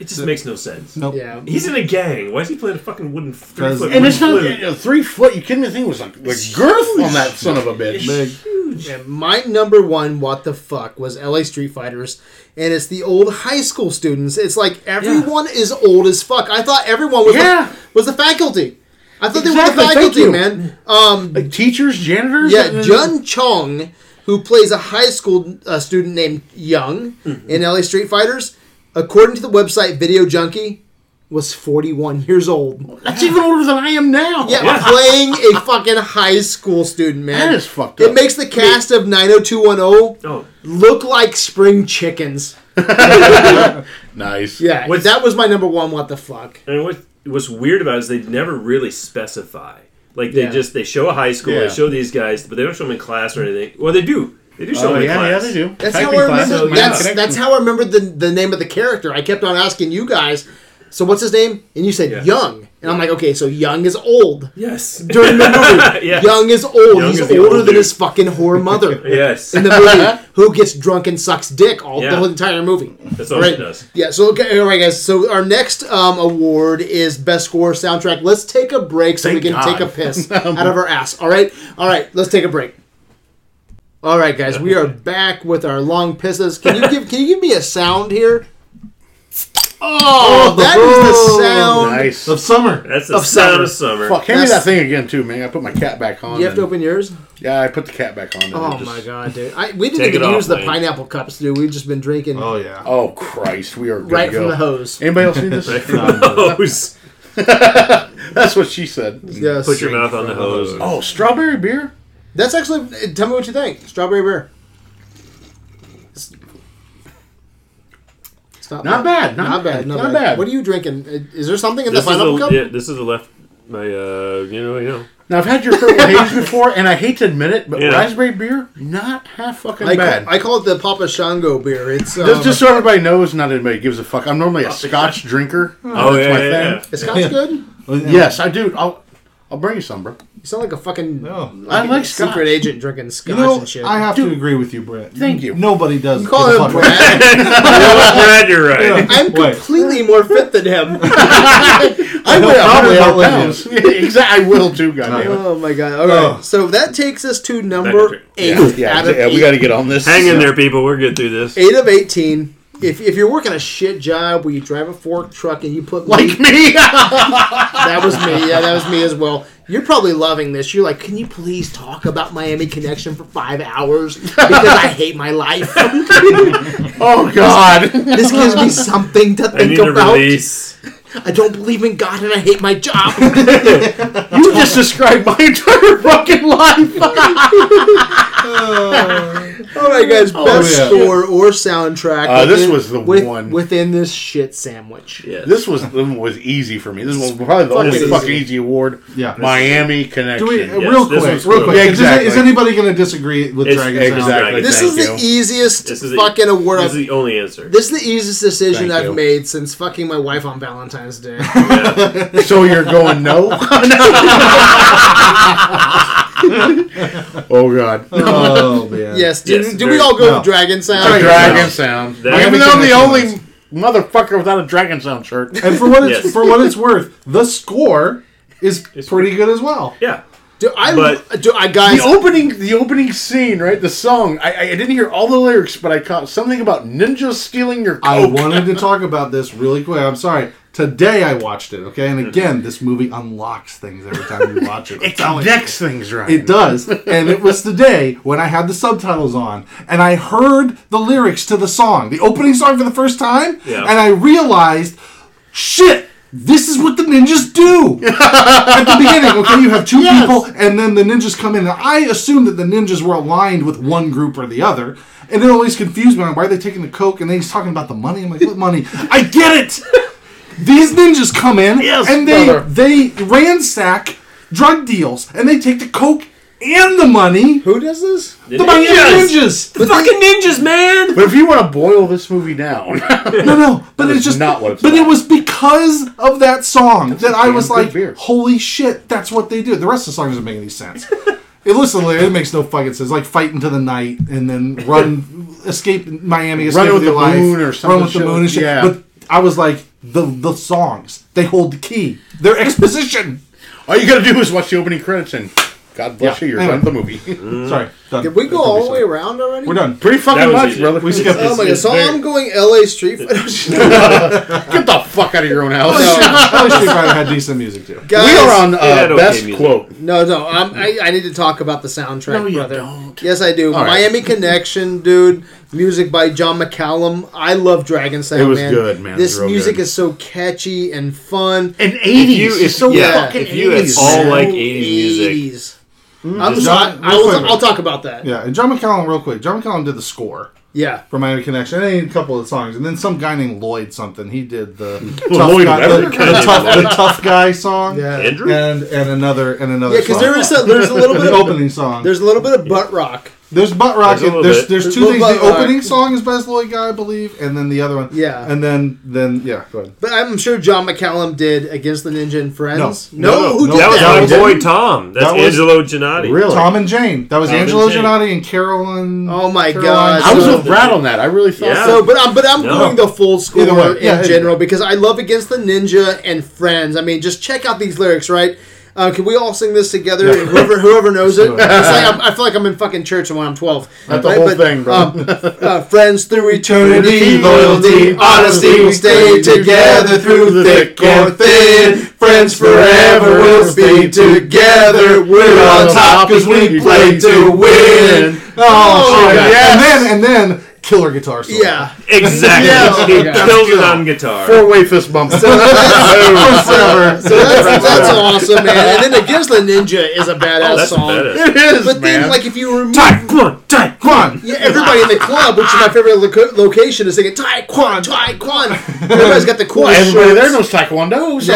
it just makes no sense.
Nope.
yeah.
He's in a gang. Why is he playing a fucking wooden three
Because-
foot?
And it's not you know, three foot. You kidding me? The thing was like the girth on that son of a bitch.
Big.
Yeah, my number one what the fuck was LA Street Fighters, and it's the old high school students. It's like everyone is old as fuck. I thought everyone was
Yeah.
the, was the faculty. I thought they
Exactly,
were the
thank
faculty,
you.
man.
Like teachers, janitors.
Yeah, Jun Chong, who plays a high school uh, student named Young in LA Street Fighters, according to the website Video Junkie, was 41 years old.
That's even older than I am now.
Yeah, playing a fucking high school student, man.
That is fucked
It
up.
makes the cast of 90210
Oh,
look like spring chickens.
Nice.
Yeah,
What's-
that was my number one. What the fuck?
and what what's weird about it is they never really specify. Like they
Yeah.
just they show a high school,
Yeah.
they show these guys, but they don't show them in class or anything. Well, they do. They do show
Oh
them in
yeah, yeah,
class.
they do.
That's how
Typing
I
classes,
remember.
my
That's
connection.
that's how I remembered the the name of the character. I kept on asking you guys. So what's his name? And you said
Yeah.
Young, and I'm like, okay, so Young is old <laughs>
Yes.
during the <laughs> movie.
Yes.
Young is old.
Young
He's
is the
older
old
than
dude.
his fucking whore mother.
Yes.
In the movie, who gets drunk and sucks dick all the
Yeah.
whole entire movie.
That's all
Right.
she does.
Yeah, so okay, all right, guys. So our next um, award is best score soundtrack. Let's take a break so
Thank
we can
God.
take a piss out of our ass. All right, all right. Let's take a break. All right, guys. We are back with our long pisses. Can you give Can you give me a sound here? Oh, that is the sound.
Nice.
of summer.
That's the
Of
sound
summer.
of summer.
Fuck, hand me
That's-
that thing again too, man. I put my cat back on.
You have to
and-
open yours.
Yeah, I put the cat back on. and
Oh
it just-
my god, dude! I, we didn't
Take
even
it off,
use the
Lane.
pineapple cups, dude. We've just been drinking
Oh yeah.
Oh Christ, we are good
right
to go.
from the hose.
Anybody else seen this?
<laughs> Hose.
That's what she said.
Yes.
Put your mouth on the hose.
Oh, strawberry beer.
That's actually. Tell me what you think. Strawberry beer. It's- It's not,
Not bad, not bad, not bad.
What are you drinking? Uh, Is there something in
This
the
is
pineapple
the
cup?
yeah. This is the left. My uh, you know, you know.
Now I've had your purple haze before, and I hate to admit it, but
Yeah.
raspberry beer not half fucking
I,
bad.
Call, I call it the Papa Shango beer. It's um,
just, just so everybody knows, not anybody gives a fuck. I'm normally a Scotch drinker.
Oh, yeah, yeah, yeah. <laughs>
Is Scotch good? You
Yes, I do. I'll I'll bring you some, bro.
sound like a fucking
No.
I like
secret
Scotch.
agent drinking Scotch
You know,
and shit.
I have to agree with you, Brett.
Thank you.
Nobody does.
You call
give a <laughs>
him
fuck.
Brad.
Brad, you're right.
I'm
Wait.
completely more fit than him. <laughs>
I
He'll
weigh
probably
probably out
outlive
pounds. <laughs> exactly, I will too. Goddamn
Oh my god! All right,
Oh.
so that takes us to number eight.
it. Yeah,
out of
yeah,
eight.
we got to get on this.
Hang in there, people. We're good through this.
eight of eighteen. If, if you're working a shit job where you drive a fork truck and you put
Like me.
that was me yeah that was me as well you're probably loving this you're like can you please talk about Miami Connection for five hours because I hate my life
<laughs>
<laughs>
oh God.
this gives me something to
I
think
need a
about
release.
I don't believe in God and I hate my job
You just described my entire fucking life.
All right, guys. Best
Oh, yeah.
score or soundtrack.
Uh, this was the
with-
one.
within this shit sandwich.
Yes.
This was this was easy for me. This was probably the only
Fucking
fucking
easy.
easy award.
Yeah.
Miami connection.
Do we,
Yes,
real
this
quick,
one's
real
good.
quick.
Yeah,
is-
exactly.
Is, anybody going to disagree with
It's-
Dragon Sound?
exactly.
This
Thank
is the
you.
easiest
This is the-
fucking award.
This
I've,
is the only answer.
this is the easiest decision
Thank
I've
you.
made since fucking my wife on Valentine's
<laughs>
Day.
so you're going e- <laughs> no? oh God.
Oh man.
yes. Do,
Yes,
do
very-
we all go
no.
with Dragon Sound?
A dragon
No.
sound.
That-
Even though I'm the only
Everything
motherfucker without a dragon sound <laughs> shirt.
And for what it's
Yes.
for what it's worth, the score is pretty good as well.
yeah.
Do I?
But-
do I, guys?
The opening, the opening scene, right? The song. I, I didn't hear all the lyrics, but I caught something about ninjas stealing your coke.
I wanted to talk about this really quick. I'm sorry. Today I watched it, okay? And again, this movie unlocks things every time you watch it. I'm
it
telling you.
connects things right.
It does. And it was the day when I had the subtitles on and I heard the lyrics to the song, the opening song for the first time,
Yeah.
and I realized, shit, this is what the ninjas do. At the beginning, okay, you have two people and then the ninjas come in. And I assumed that the ninjas were aligned with one group or the other. And it always confused me on why are they taking the coke and then he's talking about the money. I'm like, what money? I get it! These ninjas come in
Yes,
and they
brother.
they ransack drug deals and they take the coke and the money.
who does this?
The Miami ninjas.
Fucking ninjas, man!
But if you want to boil this movie <laughs> down,
<laughs> No, no, but
That
it's
is
just
not what it's
But
about.
it was because of that song that I
damn
was
good
like,
beer.
holy shit, that's what they do. The rest of the song doesn't make
<laughs>
any sense. it listen, to the lyrics, it makes no fucking sense. Like fight into the night and then
<laughs>
run, escape Miami, escape
with
your
the
life,
moon or
run
something
with the
shit.
moon and shit.
Yeah.
But I was like, the the songs they hold the key. They're exposition.
all you got to do is watch the opening credits and God bless
Yeah.
you, you're
Anyway.
done with the movie.
Mm.
Sorry, done.
Did we go
That could be
all the way
sorry.
around already?
We're done.
Pretty fucking
That was
much,
easy.
<laughs> brother.
We skipped
Oh
this.
my
<laughs>
god! So I'm going L.A. Street. <laughs>
Get the fuck out of your own house.
Probably Street Fighter had decent music too.
Guys,
<laughs> We are on
had
uh,
okay
best
music.
quote.
No, no. Um, I, I need to talk about the soundtrack,
No, you
brother.
don't.
Yes, I do.
All right.
Miami Connection, dude. Music by John McCallum. I love Dragon Sound.
was good, man. It
This
was real
music
good.
is so catchy and fun.
And eighties is so
Oh, yeah,
fucking
if you had
eighties.
all
man.
like 80s music.
80s. I'm
John-
sorry. I
real
will,
quick.
I'll talk about that. Mm-hmm. Yeah.
Yeah, and John McCallum, real quick. John McCallum did the score for Miami Connection. And he did a couple of songs, and then some guy named Lloyd something. He did
<laughs>
the tough,
Lloyd
guy,
Webber?
the, the tough, the tough guy song.
Yeah.
Andrew?
and and another and another.
Yeah, because
song.
there is a, there's a little
<laughs> the
bit of
opening song.
there's
There's,
a little bit of butt rock.
butt rock.
There's a
There's
little
there's,
bit.
there's
There's
two
a
things.
little
The
butt rock.
opening song is by this Lloyd guy, I believe, and then the other one.
Yeah.
and then then yeah. Go ahead.
But I'm sure John McCallum did Against the Ninja and Friends.
No. No, no,
who
no,
did
That was
Yeah,
my
he
that?
did.
boy Tom. That's
That was-
Angelo Giannotti.
Really?
Tom and Jane. That was
Tom and
Angelo
Jane.
Giannotti and Carolyn.
Oh my
Caroline
God.
I was
So-
with Brad on that. I really thought.
Yeah.
so.
So, but I'm but I'm
No.
going the full score
Either way, yeah,
in
it-
general because I love Against the Ninja and Friends. I mean, just check out these lyrics, right? Uh, can we all sing this together? Whoever whoever knows it. It's like I'm, I feel like I'm in fucking church when I'm 12.
That's the whole thing, bro.
Um, uh, friends through eternity,
Loyalty,
loyalty, honesty, we'll stay together through thick or thin. Friends forever, we'll be together. We're on top because we play to win.
Oh, shit.
yes.
And then, and then, killer guitar solo.
Yeah.
Exactly.
Yeah.
He
Yeah.
kills it on guitar.
Four way fist
<laughs>
bump.
Forever.
So that's, that's awesome, man. And then the Gizla Ninja is a badass
That's the
song.
badass.
<laughs> it is,
But
man.
then, like, if you remove
Taekwondo, Taekwondo.
Yeah, everybody in the club, which is my favorite loca- location, is singing Taekwondo, Taekwondo. Everybody's got the cool
Everybody
shirts.
there knows Taekwondo. So.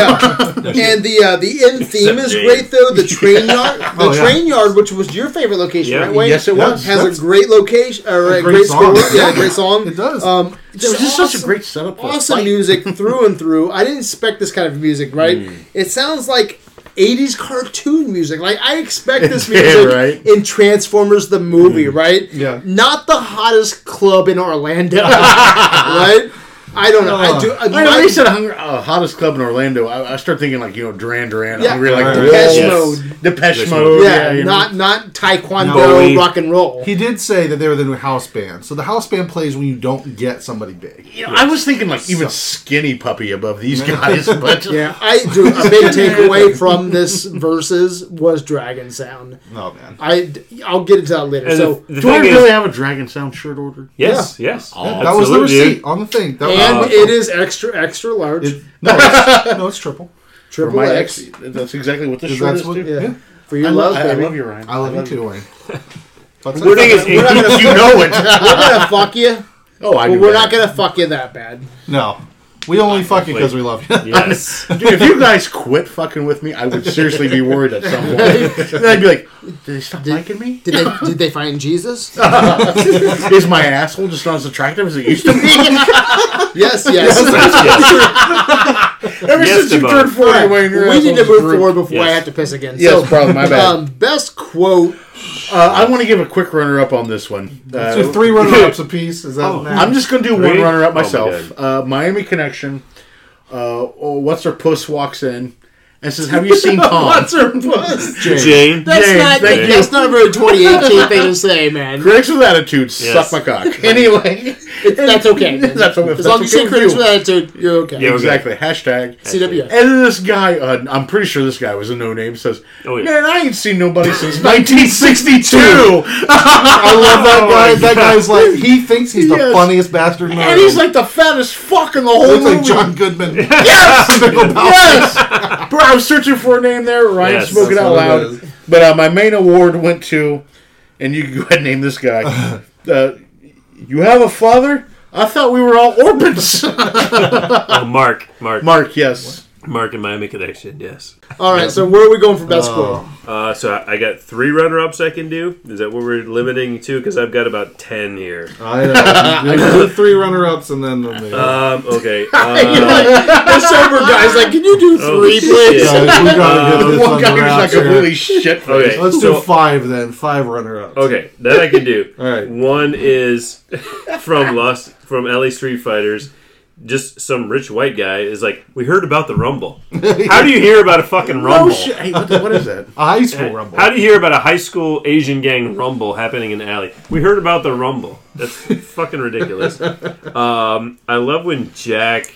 Yeah.
<laughs>
<laughs> and the uh, the end theme is
Jane.
great though. The
<laughs>
train yard, the
Oh, yeah.
train yard, which was your favorite location,
Yeah.
right? Wayne?
Yes, it was.
Has
That's-
a great location or a,
great
great,
song.
score. Yeah,
Yeah.
great song.
It does.
Um,
It was just such a great setup. For
awesome
a fight.
music through and through. I didn't expect this kind of music, right? It sounds like 80s cartoon music. Like I expect this
did,
music
right?
in Transformers the movie, right?
Yeah.
Not the hottest club in Orlando, right? I don't know. I do. I,
I know
my-
they said hunger, uh, hottest club in Orlando. I, I start thinking like you know Duran Duran,
Yeah.
hungry like
Right.
the
Depeche
Yes.
Mode.
Depeche,
Depeche
Mode.
yeah,
you know.
not not Taekwondo
Bowie.
rock and roll.
He did say that they were the new house band. So the house band plays when you don't get somebody big.
You know, I was thinking like even skinny puppy above <laughs> these guys, but
Yeah, I do. A big takeaway from this versus was Dragon Sound.
Oh, man.
I I'll get into that later.
And
so
the, the
do I
thing is,
really have a Dragon Sound shirt ordered?
yes, yes,
that was the
absolutely.
receipt on the thing. That
and
was,
it is extra extra large. <laughs>
It- <laughs> no, it's, no, it's triple.
For
triple
my
X.
ex, that's exactly what this shirt
That's
is.
what-
too.
Yeah.
Yeah.
For your
I,
love,
love, I, I
baby.
love you, Ryan.
I love you too, Wayne. That's
The
it.
thing is,
We're not gonna,
you <laughs> know it.
<laughs> we're gonna fuck you,
Oh, I.
but
do
we're not
that.
gonna fuck you that bad.
No. We only fuck you because we love you. <laughs>
yes.
Dude, if you guys quit fucking with me, I would seriously be worried at some <laughs> point. then I'd be like, "Did they stop liking me?
Did they did they find
<laughs>
Jesus?
Is my asshole just not as attractive as it used to <laughs> be?"
yes, yes.
Ever
Yes,
since you
Devon.
turned forty, Wayne, your
we need to
asshole's
move
drooped.
forward before I
Yes.
have to piss again.
Yes,
so,
probably my bad.
um, best quote.
<laughs> Uh, I want to give a quick runner up on this one. Uh,
So three runner ups apiece. Is that
I'm just going to do one
Three?
runner up
Oh my
myself. uh, Miami Connection. Uh, oh, what's her puss walks in and says, "Have you seen Tom?"
What's her puss?
Jane.
That's
Jane,
not
thank you.
that's not a very 2018 thing to say, man.
Critics with attitude
Yes.
suck my cock. Anyway,
That's okay.
<laughs> That's what-
as long as
that's
you
okay
say critics with
with
attitude, you're okay.
Yeah, we're good.
exactly. Hashtag.
CWF.
And then this guy, uh, I'm pretty sure this guy was a no name, says,
Oh, yeah.
Man, I ain't seen nobody since 1962.
I love that guy. That guy's like, he thinks he's the
Yes.
funniest bastard in the
<laughs> and he's like "Oh." the fattest fuck in the whole
looks
movie.
like John
<laughs>
Goodman.
yes! Bro, I was searching for a name there. Ryan
Yes.
spoke it
That's
out
what it
loud.
is.
but uh, my main award went to, and you can go ahead and name this guy.
<laughs>
Uh, you have a father? I thought we were all orphans. <laughs>
Oh, Mark, Mark, Mark,
Mark, yes.
and Miami Connection. Yes.
All right, so where are we going for best quote?
Uh, so I, I got three runner-ups I can do. Is that what we're limiting to? Because I've got about ten here.
I know. You do three runner ups and
<laughs>
Um,
then.
okay. Uh,
You're like, the sober guy's like, can you do
oh,
three,
shit.
please?
Guys, we gotta get this
One
on
guy
the
who's like
wraps here.
completely
<laughs>
shit.
Okay.
Let's do
so-
five then. Five runner ups.
Okay, that I can do.
<laughs> All right.
One is from Lost from LA Street Fighters. Just some rich white guy is like, we heard about the
<laughs>
Rumble. How do you hear about a fucking
Oh,
Rumble?
shit. Hey, what, the- what is
<laughs>
that?
A high school rumble.
Uh, How do you hear about a high school Asian gang rumble happening in an alley? We heard about the rumble.
<laughs>
That's fucking ridiculous. Um, I love when Jack.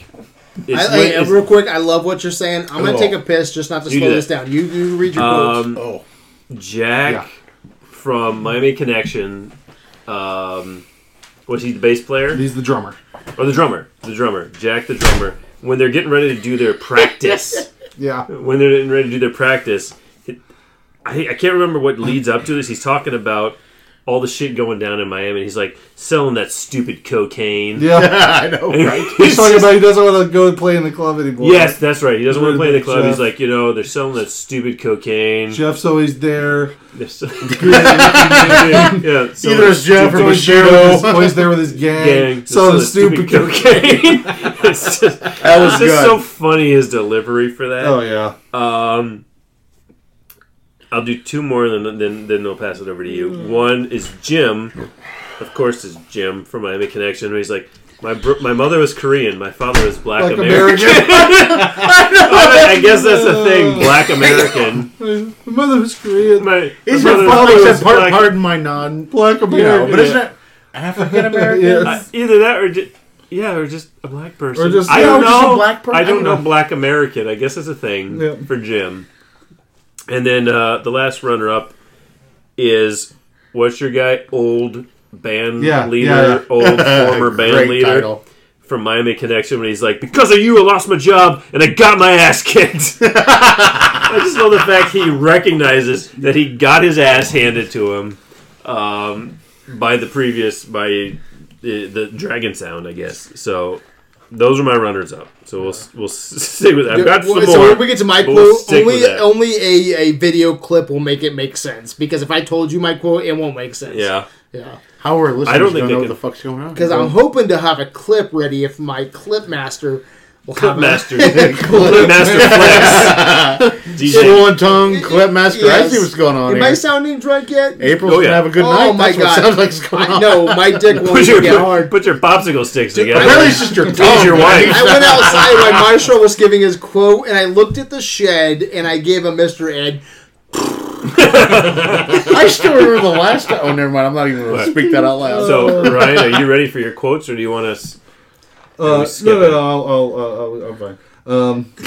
Is,
I, I-
is-
real quick, I love what you're saying. I'm gonna
Oh.
take a piss just not to
You
slow
do
this
that.
down. You you read your quotes.
um,
Oh. <laughs>
Jack
Yeah.
from Miami Connection. Um, was he the bass player?
He's the drummer.
Or Oh, the drummer, the drummer, Jack the drummer. When they're getting ready to do their practice,
Yeah.
when they're getting ready to do their practice, it- I, I can't remember what leads up to this. He's talking about all the shit going down in Miami. He's like selling that stupid cocaine.
Yeah.
I know, right?
He's talking about he doesn't want to go and play in the club anymore.
Yes, that's right. He doesn't want to play in the club.
Jeff.
He's like, you know, they're selling that stupid cocaine.
Jeff's always there.
They're sell- <laughs>
<laughs>
yeah, selling
Either it's Jeff
Jeff's
or
always
<laughs>
there, with his,
Michelle.
always there with his gang.
gang. They're
so
selling
the stupid. cocaine.
cocaine. <laughs> it's just, that was
good.
just so funny his delivery for that.
Oh yeah.
Um, I'll do two more, and then then then I'll pass it over to you. One is Jim, of course, is Jim from Miami Connection. Where he's like, My bro- my mother was Korean. My father was black,
Like
American.
American.
<laughs> I, I guess that's the thing. Black American.
My mother was Korean.
My,
Is
my
your
mother
father
was
said, "Par-
black-
pardon my non,
<laughs>
Black
you know,
American.
but isn't it African American?
Yes.
I- either that or just, yeah, or just a black person.
Or just-
I
yeah,
don't
or just a
know.
black per-
I don't know
I-
black American. I guess that's a thing
Yeah.
for Jim. And then uh, the last runner up is what's your guy? Old band
Yeah,
leader,
yeah, yeah.
<laughs>
old former band
Great
leader
title.
from Miami Connection when he's like, "Because of you, I lost my job and I got my ass kicked." <laughs> I just love the fact he recognizes that he got his ass handed to him um, by the previous by the, the Dragon Sound, I guess. So those are my runners up. So we'll we'll <laughs> stick with. I've got
Well,
some
so
more.
when we get to my
but
quote,
we'll stick with
only
that.
only a, a video clip will make it make sense because if I told you my quote, it won't make sense.
yeah,
yeah.
How are listeners
I don't think
gonna
they
know what
can-
the fuck's going on?
Because I'm hoping to have a clip ready if my clip master will have <laughs>
Master
a clip.
<laughs> Master Flex DJ.
Swollen tongue, clip master. I
Yes.
see what's going on
Am
here.
I sounding drunk yet?
April's
Oh, yeah.
gonna have a good
Oh,
night.
my
That's what
God.
it sounds like it's going
I
on.
know my dick won't
<laughs> Put your,
get hard.
put your popsicle sticks together.
Apparently it's just your tongue.
your
man.
wife.
I went outside
<laughs>
when Marshall was giving his quote, and I looked at the shed, and I gave him Mr. Ed.
I still remember the last time. Oh, never mind. I'm not even going to speak that out loud.
<laughs> So, Ryan, are you ready for your quotes, or do you want us?
Uh,
skip
no, no,
it?
no, I'll, I'll, I'll, I'll, I'm fine. Um, <laughs>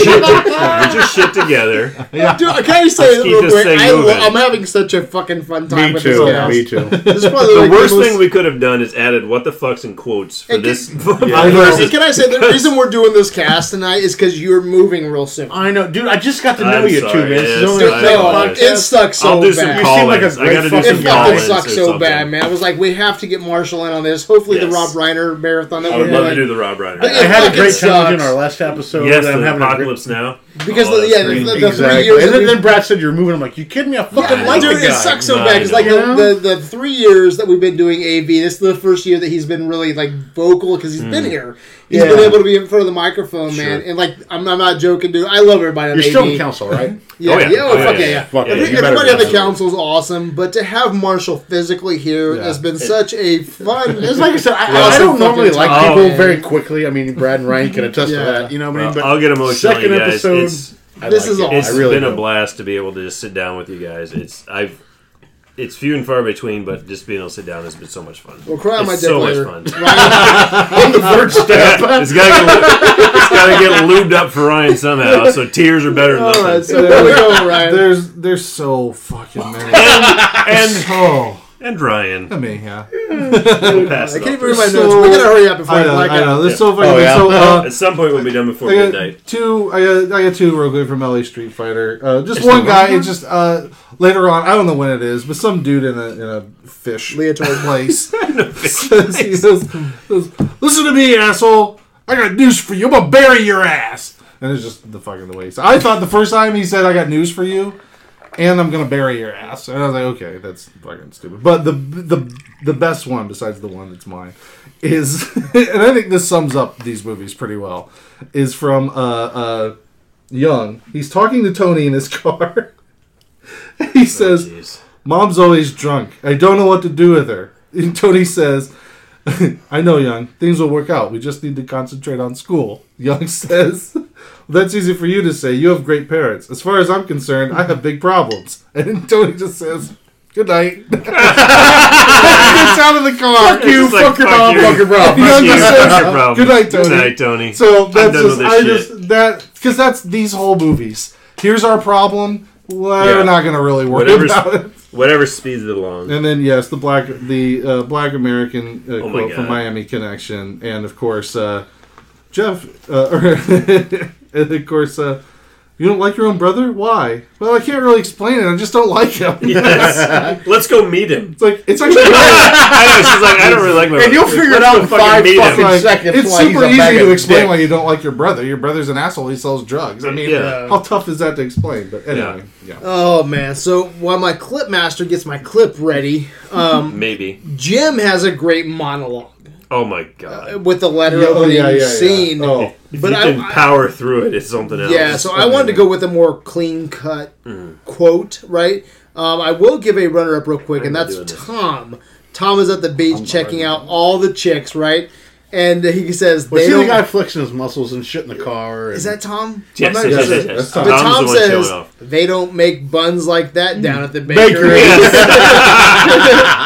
Get your shit together.
Dude, can <laughs> I say
Let's
this
keep
real
this
quick?
thing
I,
moving.
am having such a fucking fun time
me
with
too.
this guy.
Me too.
This is probably
The
like
worst
most-
thing we could have done is added "what the fucks" in quotes for
Hey, can-
this. <laughs>
I
Hey, Can I say the reason we're doing this cast tonight is because you're moving real soon.
I know, dude. I just got to know
I'm
you
sorry,
too, man. This is
yes,
only
I
a thing
know.
on
No,
podcast.
it sucks so
I'll do
bad.
some
You seem like
call-ins.
a
I
great
gotta do
fucking
some
It
guy.
call-ins
fucking
or
sucks so
something.
bad, man. I was like, we have to get Marshall in on this. Hopefully, the
Yes.
Rob Reiner marathon that
I
we're
would love to do
doing.
the Rob Reiner.
I had a
fucking
great challenge in
sucks.
our last episode.
yes,
that I'm
the
having a
apocalypse now.
Because the,
Oh, that's
yeah,
great.
the, the three
Exactly.
years.
and
that
then,
we-
then Brad said you're moving. I'm like, you kidding me? I fucking
Yeah,
like
dude,
the guy.
it sucks so
No, I
bad. It's like
know.
the, the, the three years that we've been doing AV. This is the first year that he's been really like vocal because he's been here. He's been
Yeah.
able to be in front of the microphone, man. And like, I'm, I'm not joking, dude. I love everybody. on
You're
AV.
still in council, right?
Yeah,
Oh, yeah.
yeah, oh,
Oh, yeah,
fuck yeah,
yeah,
yeah.
Fuck yeah,
Every-
you better
everybody
be
at the
on that.
council's awesome, but to have Marshall physically here
Yeah.
has been such a fun.
It's like I said, I, I
Awesome
don't normally
fucking
like
time.
people
Oh.
very quickly. I mean, Brad and Ryan can attest
Yeah.
to that. You know what I mean?
I'll get emotional,
second
you guys.
episode,
It's,
I
This
like
is
it.
awesome.
it's
I really
been a
do.
blast to be able to just sit down with you guys. It's I've it's few and far between, but just being able to sit down has been so much fun.
We'll cry on
it's
my dick
so
later.
much fun.
the first step.
it's gotta get lu- it's gotta get lubed up for Ryan somehow. So tears are better than nothing.
<laughs>
so
There we
there-
go,
<laughs>
Ryan.
there's, there's so fucking
<laughs>
many.
and
oh,
and Ryan.
I mean, yeah.
Pass
I
it
can't
off
even
to
read my
us.
notes.
So-
we gotta hurry up before
I
I
know,
black
I know.
out.
There's so fucking
Oh, yeah.
so. Uh,
At some point, we'll be done before
I
midnight.
got two. I got I got two real quick from LA Street Fighter. Uh, just one guy. It's just uh, later on. I don't know when it is, but some dude in a in a fish
Leotard.
place <laughs> says, he says, says, "Listen to me, asshole. I got news for you. I'm gonna bury your ass." And it's just the fucking the way. So I thought the first time he said, "I got news for you," and I'm gonna bury your ass. And I was like, okay, that's fucking stupid. But the the the best one, besides the one that's mine, is, <laughs> and I think this sums up these movies pretty well, is from uh, uh, Young. He's talking to Tony in his <laughs> car. he says,
Oh, Jeez.
"Mom's always drunk. I don't know what to do with her." <laughs> And Tony says. <laughs> I know, Young. Things will work out. We just need to concentrate on school. <laughs> Young says, well, That's easy for you to say. You have great parents. As far as I'm concerned, I have big problems. <laughs> And Tony just says, Good night. <laughs> Gets out of the car.
Fuck you, It's like, fuck your fuck mom, you. fuck your
bro. Young
Fuck you,
just
fuck your
says,
problem.
Good night, Tony.
Good night, Tony.
So
I'm done
that's just,
with this
I
shit.
just, that, because that's these whole movies. Here's our problem. We're
Yeah.
not going to really worry
Whatever's-
about it.
Whatever speeds it along.
And then yes, the black the uh, black American uh,
my
quote from
God.
Miami Connection, and of course uh, Jeff, uh, <laughs> or and of course uh, you don't like your own brother. Why? Well, I can't really explain it. I just don't like him.
Yes. <laughs> Let's go meet him.
<laughs> It's like it's actually great.
I know. She's like, I don't really like my.
And you'll figure it out in five
meet
fucking
him.
Like,
seconds.
it's
why he's
super
a bag
easy
of
to explain
dicks.
why you don't like your brother. Your brother's an asshole. He sells drugs. I mean,
Yeah.
how tough is that to explain? But anyway, yeah.
Oh man! So while my clip master gets my clip ready, um,
Maybe.
Jim has a great monologue
Oh my god.
with the letter
Yeah, oh,
opening
yeah, yeah, yeah.
scene.
Oh.
If
Uh, but
you
I-
can
I-
power through it, it's something else.
Yeah, so I wanted to go with a more clean cut
Mm.
quote, right? Um, I will give a runner up real quick, and
not
that's
doing this.
Tom. Tom is at the beach checking out all the chicks, right? and he says,
Was
they
he the
don't-
guy flexing his muscles and shit in the car?
<laughs>
And
Is that Tom?
Yes,
I'm not
yes,
sure.
yes, yes.
But
Tom's the
Tom
one showing
says
off.
they don't make buns like that down at the
<laughs>
Bakery.
bakery. <laughs>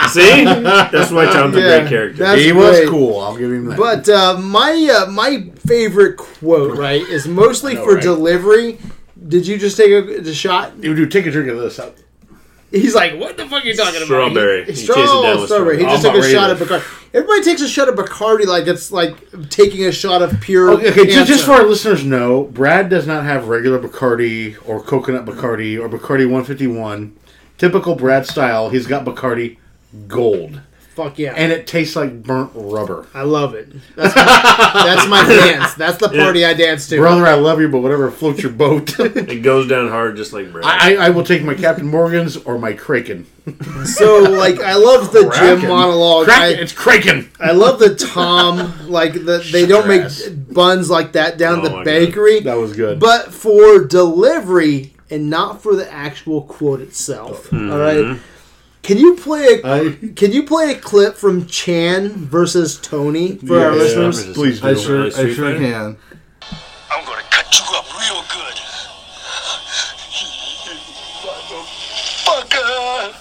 See, that's why Tom's
Yeah,
a great character.
that's
he was
great.
cool. I'll give him that.
But uh, my uh, my favorite quote right is
<laughs>
mostly
know,
for
right?
delivery. Did you just take a, a shot?
dude, dude, take a drink of this. I-
He's like, "What the fuck are you talking about?"
Strawberry.
He,
He
straw-
chased it down
strawberry.
with
He
strawberry.
just
I'm
took a
not
shot of
ready.
Bacardi. Everybody takes a shot of Bacardi like it's like taking a shot of pure.
Okay, okay, just, just
cancer.
for our listeners to know, Brad does not have regular Bacardi or coconut Bacardi or Bacardi 151. Typical Brad style, he's got Bacardi Gold,
fuck yeah,
and it tastes like burnt rubber.
I love
<laughs>
it. That's my, that's my dance. That's the party I dance to.
Brother, I love you, but whatever floats your boat. <laughs> I,
It goes down hard, just like Brad.
I, I will take my Captain Morgan's or my Kraken.
So like, I love the
Kraken.
Jim monologue.
Kraken,
I,
it's Kraken.
I love the Tom like the, they don't make
ass.
buns like that down at
Oh
the
my
bakery.
That was good.
But for delivery and not for the actual quote itself.
Hmm.
All right. Can you play a
I
Can you play a clip from Chan versus Tony for our
Yeah.
listeners?
Please do.
I sure I
Street
sure
Fighter?
can.
I'm gonna cut you up real good. <laughs> Motherfucker!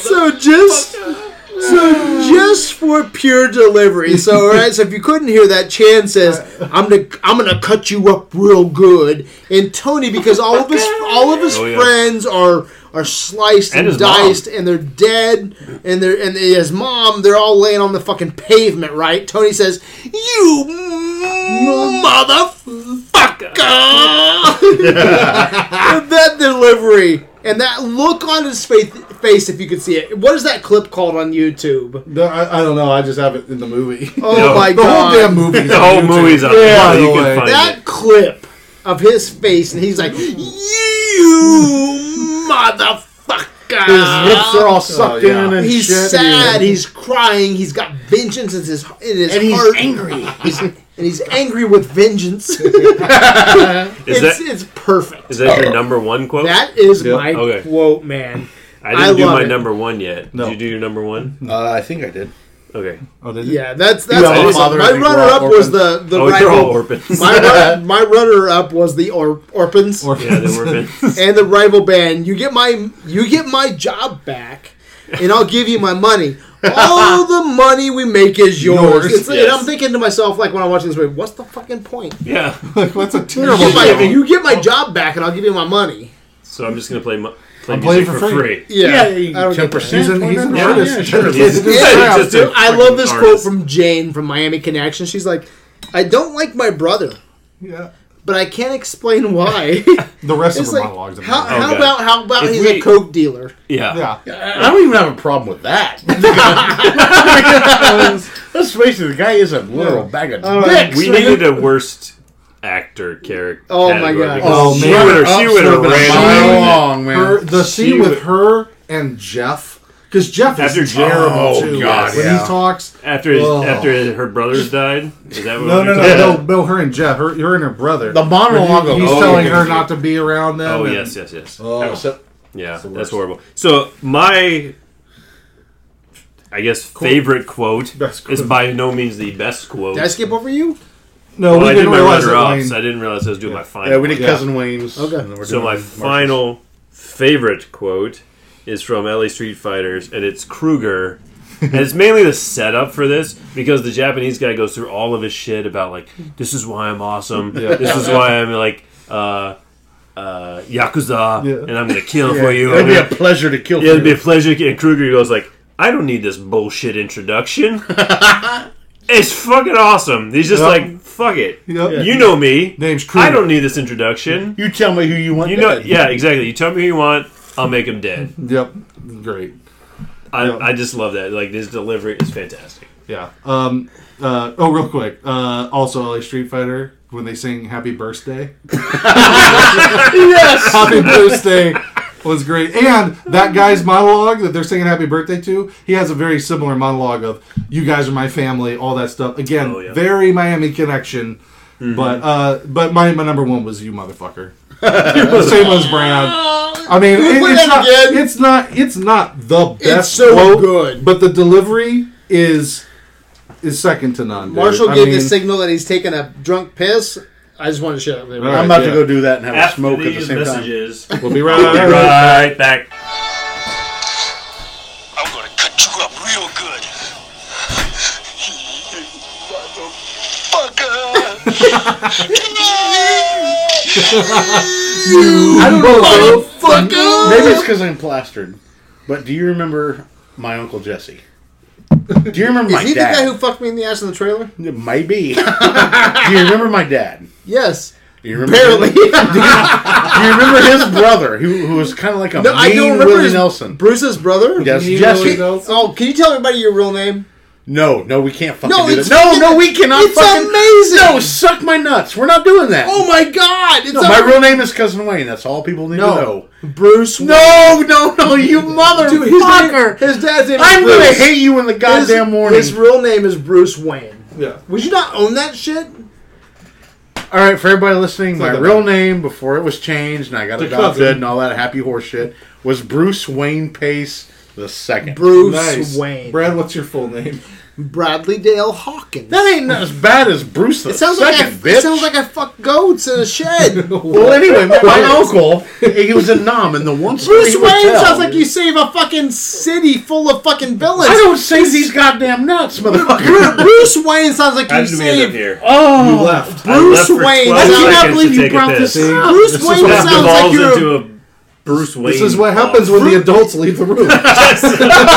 So just so just for pure delivery. So all right. So if you couldn't hear that, Chan says, "I'm gonna I'm gonna cut you up real good." And Tony, because all of his all of his
Oh, yeah.
friends are are sliced
And
and,
his mom.
diced, and they're dead, and they're and his mom, they're all laying on the fucking pavement. Right? Tony says, "You motherfucker." And that delivery and that look on his face, face if you could see it. What is that clip called on YouTube?
No, I, I don't know. I just have it in the movie.
Oh
No.
my
the whole
god.
damn movie.
<laughs> the whole movie's on.
Yeah,
Yeah,
by the
you
way.
can find
that
it.
clip of his face and he's like, You motherfucker.
His lips are all sucked
Oh, yeah.
in and
He's
shit.
sad, he's crying, he's got vengeance in his in his
And he's
heart.
angry.
<laughs> He's- and he's angry with
<laughs>
vengeance.
Is
it's,
that
it's perfect.
is that
Oh.
your number one quote?
that is
Yeah.
my
Okay.
quote, man.
I didn't
I
do
love
my
it.
number one yet.
No.
Did you do your number one?
Uh, I think I did.
Okay.
Oh, did it? <laughs>
Yeah, that's that's
all
awesome.
fathers, I
My
think, we're all
runner up was
orphans.
the the
oh, they're all
rival
orphans.
my,
<laughs>
run, my runner up was the or- Orphans
Or-
yeah, <laughs> they're
<laughs>
orphans.
and the rival band. You get my you get my job back, and I'll give you my money.
<laughs>
All the money we make is yours.
Yours,
It's- And
yes.
I'm thinking to myself, like when I'm watching this movie, what's the fucking point? You
yeah.
That's a terrible
get my,
show.
you get my job back, and I'll give you my money.
So I'm just gonna play mu- play
playing
music
for
for
free.
free.
Yeah, I don't
ten
get that.
percent.
He's an- he's an
yeah,
artist.
Yeah, sure.
He's an
Yeah,
artist.
just
Dude,
a
I love this
fucking
quote
artist.
from Jane from Miami Connection. She's like, "I don't like my brother,
Yeah.
but I can't explain why."
The rest
it's
of her
like,
monologues. are
how,
amazing.
how
Okay.
about how about
If
he's a
we-
coke dealer?
Yeah.
yeah.
I don't even have a problem with that. <laughs> Let's face it, the guy is a literal bag of dicks.
We needed a worst actor character.
Oh, my God.
Oh,
she
man.
would have. She
Up
would have
so
ran. away.
long, man.
Her, the
She
scene
would-
with her and Jeff, because Jeff is
After Jeff-
terrible
oh,
too.
God,
when
yeah.
he talks,
After his,
Oh.
after her brothers died. Is that what?
no,
we're
no, no,
talking
no,
about?
no, her and Jeff, her, her and her brother.
The monologue
When
of-
he- he's
oh,
telling
yeah.
her not to be around them.
Oh
and-
yes, yes, yes.
Oh.
Yeah, that's horrible. So my, I guess favorite quote
Best quote.
is by no means the best quote.
Did I skip over you?
No,
Well,
we
Oh, I did
didn't
my
realize
runner
that.
ups. I
Wayne,
didn't realize I was doing my final.
yeah, we did
one.
Yeah.
Cousin Wayne's.
Okay.
and then we're
So
doing
my
Marcus.
final favorite quote is from LA Street Fighters, and it's Kruger.
<laughs>
and it's mainly the setup for this because the Japanese guy goes through all of his shit about like this is why I'm awesome, this is why I'm like uh, uh, yakuza,
Yeah.
and I'm gonna kill for you.
It'd
I'm
be a
gonna-
pleasure to kill.
yeah, it'd be a
you.
pleasure. And Kruger goes like, "I don't need this bullshit introduction."
<laughs>
it's fucking awesome. He's just
Yep.
like, "Fuck it,
Yep.
you know me.
Name's
I
Kruger."
don't need this introduction.
You tell me who you want.
You know,
dead.
yeah, exactly. You tell me who you want, I'll make him dead.
Yep, great.
I,
Yeah.
I just love that. Like his delivery is fantastic.
Yeah. Um. Uh. Oh, real quick. Uh. Also, LA Street Fighter when they sing "Happy Birthday." yes. Happy Birthday was great, and that guy's monologue that they're singing "Happy Birthday" to, he has a very similar monologue of "You guys are my family," all that stuff. Again,
Oh, yeah.
very Miami connection. But uh, but my, my number one was you motherfucker. the same as Brad. I mean, it-
Play
it's
that
not
again.
it's not it's not the best
so
quote,
good.
but the delivery is is second to none. dude.
Marshall
I
gave
mean,
the signal that he's taking a drunk piss. I just wanted to share that with everybody.
All
I'm
right,
about
yeah.
to go do that and have a
After
smoke at the
these
same time.
<laughs>
messages,
We'll be right
we'll be
back.
right back.
I'm gonna cut you up real good. Motherfucker!
I don't know. why.
Motherfucker!
Maybe it's because I'm plastered. But do you remember my uncle Jesse? Do you remember
Is
my
he
dad?
the guy who fucked me in the ass in the trailer?
It might be. <laughs> do you remember my dad?
Yes.
Do you remember
Apparently.
him? <laughs> Do you remember his brother, who, who was kind of like a
no,
mean
I don't remember
Willie
his-
Nelson?
Bruce's brother?
Yes,
Mean
Jesse.
Willie Nelson?
Oh, can you tell everybody your real name?
No, no, we can't fucking
No,
do
it's
this. No,
fucking-
no, we cannot
it's
fucking.
amazing.
No, suck my nuts. We're not doing that.
Oh my god! It's
no, my real name is Cousin Wayne. That's all people need to know.
No. <laughs> Bruce
No, no, <laughs> no, you motherfucker!
His, dad's name is
I'm
Bruce.
gonna hate you in the goddamn
his,
morning.
His real name is Bruce Wayne.
Yeah.
Would you not own that shit?
all right, for everybody listening, my
that
real name before it was changed and I got
The
adopted
cousin.
and all that happy horse shit was Bruce Wayne Pace the second.
Bruce
Nice.
Wayne.
Brad, what's your full name?
Bradley Dale Hawkins.
that ain't not as bad as Bruce the
it sounds like I,
second, bitch.
it sounds like I fuck goats in a shed.
well, anyway,
<laughs>
my, my uncle, he was a nom, and the one story
Bruce
he would
Wayne
tell-
sounds like you save a fucking city full of fucking villains.
I don't save these goddamn nuts,
<laughs>
motherfucker.
Bruce Wayne sounds like
How
you
did we end up
saved.
here?
You
<laughs>
left.
Bruce
left for
Wayne.
12
I cannot
seconds
believe
to
you
take a
brought this
piss.
up.
Bruce
This is
Wayne
what
sounds like
Devolves
you're. <laughs>
into a Bruce Wayne.
This is
<laughs>
what happens when the adults leave the <laughs> room.
<laughs>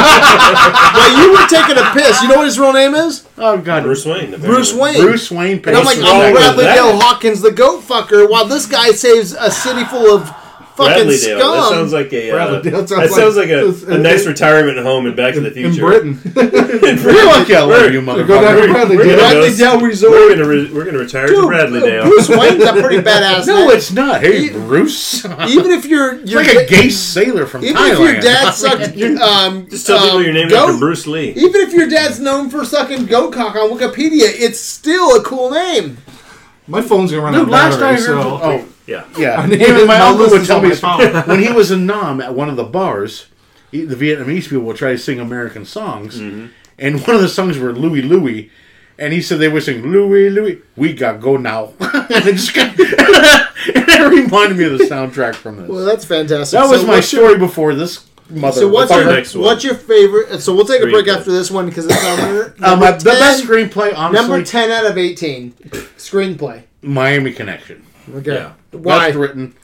Well, you were taking a piss. You know what his real name is?
oh god, Bruce,
Bruce Wayne. apparently.
Bruce Wayne.
Bruce Wayne Pace.
And I'm like,
wrong
I'm
with
Bradley
that?
Dale Hawkins, the goat fucker, while this guy saves a city full of fucking
Bradley
scum.
Dale. That sounds like a. Uh,
Bradley Dale sounds
that sounds like,
like-
a, a nice
in-
retirement home in Back to the
in
Future. <laughs>
Britain.
You're
"Oh,
like, I love you, motherfucker.
Go down to Bradley.
We're
Dale.
gonna go-
Bradley Dale Resort.
We're gonna re- we're gonna retire to Bradley Dale.
uh, Bruce Wayne's
<laughs>
a pretty badass
No,
name.
it's not. Hey, Bruce. <laughs> It's
even if you're, you're
like a gay sailor from
even if
Thailand.
your
<laughs>
dad sucked um,
Just tell people
um,
your name
goat-
after Bruce Lee.
Even if your dad's known for sucking goat cock on Wikipedia, it's still a cool name.
<laughs> My phone's gonna run
Dude,
out
last
of
I
battery.
heard,
so.
oh
Yeah.
yeah,
I need
even my
my
uncle would
list
tell
on
me
my phone.
<laughs> when he was a nom at one of the bars, he- the Vietnamese people would try to sing American songs, and one of the songs were Louie Louie, and he said they would sing Louie Louie, we gotta go now, <laughs> and it just got, and it reminded me of the soundtrack from this.
Well, that's fantastic.
that was
So
my
what's your-
story before this mother.
So
What's
what's
our
your
next one?
what's your favorite? So we'll take a break
Screenplay.
after this one because it's number,
<laughs> Uh,
number
my- the best
10
screenplay, honestly,
number ten out of eighteen screenplay.
Miami Connection.
Okay,
Yeah.
why?
Best written.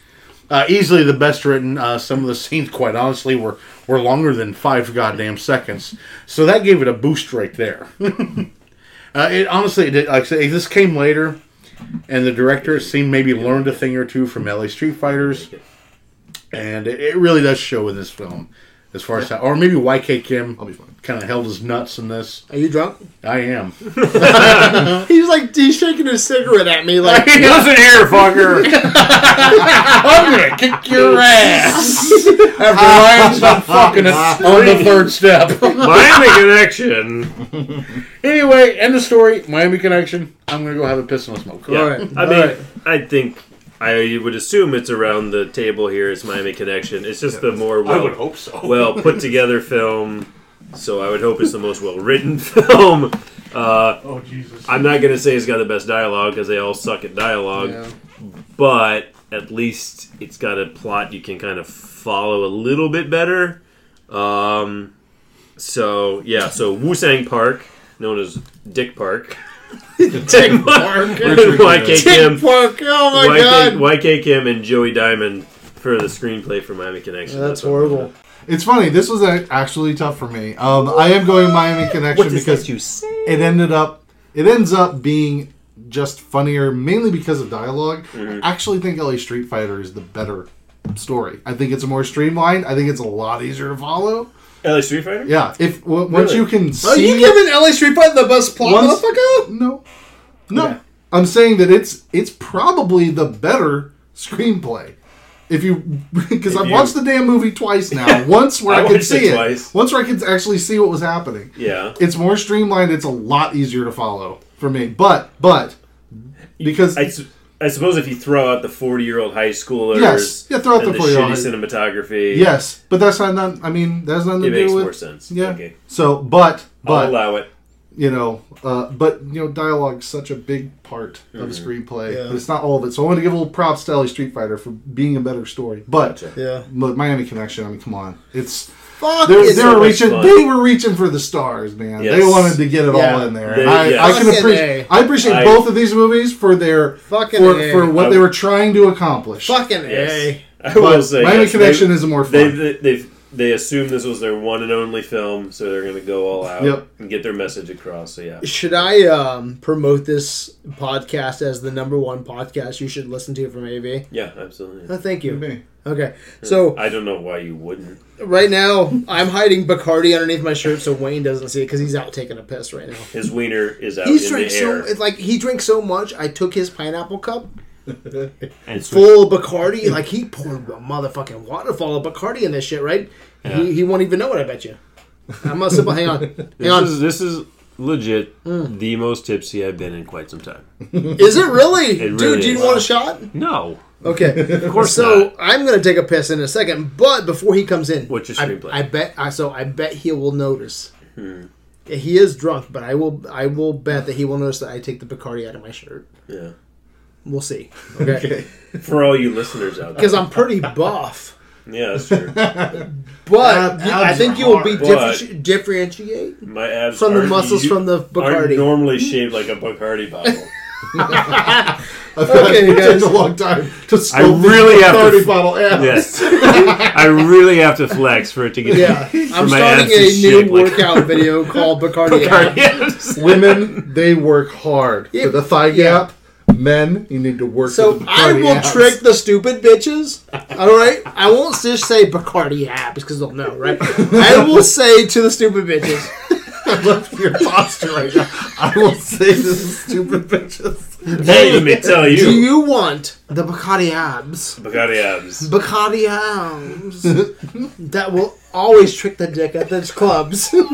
Uh, easily the best written. Uh, some of the scenes, quite honestly, were, were longer than five goddamn seconds. So that gave it a boost right there. <laughs> uh, it honestly, it did, like I say, this came later, and the director it seemed maybe learned a thing or two from LA Street Fighters, and it, it really does show in this film. As far as how, or maybe YK Kim
be fine.
kind of held his nuts in this.
Are you drunk?
I am.
He's like he's shaking his cigarette at me
<laughs>
like.
Listen here, fucker. I'm gonna kick your ass after Ryan's done fucking us on the third
<laughs>
step.
Miami Connection.
Anyway, end of story. Miami Connection. I'm gonna go have a piss and a smoke.
Yeah.
All right.
I
All
mean,
right.
I think I would assume it's around the table here is Miami Connection. It's just the more well,
so.
well put together film. So I would hope it's the most well written <laughs> film. Uh,
Oh Jesus!
I'm not gonna say it's got the best dialogue because they all suck at dialogue,
Yeah.
but at least it's got a plot you can kind of follow a little bit better. Um, so yeah, so Wusang Park, known as
<laughs>
Dick Park. Dick Park. <laughs> YK Kim.
Dick Park. Oh my
YK,
god.
YK Kim and Joey Diamond for the screenplay for Miami Connection.
That's horrible.
It's funny. This was a- actually tough for me. Um, I am going Miami Connection because it ended up it ends up being just funnier, mainly because of dialog I actually think LA Street Fighter is the better story. I think it's more streamlined. I think it's a lot easier to follow.
LA Street Fighter.
Yeah, if w- once you can see
Are you giving LA Street Fighter the best plot,
Once-
motherfucker?
No, no. I'm saying that it's it's probably the better screenplay. If you, <laughs> because I've
you-
watched the damn movie twice now. Once where
I
I, could
watched
see
it
it.
twice.
Once where I could actually see what was happening.
Yeah.
It's more streamlined. It's a lot easier to follow for me. But but because
I s-
I suppose if you throw out the forty-year-old high schoolers,
Yes. Yeah, throw out
and
the 40-year-old
shitty cinematography.
Yes, but that's not. not I mean, that's nothing to
it
do
makes
with.
more sense.
Yeah.
Okay.
So, but
I'll
but
allow it.
you know, uh, but you know, dialogue's such a big part of a
Mm-hmm.
screenplay, but it's not all of it. So I want to give a little props to Ellie Street Fighter for being a better story. But
Yeah.
but Miami Connection. I mean, come on, it's <laughs>
Fuck
they,
it.
they were
much
reaching.
fun.
They were reaching for the stars, man. They
Yes.
wanted to get it all
Yeah.
in there.
They-
I,
yeah.
I can
Fucking
appreciate.
A.
I appreciate
I-
both of these movies for their
Fucking
for,
A.
for what
I-
they were trying to accomplish. <laughs>
Fucking
Yes.
A.
<laughs> I
But
will say
Miami
yes,
Connection
they-
is a more
They
fun.
they they've- they assume this was their one and only film, so they're going to go all out
Yep.
and get their message across. So yeah,
Should I um, promote this podcast as the number one podcast you should listen to from AV?
yeah, absolutely.
Oh, thank you.
Maybe.
Okay. So
I don't know why you wouldn't.
right now, I'm hiding Bacardi underneath my shirt so Wayne doesn't see it because he's out taking a piss right now.
His wiener is out
He's
in the
drank so
air.
it's like he drank so much. I took his pineapple cup
And switch,
full of Bacardi. Like he poured a motherfucking waterfall of Bacardi in this shit, right? He, he won't even know it. I bet you. I'm a simple. hang on, hang
<laughs> This
on.
is this is legit
Mm.
the most tipsy I've been in quite some time.
Is it really,
It
dude?
really
Do you
is.
want a shot?
No,
Okay.
<laughs> of course
So
not.
I'm gonna take a piss in a second, but before he comes in,
What's your
I-
screenplay? Hmm.
I, bet. I, so I bet he will notice. He is drunk, but I will. I will bet that he will notice that I take the Bacardi out of my shirt.
Yeah.
We'll see. Okay.
For all you listeners out there,
Because I'm pretty buff,
yeah, that's true.
but
Ab-
you- I
abs
think
are
you will be
hard.
differenti- differentiate. <laughs>
My abs
From the
are
muscles
u-
from the
are
Bacardi.
normally shaped like a Bacardi bottle.
I feel like
Okay,
it
guys.
takes a long time to
I
smoke
really
the
have to.
thirty bottle.
<laughs>
Yeah.
Yes,
<laughs>
I really have to flex for it to get. <laughs>
Yeah,
for
I'm
my
starting
abs to
a new
shake like- <laughs>
workout video called Bacardi.
Bacardi abs.
<laughs> Women, they work hard for the thigh gap. Men, you need to work. for
So
the
I
party
will
abs. <laughs>
trick the stupid bitches. All right, I won't just say Bacardi abs because they'll know, right? I will say to the stupid bitches,
Look at your posture right now. I will say this is stupid bitches.
<laughs> hey, let me tell
"Do
you,
you want the Bacardi abs?
Bacardi abs. <laughs>
<laughs>
Bacardi abs that will always trick the dick at
<laughs>
those clubs." <laughs>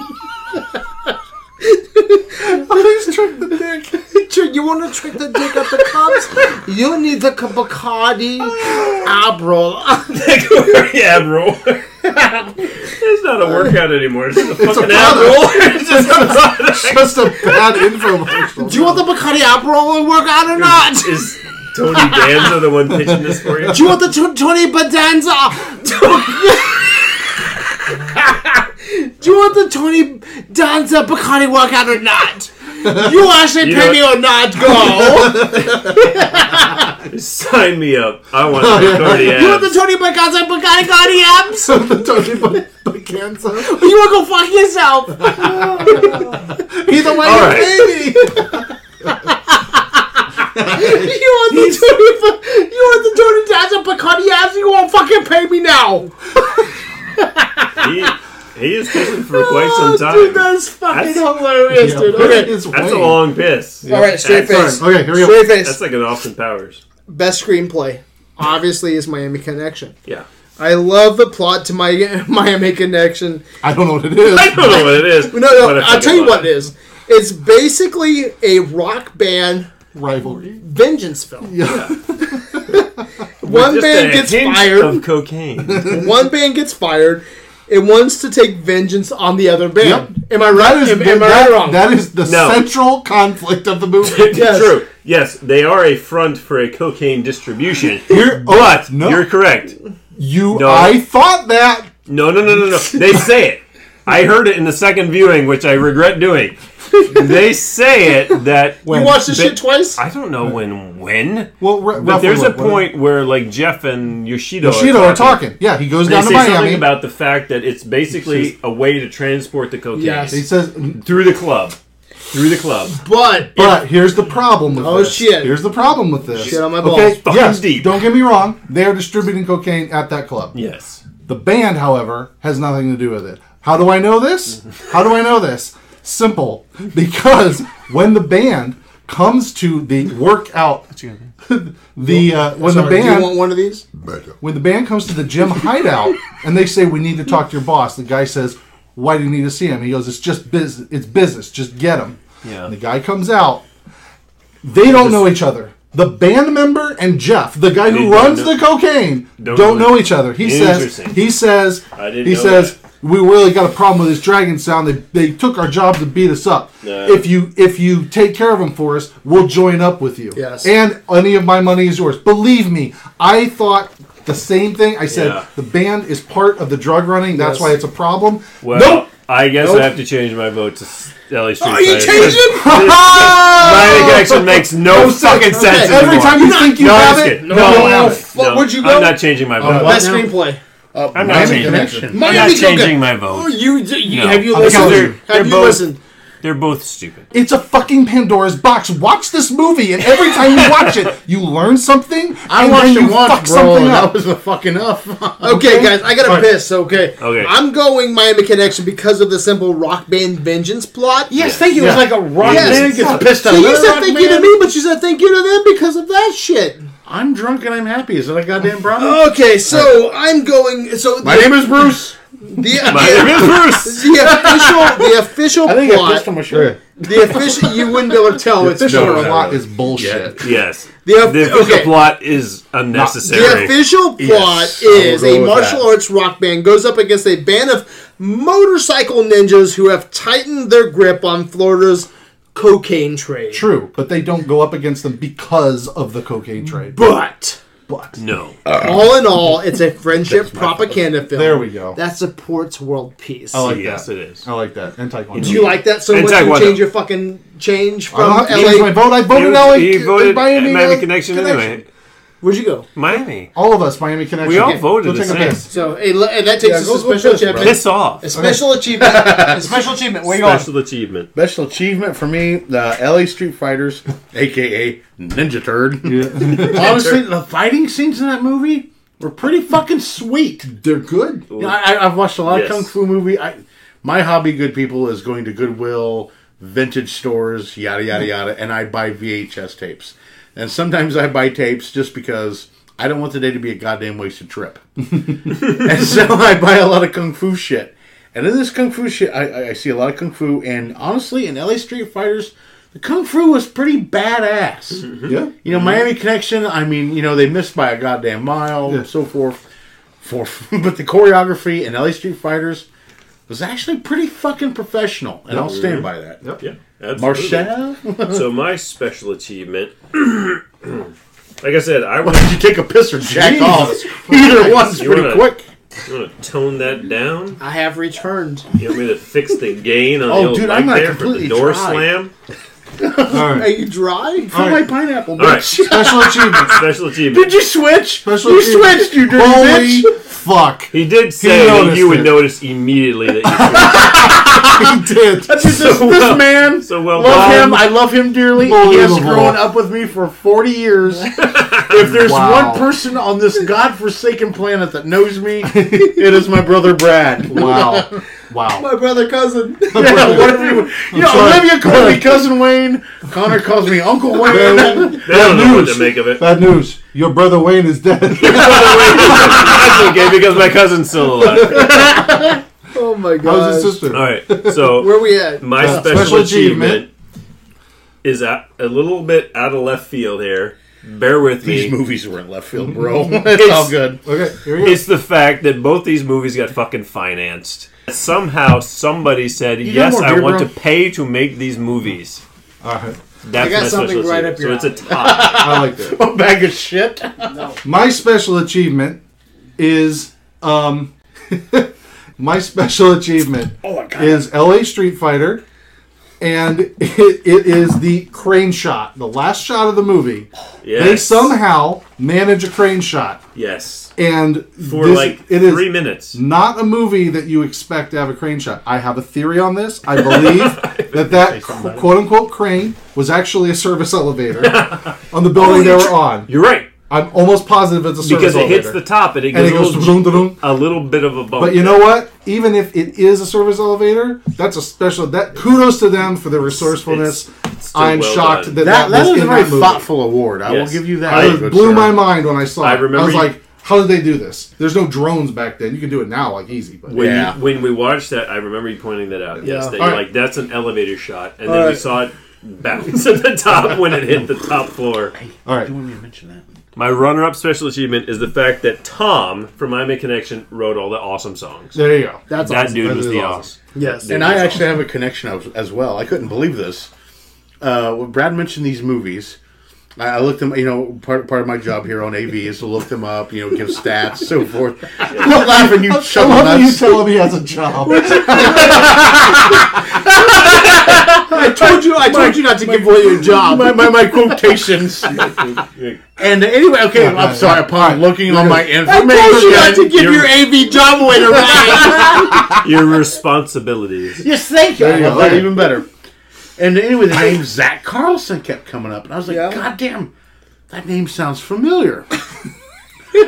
Always trick the
<laughs>
dick. You want to trick the dick at the clubs? You need the Bacardi Abrol.
Bacardi ab roll. it's not a workout anymore. It's just a fucking
<laughs>
ab roll. It's just a product.
Just a bad infomercial.
Do you want the Bacardi Aperol to work out or not? Do
Is Tony Danza the one pitching this for you?
you want the tw- 20 Badanza? Do you want the 20 Danza Bacardi workout or not? You actually
You
pay
know
me or not, go.
Sign me up. I
<laughs>
want Bacardi
you want the
abs.
20 Bacardi Bacardi Bacardi abs?
<laughs> So the Tony <laughs> Bu- Bucanza.
You want to go fuck yourself?
Either way,
All right.
baby. <laughs>
You want the 20 Ba- You want the 20 Danza Bacardi abs? You won't fucking pay me now.
He, he is pitching for quite some time.
Oh, Dude, that's fucking
That's-
hilarious, dude. Okay.
It's
That's a
Wayne.
long piss.
All right, straight
That's-
face.
Okay, here we go.
Straight face.
That's like an Austin Powers.
best screenplay obviously is Miami Connection.
Yeah.
I love the plot to my <laughs> Miami Connection.
I don't know what it is.
I don't know what it is.
No, no,
but I
I'll
fucking
tell you
love
what it is. It's basically a rock band
Rivalry.
vengeance film.
Yeah.
One
Just
band
a
gets
hint
fired.
of
<laughs>
cocaine.
one band gets fired. It wants to take vengeance on the other band. Am I right?
<laughs>
am, am I right
that,
or wrong?
that is the
No.
central conflict of
<laughs>
the movie.
Yes.
True. Yes, they are a front for a cocaine
<laughs>
distribution.
You're,
oh,
But
no,
you're correct.
you.
No.
I thought that.
No, no, no, no, no. They say it. I heard it in the second viewing, which I regret doing. They say it that
<laughs> you watched this shit twice?
I don't know when when.
Well, r-
But
roughly
there's a
what- what-
point where like Jeff and Yoshido,
Shido are talking. Yeah, he goes
They
down
say
to Miami.
something about the fact that it's basically a way to transport the cocaine
Yes.
he says, "Mm,
through the club, through the club.
but
But here's the problem with
Oh,
this.
shit.
Here's the problem with this.
Shit on my balls.
Okay,
Fucking
yes,
deep.
don't get me wrong. They are distributing cocaine at that club.
Yes.
The band, however, has nothing to do with it. How do I know this? How do I know this? Simple. Because when the band comes to the workout, <laughs> the uh, when the
Sorry, do you
band
want one of these?
when the band comes to the gym hideout and they say we need to talk to your boss, the guy says, "Why do you need to see him?" He goes, "It's just business. It's business. Just get him."
Yeah.
And the guy comes out. They don't know each other. The band member and Jeff, the guy who
They don't
runs
know-
the cocaine,
don't
don't,
really-
know each other. He says
Interesting.
he says
I didn't
he
know
says
that.
we really got a problem with this dragon sound. They, they took our job to beat us up.
Yeah.
If you if you take care of them for us, we'll join up with you.
Yes.
And any of my money is yours. Believe me, I thought the same thing. I said
Yeah.
the band is part of the drug running. That's
Yes.
why it's a problem.
Well,
nope.
I guess
Nope.
I have to change my vote to s- LA Street
Are you
Fighter.
changing?
<laughs> My reaction makes no,
No sense.
fucking sense
Okay,
Every
anymore.
time you think you
no, I'm
have
just
it,
kidding.
No,
No,
no,
I
no.
haven't.
Fuck,
no.
what'd you go?
I'm not changing my vote.
Best screenplay.
Uh,
I'm not
Miami
changing that
Connection.
I'm not changing my
Oh,
vote.
you, you
No.
have you
I'm
listened?
telling you, they're
have you
both-
listened?
They're both stupid.
It's a fucking Pandora's box. Watch this movie, and every time you watch it, you learn something.
I
and
watched
then
it
you
once,
fuck
bro.
something
and
up.
That was the fuck enough.
Okay, guys, I got a piss. Okay,
Oh,
Okay.
I'm going Miami Connection because of the simple rock band vengeance plot.
Yes, thank you. It was like a rock
Yes.
band gets pissed
So
on
you
another
said
rock
thank you to
band.
me, but you said thank you to them because of that shit.
I'm drunk and I'm happy. Is that a goddamn problem?
Okay, so I'm going. So
My name is Bruce.
the,
My name is Bruce.
the official the official
I think I
plot
pissed on my shirt.
the official you wouldn't be able to tell it's
Official
No,
Pandora's
no,
plot
no.
is bullshit.
Yes.
The
The,
off-
official
okay.
plot is
The
unnecessary.
official plot
Yes, I will
is
go
a
with
martial
that.
arts rock band goes up against a band of motorcycle ninjas who have tightened their grip on Florida's cocaine trade.
True, but they don't go up against them because of the cocaine trade.
But
But
no.
all in all, it's a friendship propaganda film.
There we go.
That supports world peace.
I like
yes,
that.
it is.
I like that. And Taekwondo.
Do you like that so
And
much? You
Taekwondo.
change your fucking change
I don't
from
have to change my
LA.
vote. I voted
He-
LA.
he voted
Miami,
Miami,
uh,
Connection, anyway.
Where'd you go?
Miami.
All of us, Miami Connection.
We all
Okay,
voted
go
the
take a
same.
piss.
So hey, le- and that takes
Yeah,
us
go-
to
go
special
first, bro.
achievement.
Piss off.
A special achievement. A special achievement. Where you going?
Special achievement.
Special achievement for me, the LA Street Fighters, aka Ninja Turd. <laughs> Honestly, the fighting scenes in that movie were pretty fucking sweet.
They're good.
You know, I, I- I've watched a lot
Yes.
of kung fu movie. I, my hobby, good people, is going to Goodwill, vintage stores, yada yada yada, and I buy VHS tapes. And sometimes I buy tapes just because I don't want the day to be a goddamn wasted trip. and so I buy a lot of kung fu shit. And in this kung fu shit, I, I- I see a lot of kung fu. And honestly, in LA Street Fighters, the kung fu was pretty badass.
Yeah.
You know, Miami Connection, I mean, you know, they missed by a goddamn mile
Yeah.
and so forth. For, <laughs> but the choreography in LA Street Fighters was actually pretty fucking professional, and I'll stand by that.
Yep.
Yeah. Absolutely.
Marcel,
So my special achievement. <clears throat> like I said, I want
did you take a piss or jack
Jesus
off? <laughs> Either one's
You
pretty
wanna-
quick.
to tone that down.
I have returned.
You want me to fix the gain on
Oh,
the old
dude,
mic
I'm not
there for the
completely
door
dry.
slam?
All
Are
right.
you dry?
Fill my pineapple,
All right.
bitch. <laughs>
<laughs>
Special achievement.
Special achievement.
Did you switch?
Special
you
achievement.
switched, you dirty
Holy
bitch.
<laughs>
fuck.
He did say that
noticed
you would
it.
notice immediately that you switched.
He did.
Dude, this,
So
this
well-
man,
so well
love
done.
him. I love him dearly. He has
Unbelievable.
grown up with me for forty years. if there's
Wow.
one person on this godforsaken planet that knows me, it is my brother Brad.
<laughs>
Wow. Wow.
My brother cousin.
Yeah, whatever you, you know,
sorry.
Olivia calls me cousin Wayne. Connor calls me Uncle <laughs> Wayne.
They don't know what
news.
to make of it.
Bad news. Your brother Wayne is dead. <laughs>
That's okay because my cousin's still alive.
Oh my
How's
<laughs>
his
god.
sister?
All right. So
Where we at?
My
Uh,
special,
special
achievement,
achievement.
is a, a little bit out of left field here. Bear with
These
me.
movies were in left field, bro. <laughs> it's all good.
Okay, here we go.
It's the fact that both these movies got fucking financed. Somehow somebody said,
got
"Yes,
more
I
beer,
want
bro?
to pay to make these movies."
All right.
That's
I got
my
something
special
right
achievement.
up your
So it's a
<laughs>
tie.
I like that.
A bag of shit.
My special achievement is um <laughs> my special achievement
Oh
my God.
is LA Street Fighter and it, it is the crane shot, the last shot of the movie.
yes.
They somehow manage a crane shot
yes
and
for
this-
like
it is
three minutes.
not a movie that you expect to have a crane shot. I have a theory on this.
<laughs>
I believe that that quote unquote crane was actually a service elevator <laughs> on the building they
Oh,
were on.
You're right
I'm almost positive it's a service
because it
elevator.
hits the top and it
and
goes,
it goes
a, little,
dun-dun-dun.
a little bit of a bump.
But you know what? Even if it is a service elevator, that's a special. That kudos to them for their resourcefulness.
It's still
I'm
well
shocked
done.
that
That,
that,
that
was
is a
in
very
that movie.
thoughtful award. I
Yes.
will give you that.
I
It
good
blew
sir.
my mind when I saw it.
I
I
remember
remember. I
you-
was like, how did they do this? There's no drones back then. You can do it now, like easy. But
When,
Yeah.
you, when we watched that, I remember you pointing that out. Yes,
Yeah.
that
All
you're
right.
like that's an elevator shot, and then we
right.
saw it bounce <laughs> at the top when it hit the top floor.
All right.
You want me to mention that?
My runner-up special achievement is the fact that Tom from My Main Connection wrote all the awesome songs.
There you go.
That's
that
awesome.
dude
That
was
is
the
awesome.
awesome.
Yes.
Dude.
And I actually have a connection as- as well. I couldn't believe this. Uh, when Brad mentioned these movies. I I looked them, you know, part, part of my job here on AV is to look them up, you know, give stats, so forth. You're laughing, you
I
chuckle
love that you
nuts.
tell him he has a job. <laughs>
I told you. I told you not to give away your job.
my, my, my quotations. and anyway, okay, I'm sorry. Upon looking on my
I
information,
told you not to give
You're-
your AV job away to
<laughs>
Ryan.
Your responsibilities.
yes, thank you.
There
There
you go.
That even better. And anyway,
<laughs>
the name Zach Carlson kept coming up, and I was like,
Yeah.
God damn, that name sounds familiar. <laughs> and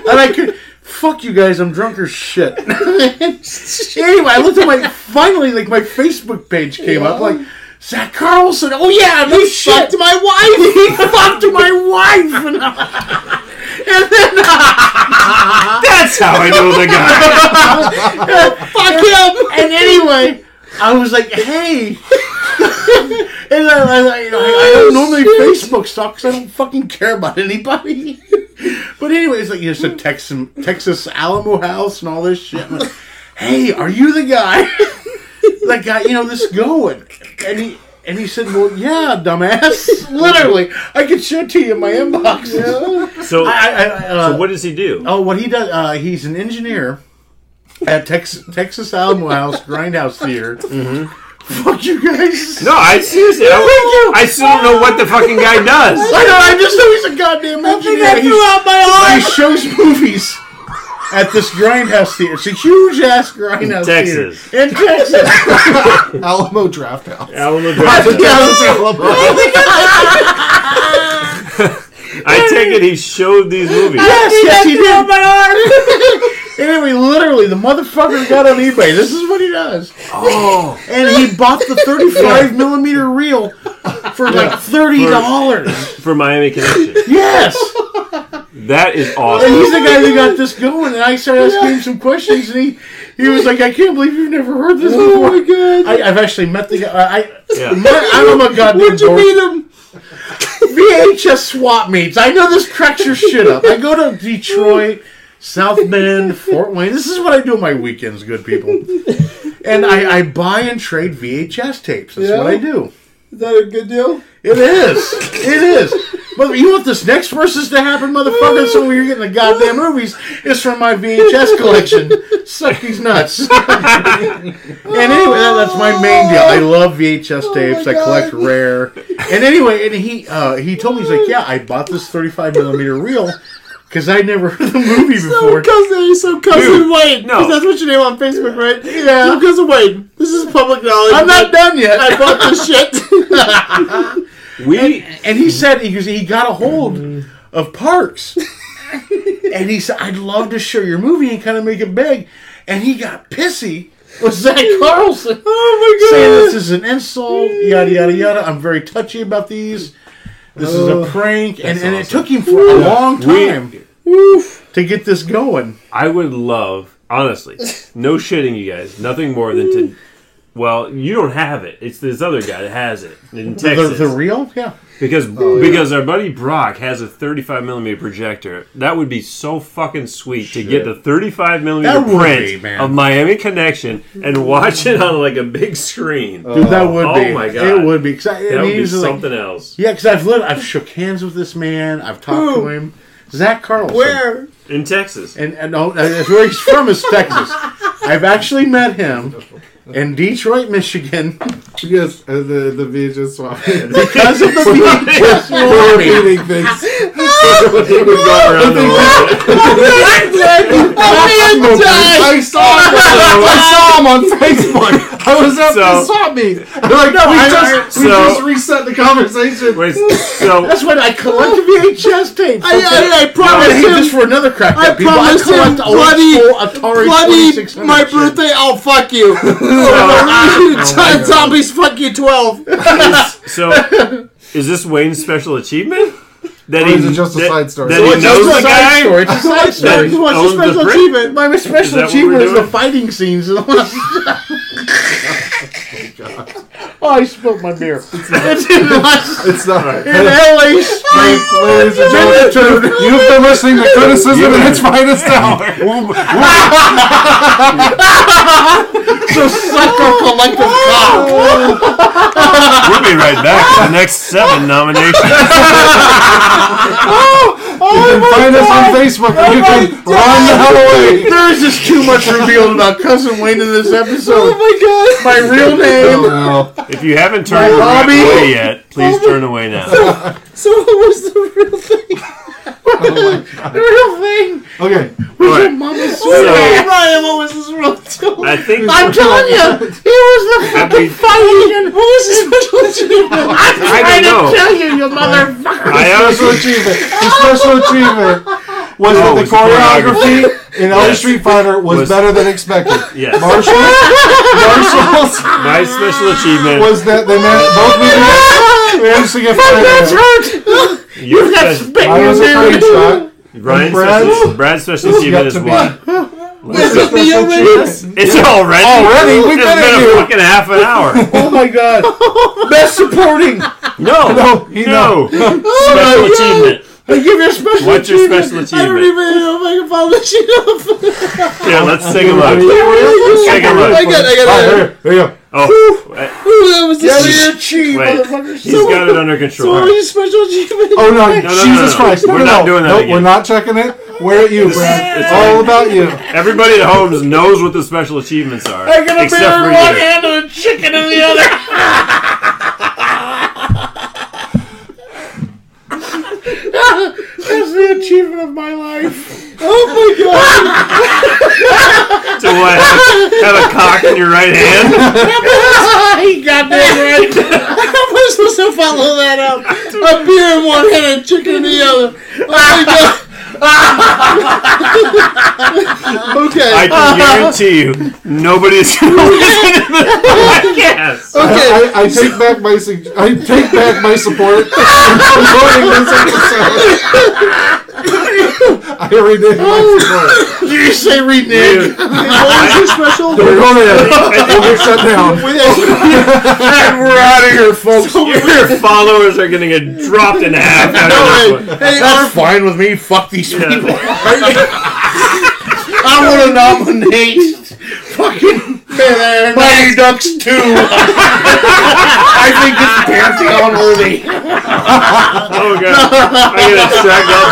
I could. Fuck you guys! I'm drunk as shit.
<laughs>
anyway, I looked at my finally like my Facebook page came up like Zach Carlson. Oh yeah, no shit.
Fucked my
<laughs>
wife. He fucked my wife. And I-
That's how I know the guy.
Fuck him.
and anyway, I was like,
<laughs>
hey. and I, I, I, you know, I, I
Oh,
don't normally Facebook stuff because I don't fucking care about anybody. <laughs> but anyway, it's like, you know, so Texas, Texas Alamo House and all this shit. I'm like, hey, are you the guy <laughs> that got, you know, this going? And he. And he said, "Well, yeah, dumbass. <laughs> Literally, I could show it to you in my inbox. <laughs>
So,
I, I, I, uh,
so what does he do?
Oh, what he does? Uh, he's an engineer at Tex- Texas Alamo House Grindhouse Theater.
Mm-hmm.
Fuck you guys!
No, I seriously, I, I still don't know what the fucking
<laughs>
guy does.
I know. I just know he's a goddamn engineer.
I threw
He's-
out my
he
arm.
shows movies at this grindhouse theater. It's a huge ass grindhouse
Texas.
theater in
<laughs>
Texas.
<laughs> Alamo Draft House. <laughs>
<laughs>
Alamo
Alamo. <laughs>
I take it he showed these movies.
yes, yes, he did.
My arm.
<laughs> Anyway, literally, the motherfucker got on eBay. This is what he does. Oh. And he bought the 35 millimeter reel for like $30.
for Miami Connection.
Yes.
That is
And
awesome.
Oh, he's the guy that
<laughs>
got this going, and I started asking him some questions, and he, he was like, "I can't believe you've never heard this before." Oh my god! I, I've actually met the guy. I, I,
Yeah.
my- I'm a goddamn.
Where'd you
dork.
meet him?
VHS swap meets. I know this cracks your shit up. I go to Detroit, South Bend, Fort Wayne. This is what I do on my weekends, good people. And I, I buy and trade VHS tapes. That's what I do.
Is that a good deal?
It is. It is. But you want this next versus to happen, motherfucker? So when you're getting the goddamn movies, it's from my VHS collection. Suck these nuts. <laughs> and anyway, that, that's my main deal. I love
Oh
VHS tapes. I collect rare. And anyway, and he uh, he told me he's like, yeah, I bought this 35 millimeter reel because I never heard the movie
So
before.
cousin, so cousin Wayne.
no.
'Cause that's what your name on Facebook, right?
Yeah.
So cousin Wayne. This is public knowledge.
I'm not done yet.
I bought <laughs> this shit.
We
and he said he, was- he got a hold
<laughs>
of Parks, and he said, "I'd love to show your movie and kind of make it big." And he got pissy with Zach
<laughs>
Carlson,
oh
saying this is an insult, yada yada yada. I'm very touchy about these. This is
Oh.
a prank, and, and it took him for a long time to get this going.
I would love, honestly, no shitting you guys, nothing more than to. Well, you don't have it. It's this other guy that has it in
The,
Texas
the real, yeah.
because because our buddy Brock has a 35 millimeter projector. That would be so fucking sweet to get the 35 millimeter
That would
print
be, man.
of Miami Connection and watch it on like a big screen.
Dude, that would
oh
be.
my God.
It would be. 'Cause I-
that
and
would
he
be
was like-
something else
yeah, because I've lit, I've shook hands with this man. I've talked
Who?
to him. Zach Carlson.
Where?
in Texas.
and, and no, that's where he's from is
<laughs>
Texas. I've actually met him in Detroit, Michigan,
<laughs>
<laughs>
Yes, uh, the the VHS swap.
<laughs>
because <laughs> of the VHS
We're
movie.
repeating things. <laughs>
Around the world. <laughs>
I saw him. I saw him on Facebook. I was at
So-
the swap meet. They're like, no, we
I-
just
I-
we
so-
just reset the conversation.
<laughs>
Wait, so
That's when I collect VHS tapes.
Oh. I, I, I
I
promised
hate this
him.
for another crack.
I
at people.
promised him
collect old
bloody-
school Atari
Bloody
2600
my
shit.
birthday. Oh fuck
<laughs>
you.
Oh
Tom- Zombies. Fuck you. Twelve.
<laughs> So, is this Wayne's special achievement? That
is it just a
that-
side story?
That
So
he
It's just a
knows the
side
guy.
story. It's a side story.
That-
What's
owns
your
the
special
brick?
achievement?
My
Is
special
that what we're
<laughs> Oh, achievement is the
doing? <laughs>
fighting scenes. in the last- <laughs> Oh, I spilled my beer.
It's not right.
In LA Street.
Ladies and gentlemen, you've been listening to criticism in its finest
<laughs>
hour.
We'll be right back to the next seven nominations.
You can find us on Facebook, or you can run the hell away.
there is just too much revealed about cousin Wayne in this episode.
Oh my god.
my
<laughs>
real name.
No,
If you haven't turned your right
Bobby.
away yet, please turn away now.
So what was the real thing?
The real thing.
Okay.
Was your mama's sweet.
So
Brian, what was this <laughs> real thing?
I think
I'm telling you, he was the
I, mean,
fucking.
What was this real thing?
I'm
I
trying to
don't know.
tell you, you motherfucker.
I
Special
<laughs> honestly
achievement. His special achievement was
Oh,
that
it was
the choreography in Elder
Yes.
Street Fighter was,
Was-
better than expected.
Yes.
Marshall, Marshall's
my special achievement
was that they man- both managed, managed to get
That's
fired.
hurt.
Your
That
spe-
spit
I
in
was
your
afraid,
beer.
Scott.
Brian's
Brad's-
special, Brad's special achievement
Got
is
to be.
what?
This is
me
special
already.
achievement.
It's already
Already? We've
It's
been
been
in
a
here.
fucking half an hour.
Oh my god. Best supporting.
No,
<laughs> No,
<laughs>
he-
Oh, no. <laughs> Special
Oh my God.
achievement.
They give you a special
What's your
achievement.
special
I don't even
achievement?
know if I can publish
<laughs>
it up.
Yeah, let's take a look. Take a
I
look.
got, I
Oh,
got,
there,
it.
you- there you go.
Oh, wait,
Ooh, that was the
Get
shit.
your cheese,
wait.
motherfucker.
he's got it under control.
What was your special achievement?
Oh no,
<laughs>
no, no,
Jesus
no.
Christ!
We're
no,
not
no.
doing that
Nope,
again.
We're not checking it. We're at you,
is-
Brad. It's
it's
all
all-
about you.
Everybody at home knows what the special achievements are,
I got a
except
beer
for
in one
you.
hand and a chicken in the other. That's the achievement of my life.
Oh my god.
So what? Have, have a cock in your right hand?
<laughs> he got that <laughs> right.
How am I supposed to follow that up? A beer in one hand and chicken in the other. Oh my god.
<laughs>
okay.
I can guarantee you, nobody's going to listen to this
<laughs>
podcast.
Oh
okay.
I, I take back my sug- I take back my support <laughs> in promoting this episode. <laughs> I renege my support.
Did you say renege?
what was your
<laughs>
special?
We're going in. We're shut down. <laughs>
and we're out of here, folks.
Your followers are going to get dropped in half. After this one.
Hey,
That's fine with me. Fuck these people. I want to nominate fucking Mighty Ducks 2. <laughs> I think it's Pantheon worthy.
Oh, God. I'm going to track that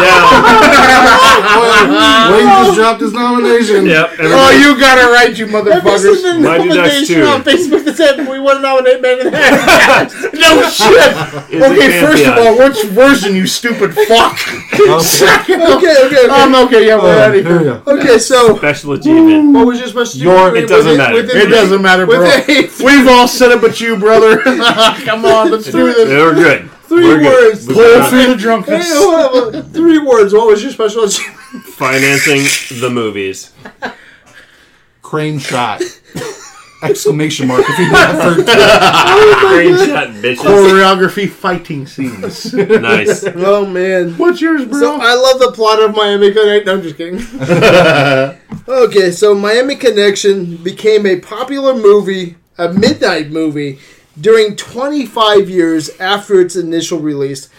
<laughs>
Wayne just dropped his nomination.
down. Yep.
Oh,
everybody-
you got it right, you
this is
motherfuckers.
the
Mighty Ducks
nomination
two.
on Facebook that said we want to nominate Man in the Hat. <laughs>
No shit.
is a
Okay, first of
pantheon.
all, what's version, you stupid fuck? Second,
Okay, okay, okay.
um, okay, yeah, we're out
There
of
you
here.
go.
okay, so
Special achievement.
uh, what was your special
Your-
achievement?
it doesn't
Within-
matter.
within-
It doesn't matter,
With
bro.
eight-
<laughs> We've all said it but you,
<laughs>
brother. Come on, let's do
They
this.
were good.
Three
We're good.
words.
We
Pull
got
through the
Hey,
drunkenness.
hold on, Three words. What was your special achievement?
Financing
<laughs>
the movies.
Crane shot. Exclamation mark if you did that third time.
Oh
Screenshot, bitches.
Choreography
<laughs>
fighting scenes.
Nice.
Oh man.
<laughs> What's yours, bro?
So I love the plot of Miami Connection. No, I'm just kidding. <laughs> okay, so Miami Connection became a popular movie, a midnight movie, during 25 years after its initial release.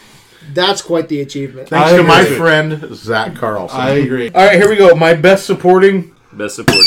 That's quite the achievement.
Thanks
I
to my
agree.
friend Zach Carlson.
I agree.
All right, here we go. My best supporting
Best supporting.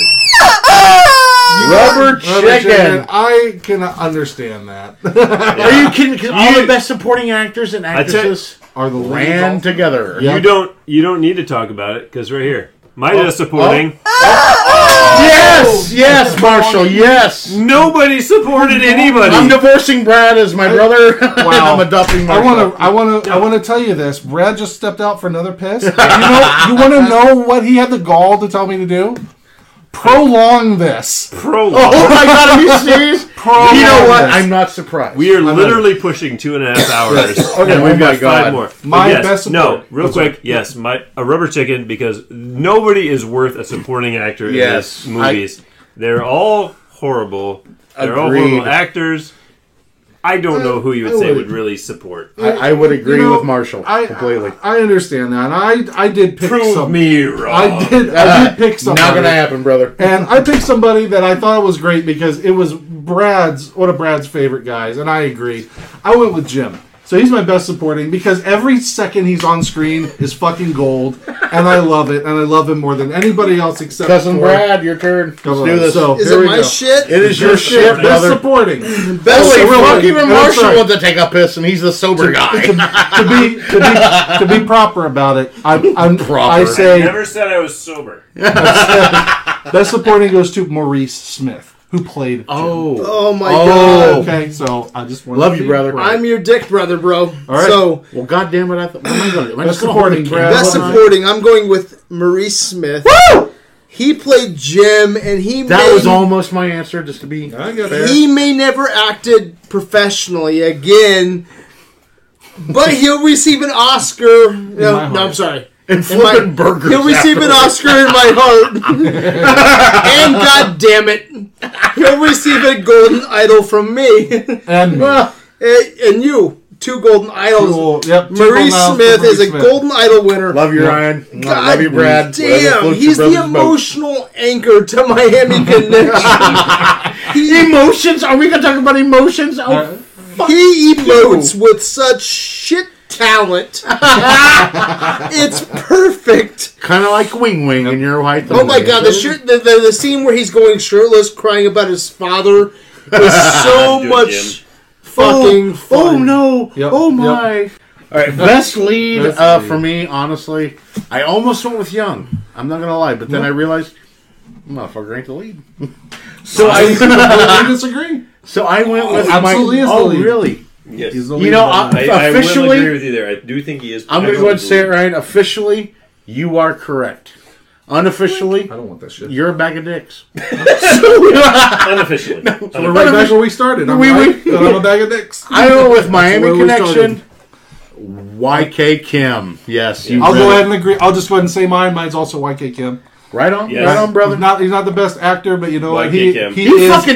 rubber chicken.
I cannot understand that.
Are you kidding? 'Cause all
You-
the best supporting actors and
I tell-
actresses
Are the
ran
land
together.
Yeah.
You don't. You don't need to talk about it because we're here. My
Oh,
best supporting.
Oh,
Yes, yes, Marshall. Yes.
Nobody supported anybody.
I'm divorcing Brad as my brother. <laughs> Wow. I'm adopting
I
Marshall.
want to. I want to. I want to tell you this. Brad just stepped out for
<laughs>
another piss. You know. You want to know what he had the gall to tell me to do? Prolong this.
Prologue.
Oh my god, are you
<laughs>
serious?
Prolong.
you know what?
this.
I'm not surprised.
We are literally pushing two and a half hours, and we've
Oh my
got
God.
five more. But
My
yes,
best
No,
support.
real quick. Yes, my a rubber chicken because nobody is worth a supporting actor
Yes,
in these movies. They're all horrible. They're all
Agreed.
horrible actors. I don't know who you would
I
say
would-
would really support.
I, I would agree
You know,
with Marshall
I,
completely.
I, understand that. and I I did pick
Prove
some.
me wrong.
I did. I
<laughs>
did pick somebody.
Uh, Not gonna happen, brother.
And I picked somebody that I thought was great because it was Brad's one of Brad's favorite guys, and I agree. I went with Jim. So he's my best supporting because every second he's on screen is fucking gold, and I love it, and I love him more than anybody else except
Cousin
for-
Brad, your turn. Let's
Come on,
do this.
so-
Is
Here
it
we
my
go.
shit?
it is your
Best
shit,
shit, best
brother.
supporting. Oh,
Best
Holy
fuck,
fuck.
even
That's
Marshall
right.
wants to take a piss, and he's the sober
<laughs> to,
guy.
to be to be to be proper about it, I'm, I'm I
Proper.
say
said I was sober.
<laughs> best supporting goes to Maurice Smith, who played.
oh,
Oh my
Oh.
god.
okay. So I just want
Love you, brother.
I'm your dick brother, bro.
right.
So
well, goddamn it! I thought, what am I gonna do? Am I
Best
just gonna hold
supporting,
the
Brad.
camera?
best
Well,
supporting. I'm going with Maurice Smith. He played Jim, and he
That
may,
was almost my answer, just to be fair.
He may never acted professionally again, but he'll receive an Oscar. No, no, I'm
heart.
sorry.
and
In my-
flipping burgers.
He'll receive an
afterwards.
Oscar in my heart. and God damn it, he'll receive a golden idol from me. <laughs>
and me.
and, and you, two golden idols.
Cool. Yep, two
Maurice
golden idols for
Smith
Maurice
is a
Smith.
golden idol winner.
Love you, Ryan. Love you, Brad. Whatever
Damn,
floats
he's
your
the
brother's boat.
emotional anchor to
<laughs>
Miami Connection. he,
Emotions? Are we gonna talk about emotions? Oh,
Uh,
he emotes with such shit
<laughs>
talent. it's perfect.
kind of like Wing Wing in your white.
Oh my god, the, shirt, the, the the scene where he's going shirtless, crying about his father,
<laughs>
is so
Do it,
much
Jim.
fucking fun.
Oh no!
Yep,
Oh
yep.
my! All
<laughs>
right, best lead
Best
uh,
lead.
for me, honestly. I almost went with Young. I'm not gonna lie, but then I realized, motherfucker ain't the lead. so
<laughs>
I
I disagree.
so I went with
Absolutely
my,
is the
oh
lead.
really?
Yes.
He's the
You know,
leader.
I,
I, I will
officially,
agree with you there. I do think he is.
I'm gonna go ahead and say it right. Officially, you are correct. Unofficially,
I don't want that shit.
you're a bag of dicks. <laughs>
Unofficially.
We're right back where we started. I'm,
We-
right,
we-
<laughs> and I'm a bag of dicks.
I went with Miami
where we
Connection. YK Kim. Yes, you
I'll
read
go
it.
ahead and agree. I'll just go ahead and say mine. Mine's also YK Kim.
Right on,
Yes.
right on, brother.
He's not, he's not the best actor, but you know what?
YK
He,
Kim.
he,
You
is
fucking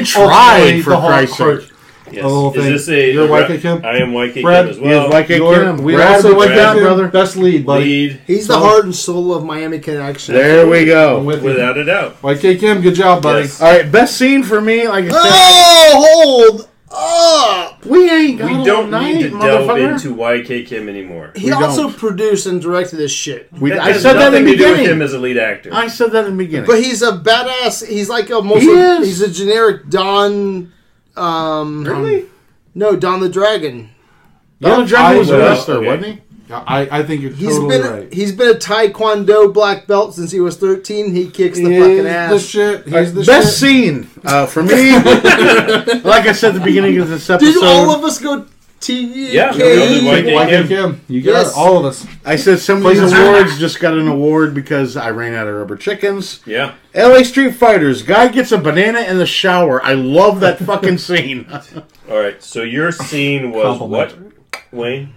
tried
ultimately
for
the heart-
Christ's
heart.
sake.
Yes.
The whole
Is
thing.
this a
You're
a rep-
YK Kim?
I am YK
Brad,
Kim as
He is
well.
YK
You're-
Kim.
We
Brad,
also
what
went
you
Brad.
got,
with brother.
brother.
Best lead, buddy.
Lead
He's the heart and soul of Miami Connection.
There we
I'm
go.
with you.
without a doubt.
YK Kim, good job, buddy.
Yes.
All right, best scene for me. Like I
Oh, hold up!
said, we ain't got
We
all
don't
night,
need to delve
motherfucker.
into YK Kim anymore.
He also produced and directed this shit.
We,
That
I
has
said that in
nothing
the
to do with him
beginning.
as a lead actor.
I said that in the beginning.
But he's a badass. He's like a most.
He is.
He's a generic Don. Um,
really,
No, Don the Dragon.
Donald Dragon
I
was a
will-
wrestler,
okay.
wasn't he?
I, I think you're
He's
totally
been
right.
he's been a Taekwondo black belt since he was thirteen. He kicks the
He is
fucking
the
ass.
shit. He's the
best
shit.
scene uh, for me. <laughs> like I said at the beginning of this episode,
Did all of us go E TV?
Yeah, we really
YK,
YK
Kim.
Kim.
You got
Yes.
it. all of us.
I said some of these
Please.
awards just got an award because I ran out of rubber chickens.
yeah.
LA Street Fighters guy gets a banana in the shower. I love that fucking scene. Uh,
All right. So your scene was what, Wayne?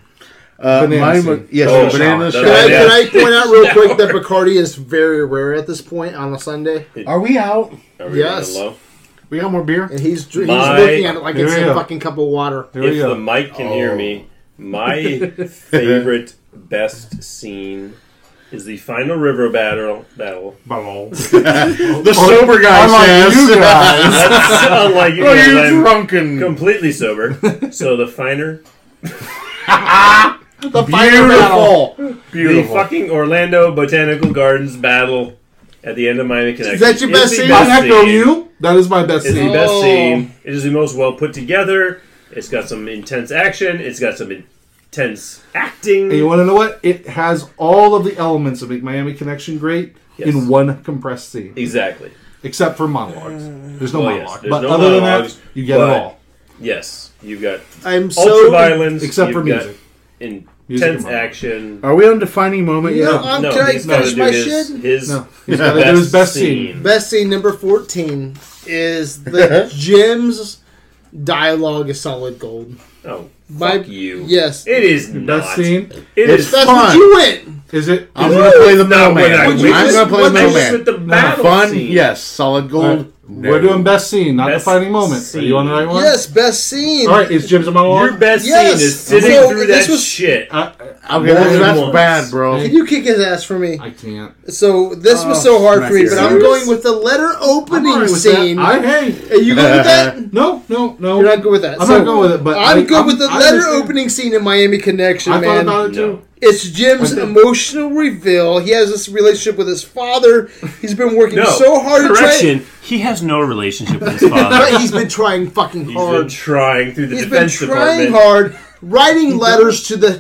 Uh,
Banana
mine
scene.
was- yes,
Oh,
the banana in the
shower.
shower.
Can I,
Yeah.
can I point out
<laughs>
real quick that Bacardi is very rare at this point on a Sunday,
Are we out?
Are we
Yes.
running low?
We got more beer?
and he's dr-
My-
he's looking at it like
Here
it's
we
a
go.
fucking cup of water.
Here we
If
go.
the mic can hear me, <laughs> my favorite best scene is the final river battle.
<laughs>
Battle. <laughs>
The sober guy
Unlike
says.
<laughs>
you guys.
That's unlike you
Oh,
guys.
you
I'm
drunken.
completely sober. So the finer,
the
Beautiful.
the fucking Orlando Botanical Gardens battle at the end of Miami Connection.
Is that your best
the
scene?
I
best
echo
scene.
you. That is my best
It's the
scene.
best
Oh.
scene. It is the most well put together. It's got some intense action. It's got some intense acting.
And you want to know what? It has all of the elements that make Miami Connection great
Yes.
in one compressed scene,
exactly.
except for monologues. There's no
Oh, yes.
monologue,
There's
but
no
other than that,
monologues,
you get
but-
it all,
Yes, you've got
I'm
ultra
so
violence.
except for
you've got
music. Music and
Intense
violence.
action.
Are we on defining moment
Yeah,
yet?
I'm,
No,
can I
he's gotta
finish
do
my
his,
shit?
his <laughs>
No. gotta do
best,
his best scene.
scene.
Best scene number 14 is
<laughs>
the Jim's dialogue is solid gold.
Oh,
My,
fuck you.
Yes.
It is not.
Best scene
It
It's
is
That's
fun.
what you win.
is it?
I'm going to play the
not what
middleman.
I
I'm
would.
going to
What
play the
you
Mixed
middleman.
with the battle
Fun,
scene.
yes. Solid gold.
All right. We're doing best scene, not
Best
the fighting moment. Are you on the right one?
Yes, best scene.
All right, is Jim's a monologue?
Your best
Yes!
scene is sitting
So,
through
this
that
was-
shit.
Okay,
More
that's,
than
that's
once.
bad, bro.
Can you kick his ass for me?
I can't.
So this was so hard for me, but
smack your
I'm
ass.
going with the letter
I'm
opening
all right with that.
scene.
I hey,
Are you good with that? <laughs>
no, no, no.
You're not good with that.
I'm
So,
not good with it, but
I'm
I-
good
I'm-
with the
I
letter
understand.
opening scene in Miami Connection,
I thought
man.
about it too.
It's Jim's emotional reveal. He has this relationship with his father. He's been working
No,
so hard to try.
correction. He has no relationship with
<laughs>
his father.
But He's been trying fucking
He's been
hard.
trying through the
He's been
defense
trying
department.
hard, writing letters to the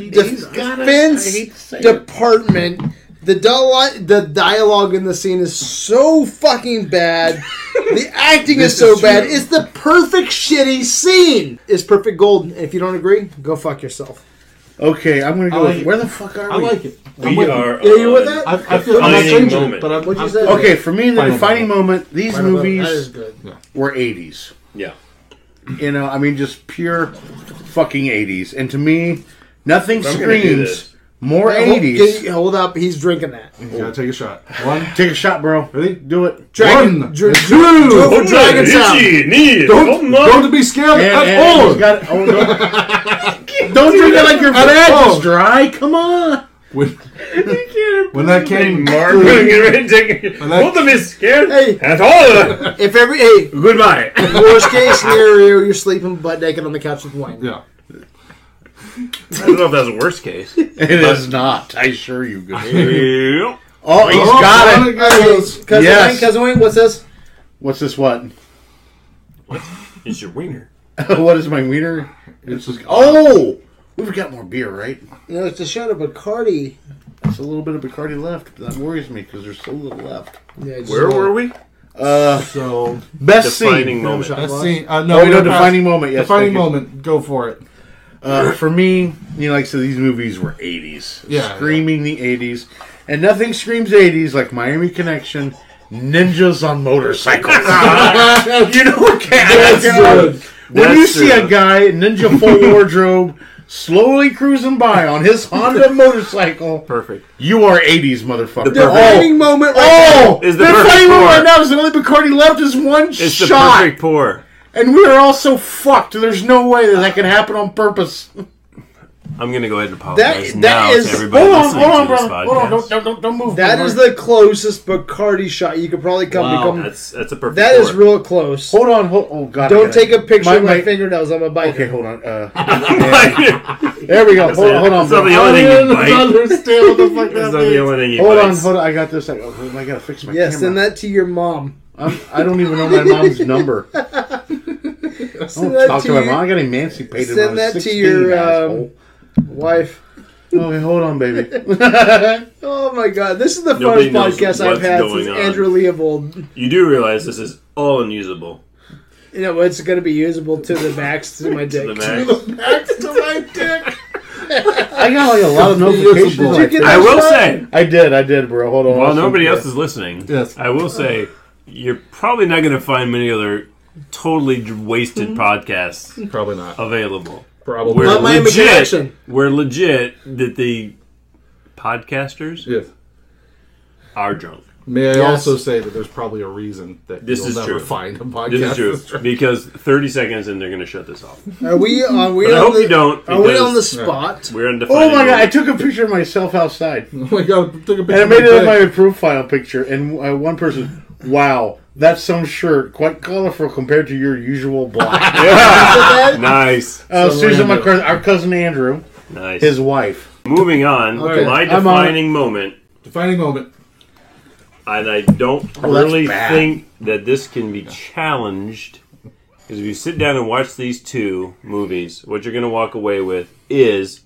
defense department. The dialogue, the dialogue in the scene is so fucking bad. the acting is so bad. It's the perfect shitty scene. It's perfect golden. If you don't agree, go fuck yourself.
Okay, I'm gonna go
I like
with
it.
where the fuck are
I
we?
like it. I'm
We
with you.
are. um,
Yeah, you with
on-
that?
I, I feel I'm not
Defining
changing
moment.
it, but I'm.
What'd you
I'm
say?
feeling
Okay,
it.
for me, the
Fighting
defining moment. These
That is
movies
good.
were '80s.
Yeah.
You know, I mean, just pure fucking '80s. And to me, nothing
I'm gonna do
screams
this.
more
Hold,
'80s.
get- hold up, he's drinking that.
You gotta take a shot. One,
Take a shot, bro.
Ready?
Do it.
Dragon,
one,
dra-
two.
Oh, Dragon Sound.
Don't, don't be
And-
scared at
and- and
all.
he's got it. Oh, don't, don't drink it like your
At
badge
all.
is dry. Come on.
When, when that came,
Mark, I'm gonna get ready to take it.
that-
Both of us scared
Hey.
at all.
If every hey,
Goodbye. <laughs>
worst case scenario, you're sleeping butt naked on the couch with wine.
yeah.
I don't know if that's the worst
<laughs>
case.
It is not. I assure you. Good.
Yep.
oh, he's
Oh,
got it.
got it.
Cousin
Yes.
Wayne, cousin Wayne, what's this?
What's this? What? <laughs>
It's your wiener.
what is my wiener?
It's just,
Oh, we've got more beer, right?
No, it's a shot of Bacardi.
That's a little bit of Bacardi left. That worries me because there's so little left.
Yeah,
Where were we?
so
Best
Defining
scene.
moment.
that scene. Uh, no,
Oh,
we
no,
don't pass-
defining moment. Yes, thank
Defining
you.
moment. Go for it.
Uh, for me, you know, like I said, these movies were 80s.
Yeah,
Screaming the 80s. And nothing screams 80s like Miami Connection, Ninjas on
<laughs>
Motorcycles. <laughs> you know, okay, <laughs> I can't- when you
That's
see a
true.
guy in ninja
<laughs>
full wardrobe slowly cruising by on his Honda motorcycle,
Perfect.
you are 80s, motherfucker.
The perfect-
Defining moment.
Oh,
Is
is
the
the they're
perfect
fighting
pour.
right now. Is the only Bacardi left is one
It's the
shot,
perfect pour.
and we are all so fucked. There's no way that that can happen on purpose.
I'm gonna go ahead and apologize
That- that
now
is-
to everybody
Hold on,
listening
hold on,
to this
bro. Hold on,
podcast.
don't, don't, don't, don't move.
oh, That
bro.
is the closest Bacardi shot you could probably come. become,
That's that's a perfect.
that is
pour.
real close.
Hold on, hold. Oh god. I
Don't
gotta-
take a picture
my-
of my,
my-
fingernails. I'm a bite.
Okay, hold on. <laughs> Uh,
<laughs> That's
there we go. Hold on, hold on.
not
bro.
the only thing you bite.
understand what the fuck
That's
that
not the
means.
only thing you
Hold
bite.
on, hold on. I got this. I, oh, I gotta fix my
Yes,
camera.
send that to your mom.
I'm, I don't even know my
<laughs>
mom's number. I
Send
don't
that
talk
to
to my
your
mom. I got emancipated. when I
send
was
that to
16,
your, um,
asshole. <laughs>
wife.
Okay, hold on, baby.
Oh my god, this is the
Nobody knows
first podcast I've
what's
had
going
since
on.
Andrew Leopold.
You do realize this is all unusable.
You know, it's going to be usable to the max to
<laughs>
my dick.
The max.
I got like a lot of notifications.
Did you
on my
get
face.
I will say,
I did, I did, bro. Hold on.
while
I'll
nobody
send-
else is listening,
Yes.
I will say you're probably not going to find many other totally d- wasted
Mm-hmm. <laughs>
podcasts
Probably
Uh,
not.
available.
Probably.
We're
Not Miami
legit.
Connection.
We're legit that the podcasters
Yes.
are drunk.
May I also say that there's probably a reason that
This
you'll
is
never
true.
find a podcast.
This
that's
is true
drunk.
because 30 seconds and they're going to shut this off.
Are we, are we
But I
on
hope
the,
you don't.
Are we
because
on the spot?
We're on
Oh
defining
my god! I
moment.
took a picture of myself outside, and
<laughs> Oh my god! Took a picture.
I
of
made it
dick.
my profile picture. And uh, one person, wow, that's some shirt, quite colorful compared to your usual <laughs> black.
Nice.
uh, Susan, my cousin, our cousin Andrew,
Nice.
his wife.
Moving on, my
I'm on it.
defining moment,
Defining moment. <laughs>
and I don't
that's
really
bad.
think that this can be challenged. Because if you sit down and watch these two movies, what you're going to walk away with is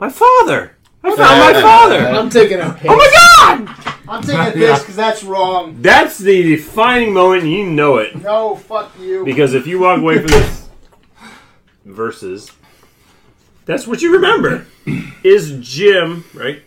my father. I found my father.
I'm taking a piss.
Oh my god!
I'm taking a piss
Yeah.
because that's wrong.
That's the defining moment, and you know it.
No, Oh, fuck you.
Because if you walk away from this <laughs> versus, that's what you remember. Is Jim right?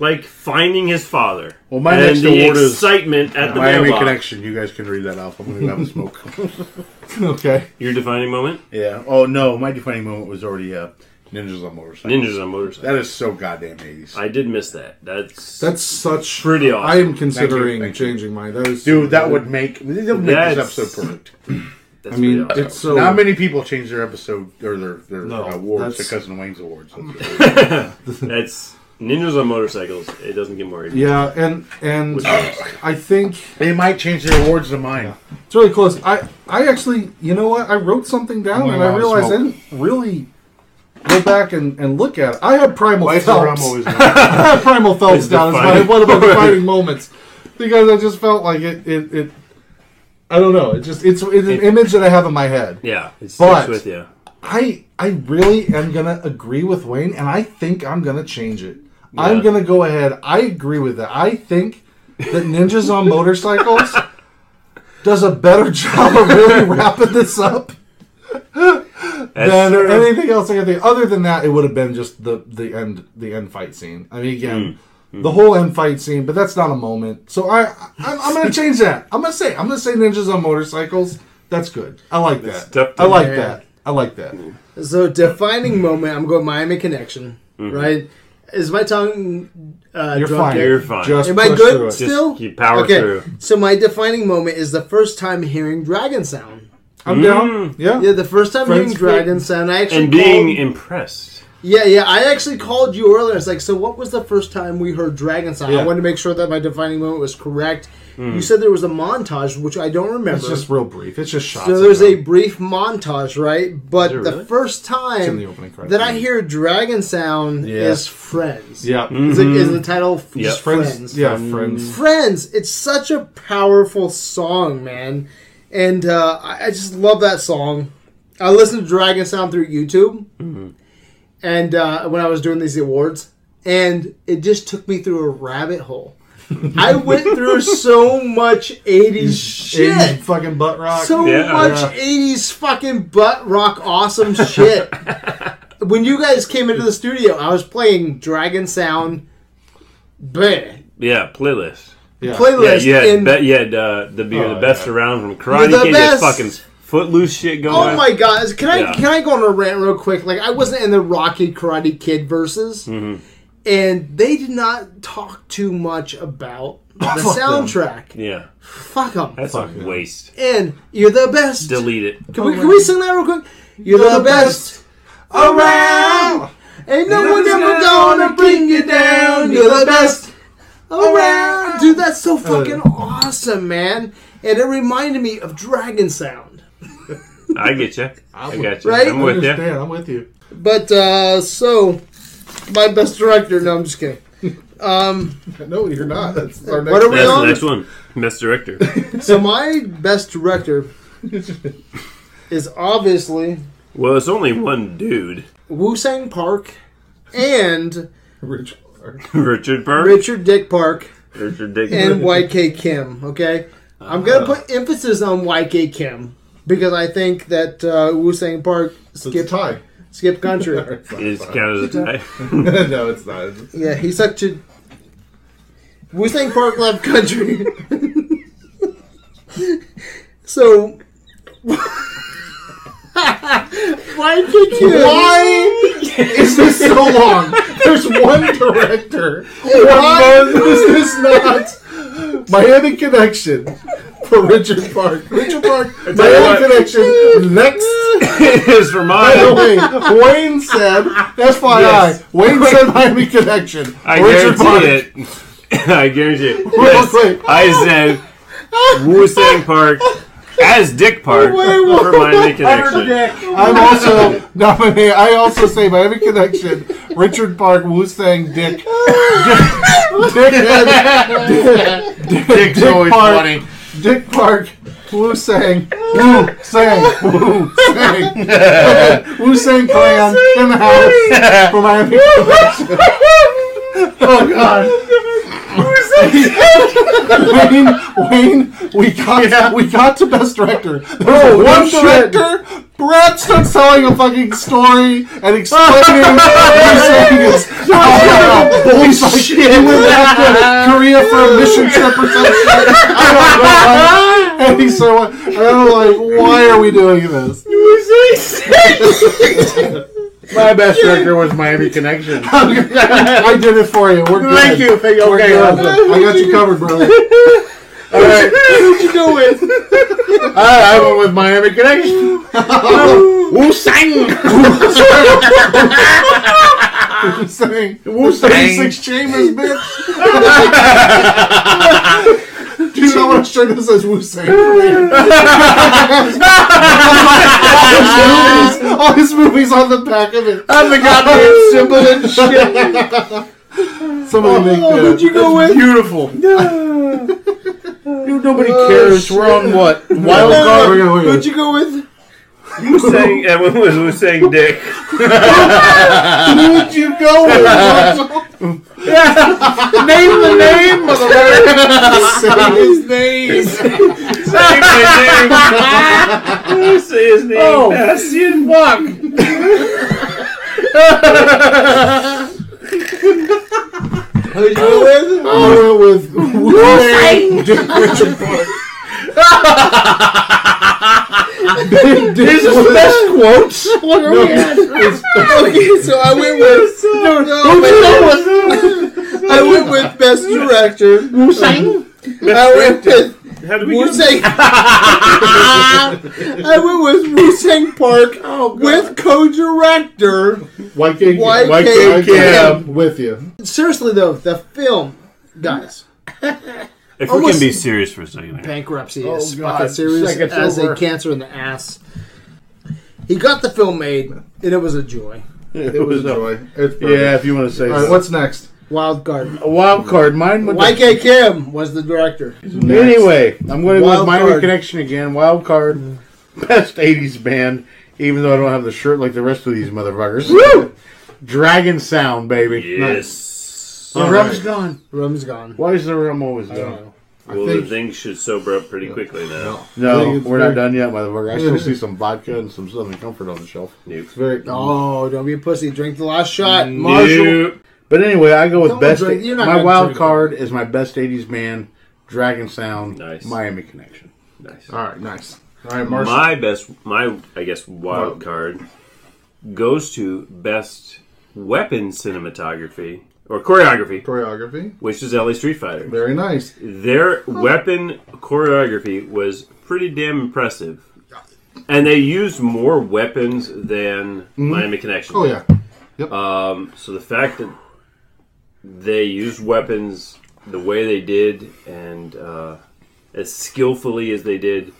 Like finding his father.
Well, my
and
next
the
award is
excitement at the
Miami
mailbox.
Connection. You guys can read that off. I'm gonna go have <laughs> a smoke.
Okay.
Your defining moment.
yeah. Oh no, my defining moment was already uh, Ninjas on motorcycles.
Ninjas on motorcycles.
That is so goddamn 80s.
I did miss that. That's
That's such
Pretty awesome.
I am considering
Thank you, thank you.
changing mine. That is
Dude, that would make, that would make this
That's-
episode perfect.
that's
I mean,
pretty awesome.
it's so.
Not many people change their episode or their, their
No,
awards to
that's-
Cousin Wayne's awards.
that's Ninjas on motorcycles. It doesn't get more.
Yeah, and and I think
they might change their awards to mine.
it's really close. I I actually, you know what? I wrote something down
Oh,
and
wow,
I realized I
smoke.
didn't really go back and, and look at it. I had Primal
Why is the
Phelps.
drum always loud?
I had <laughs> Primal Phelps down as my,
defining- <laughs>
one of my defining moments because I just felt like it it. it I don't know. It just it's it's an image that I have in my head.
Yeah, it sticks
But-
with you.
I I really am gonna agree with Wayne, and I think I'm gonna change it. I'm
Yeah.
gonna go ahead. I agree with that. I think that ninjas
<laughs>
on motorcycles does a better job of really wrapping this up
That's
than
true. <laughs>
anything else I can think. Other than that, it would have been just the the end the end fight scene. I mean, again.
Mm.
The
Mm-hmm.
whole end fight scene, but that's not a moment. So I, I I'm gonna change that. I'm gonna say I'm gonna say ninjas on motorcycles. That's good. I like that.
tough to-
I like
Yeah.
that. I like that.
Mm.
So defining moment, I'm going Miami Connection, right? Is my tongue uh,
You're
drunk
fine.
yet?
You're fine.
Just
Am I
push through
good
it.
still?
Just keep- power through.
So my defining moment is the first time hearing Dragon Sound.
I'm
Mm.
down. Yeah.
Yeah, the first time
Friends
hearing Dragon
with-
Sound, I actually
and being
called-
impressed.
yeah, yeah, I actually called you earlier. It's like, so what was the first time we heard Dragon Sound? I
Yeah. Mm.
wanted to make sure that my defining moment was correct. You said there was a montage, which I don't remember.
It's just real brief. It's just shots.
So there's a brief montage, right? But
there
the
really?
first
in
time
the opening credits.
that I hear Dragon Sound
Yeah.
is Friends.
yeah.
Mm.
Is, the, is the title f- just
Friends,
Friends?
Yeah, friends.
Friends. It's such a powerful song, man, and uh, I, I just love that song. I listened to Dragon Sound through YouTube,
Mm-hmm.
and uh, when I was doing these awards, and it just took me through a rabbit
<laughs>
hole. I went through so much '80s shit.
80s fucking butt rock.
So
Yeah.
much
Yeah.
80s fucking butt rock awesome
<laughs>
shit. when you guys came into the studio, I was playing Dragon Sound bleh,
Yeah, playlist.
yeah.
Yeah,
playlist.
you had,
and,
be, you had uh, the be
Oh,
the best
yeah.
around from Karate
You're the
Kid. You had
best.
fucking footloose shit going.
oh my god, can I
Yeah.
can I go on a rant real quick? Like I wasn't in the Rocky Karate Kid verses,
Mm-hmm.
and they did not talk too much
<laughs>
about the
Fuck them.
soundtrack.
Yeah,
Fuck them.
that's a waste.
and you're the best.
Delete it.
Can we, can we sing that real quick? You're the, best, around. Ain't no one ever gonna bring you down. You're the best around. Uh. Dude, that's so fucking awesome, man. And it reminded me of Dragon Sound.
I get you. I got you.
Right?
I'm
I
with you.
understand. I'm with you.
But, uh, so, my best director. No, I'm just kidding.
No, you're not. That's our next
What are we
That's the
on?
next one. Best director.
So, my best director <laughs> is obviously
well, it's only one dude, <laughs>
Wu Sang Park and
Rich Clark.
Richard Burr.
Richard Dick Park.
Richard
<laughs>
Dick.
and YK Kim. Okay, I'm gonna put emphasis on YK Kim because I think that uh, Wu Sang Park
Skip
skip
tie.
skip
<laughs>
country.
is counted as a tie.
<laughs> no, it's not. It's-
yeah, he's such a Wu Sang Park left
<laughs>
country. so. YK Kim.
Why is this so long? There's one director. Why
Why?
is this not Miami Connection for Richard Park? Richard Park,
what.
Miami Connection, next
<laughs> it is for
By the
mine.
way, Wayne said, FYI,
Yes.
Wayne said Miami Connection.
I
Richard Park.
guarantee it. <laughs> I guarantee it.
Real quick.
I said
<laughs>
Wu Sang Park as Dick Park for Miami Connection.
<laughs>
I'm also nominated. I also say Miami Connection, Richard Park, Wu Sang, Dick. Dick, Dick, Dick,
Dick's always
Park,
funny.
Dick Park, Wu Sang, Wu Sang, Wu Sang, Wu Sang Clan in the house
<laughs>
for Miami Connection. <laughs> Oh God. Wayne, Wayne, we got we got to best director. There's one director. Brad starts telling a fucking story and <laughs> explaining what he's saying is he's like, he went back to Korea for a mission trip or some shit. I don't know. And he's so and <laughs> I'm like, why are we doing this?
best record was Miami Connection.
I did it for you. We're good.
<laughs> Thank you. Thank you.
We're
Okay.
good.
awesome.
I got you covered, brother.
All right. Who'd you go with? <laughs> I, I went with Miami
<laughs>
Connection. Wu Sang.
Saying
Wu Sang.
six
<laughs>
chambers, bitch. Dude, I want to start this as Wu Sang. all his movies on the back of it.
I'm the goddamn symbol and shit.
Somebody make that.
who'd Oh, you go with? Beautiful. Dude, nobody cares. We're on
Oh,
what? Wild card.
We're gonna- we're gonna-
Who'd you go with?
Who's <laughs> saying? And when was who's saying <laughs> dick?
Who'd you
<laughs>
go with?
Name the name, motherfucker.
<laughs>
Say his
name.
Say my name. Say his name.
Oh.
Bastian.
Fuck.
Who'd you go with?
Oh,
I went with Wu Sang. Dick Richard Park. Big Dick
These are the
Wilson.
best quotes. What are we at?
<laughs> Okay, so I went with. No, no,
Who'd you
but-
go with?
I went with best director. Wu Sang. I went with
How do we
Wu
get
Sang. <laughs> I went with Wu Sang Park
Oh,
with co-director.
YK
YK
YK
Cam.
with you.
Seriously though, the film, guys,
If we
Almost-
can be serious for a second, here.
bankruptcy
Oh,
is
God.
fucking serious
Seconds
as
over.
a cancer in the ass. He got the film made, and it was a joy.
It was a joy. It's
Yeah, if you want to say
All right,
so.
what's next?
Wild Card.
a wild card. Mine would
YK Kim was the director.
Anyway, I'm going to go with
Wild
Miami
card. Mm.
Connection again. Wild card, best '80s band. Even though I don't have the shirt like the rest of these motherfuckers. Dragon Sound, baby.
Yes.
The rum's gone.
Room's gone.
Why is the rum always gone?
Well,
think-
the thing should sober up pretty quickly now.
I think
No,
it's
we're not
very-
done yet, motherfucker. I still see some vodka and some Southern Comfort on the shelf.
It's very.
Oh, don't be a pussy. Drink the last shot, Marshall.
Nope.
But anyway, I go with
Don't
best.
drink- you're not
my
gonna
wild
drink.
card is my best '80s band, Dragon Sound,
Nice.
Miami Connection.
Nice.
All right, nice. All right, Marshall.
My best, my I guess wild card goes to best weapon cinematography or choreography,
choreography.
which is LA Street Fighter.
Very nice.
Their weapon choreography was pretty damn impressive. And they used more weapons than Miami Connection.
Oh yeah.
Um, so the fact that they used weapons the way they did and uh, as skillfully as they did,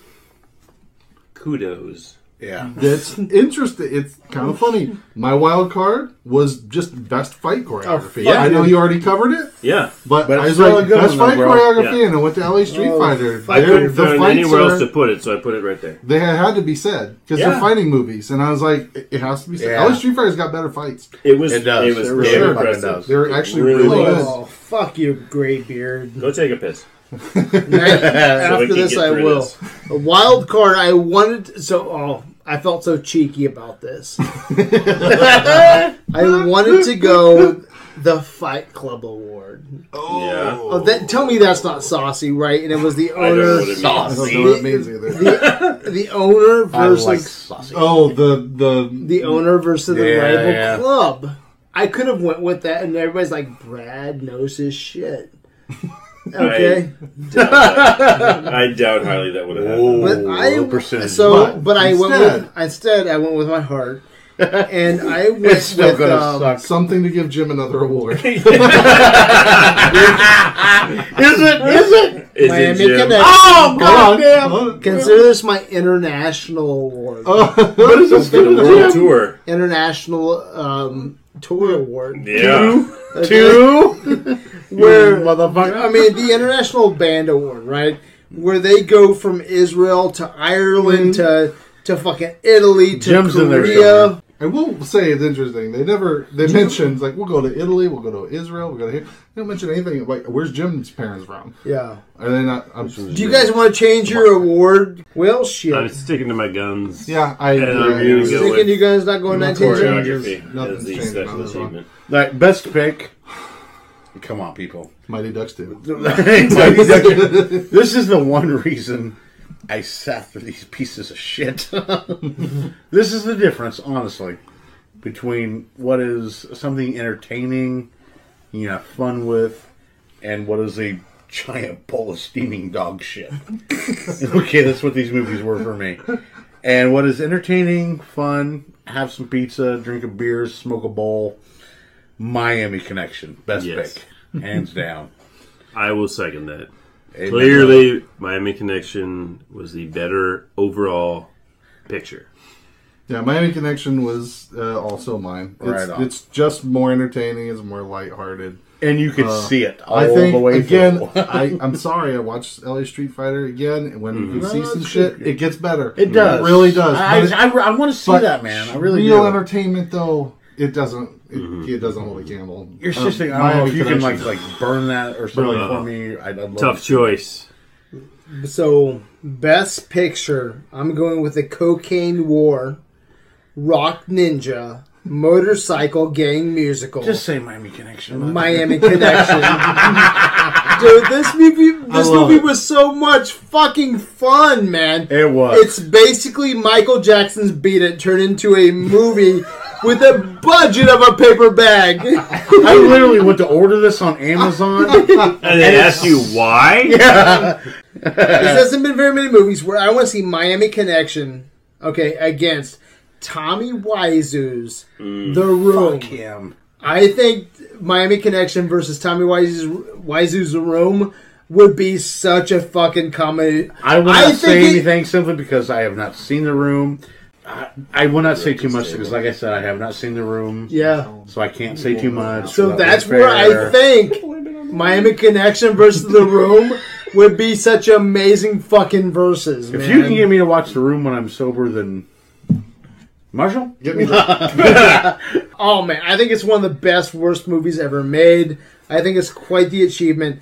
kudos.
Yeah.
Mm-hmm.
That's interesting. It's kind of funny. My wild card was just best fight choreography.
Oh,
yeah.
I know you already covered it,
Yeah,
but,
But
I
it's
was
still a
like
good
best
one,
fight
bro.
choreography,
Yeah.
and I went to LA
Oh,
Street Fighter.
I
They're-
couldn't
the
find
fights
anywhere
are-
else to put it, so I put it right there.
They had, had to be said because
Yeah.
they're fighting movies, and I was like, it, it has to be said.
Yeah.
LA Street Fighter's got better fights.
It was.
It does.
was
It really
damn
fucking
impressive.
does.
They're actually
Really
really, good.
Oh, fuck you, gray beard.
Go take a piss. <laughs> So we
After
can
this,
get
I
through
will.
this.
A wild card. I wanted so. Oh, I felt so cheeky about
<laughs>
this. <laughs> I wanted to go the Fight Club Award.
Yeah.
Oh, that, tell me that's not saucy, right? And it was the
I don't know
owner,
what it means.
I don't know what it means
<laughs>
either.
the owner
I like
versus
sausage.
<laughs> Oh, the the
the owner versus the
Yeah,
rival
yeah.
club. I could have went with that, and everybody's like, "Brad knows his shit." Okay,
I doubt highly that would have happened.
But I-
oh,
low percentage.
so
But
but I went
instead-
with instead I went with my heart, and I went
it's still
with
gonna
um,
suck.
something to give Jim another
<laughs>
award.
Is it? Is it?
Is
Miami
it Jim?
Connection.
Oh
Hold on,
goddamn!
hold on. <laughs>
Consider this my international award,
Oh.
What is this
The
gonna
world
do?
tour.
international um, tour award.
Yeah.
Two? <laughs>
Where I
Motherfucker.
mean the international band award, right? Where they go from Israel to Ireland to to fucking Italy to
Jim's in there
Korea.
somewhere.
I will say it's interesting. They never they mentioned like we'll go to Italy, we'll go to Israel, we'll go to here. They don't mention anything like where's Jim's parents from?
Yeah.
Are they not? I'm,
Do you guys want to change your award? Well, shit.
I'm sticking to my guns.
Yeah, I.
And I'm
yeah,
gonna go
yeah, yeah.
with-
Thinking you guys not going
Not
19
Choreography
Nothing's
is the
changing
special
on this one.
achievement.
Like, best pick. Come on, people.
Mighty Ducks too.
<laughs>
<laughs>
this is the one reason I <laughs> sat for these pieces of shit. this is the difference, honestly. between what is something entertaining, you know, fun with, and what is a giant bowl of steaming dog shit. <laughs> okay, that's what these movies were for me. And what is entertaining, fun, have some pizza, drink a beer, smoke a bowl. Miami Connection, best
Yes.
pick, hands down.
I will second that.
Amen.
Clearly, Miami Connection was the better overall picture.
Yeah, Miami Connection was uh, also mine. It's,
Right on.
it's just more entertaining. It's more lighthearted.
and you could see it all
I think
the way
again.
through.
<laughs> I, I'm sorry. I watched LA Street Fighter again, and when you can see some shit, it gets better.
<laughs> Mm-hmm. It does.
It really does.
I,
But it-
I, I, want to see
but
that, man. I really
real
do.
entertainment though. It doesn't. It, it doesn't hold a candle.
You're
Um,
just I don't know
Miami
if you can like
Connection.
like burn that or something
Burn it.
for me. I'd, I'd love
Tough choice.
So, best picture, I'm going with the Cocaine War, Rock Ninja, Motorcycle Gang Musical,
Just say Miami Connection. <laughs>
Miami Connection. Dude, this movie, this
love
movie
it.
was so much fucking fun, man.
It was.
It's basically Michael Jackson's Beat It turned into a movie with a budget of a paper bag. <laughs>
I literally went to order this on <laughs> Amazon.
And they asked you why?
There hasn't been very many movies where I want to see Miami Connection, okay, against Tommy Wiseau's
Mm.
The Room.
Damn.
I think Miami Connection versus Tommy Wiseau's, Wiseau's The Room would be such a fucking comedy.
I will not
I
say
think it-
anything simply because I have not seen the room. I, I will not say too much because, like I said, I have not seen the room,
Yeah.
so I can't say too much.
So
without being
that's where I
fair.
think Miami Connection versus The Room would be such amazing fucking verses, man.
If you can get me to watch the room when I'm sober, then Marshall,
Get me
<laughs>
the-
Oh man, I think it's one of the best worst movies ever made. I think it's quite the achievement.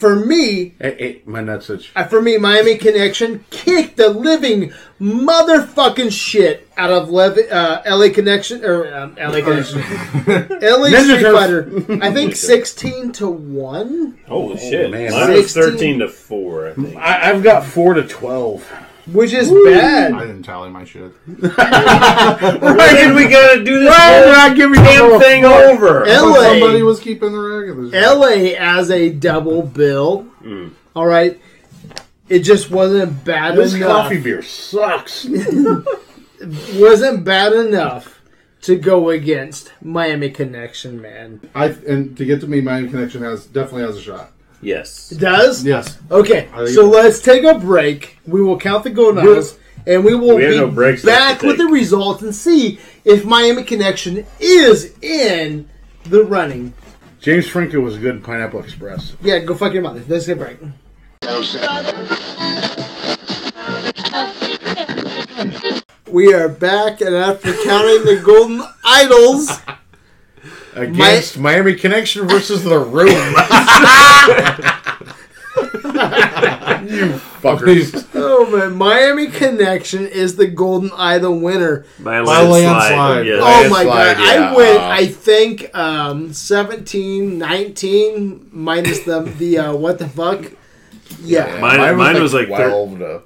For me,
hey, hey, my nuts itch.
Uh, for me, Miami Connection kicked the living motherfucking shit out of Lev- uh, LA Connection or um, LA Connection,
<laughs>
LA Street Fighter. I think sixteen to one.
Holy shit.
man.
Mine was
16.
13 to 4, I think.
I, I've got four to twelve.
Which is bad.
I didn't tally my shit.
Why did we gotta do this
Why did I give me
Oh, damn
double-
thing over?
LA,
Somebody was keeping the regulars.
LA as a double bill.
Mm.
All right, it just wasn't bad
This
enough.
coffee beer sucks.
wasn't bad enough to go against Miami Connection, man.
I and to get to me, Miami Connection has definitely has a shot.
Yes.
Does?
Yes.
Okay,
I think-
so let's take a break. We will count the gold medals, and we will
We have
be
no breaks left
back
to
with the
take.
results and see if Miami Connection is in the running.
James Franco was good in Pineapple Express.
Yeah, go fuck your mother. Let's get a break. We are back, and after counting the golden
<laughs>
idols,
Against Miami Connection versus The
<laughs>
Room. you fuckers.
Oh man, Miami Connection is the Golden Idol winner.
My
landslide.
Yes.
Oh my god,
landslide,
I
yeah.
went. I think um, 17, 19 minus the the uh, what the fuck. Yeah,
Mine- mine was like thir-
to.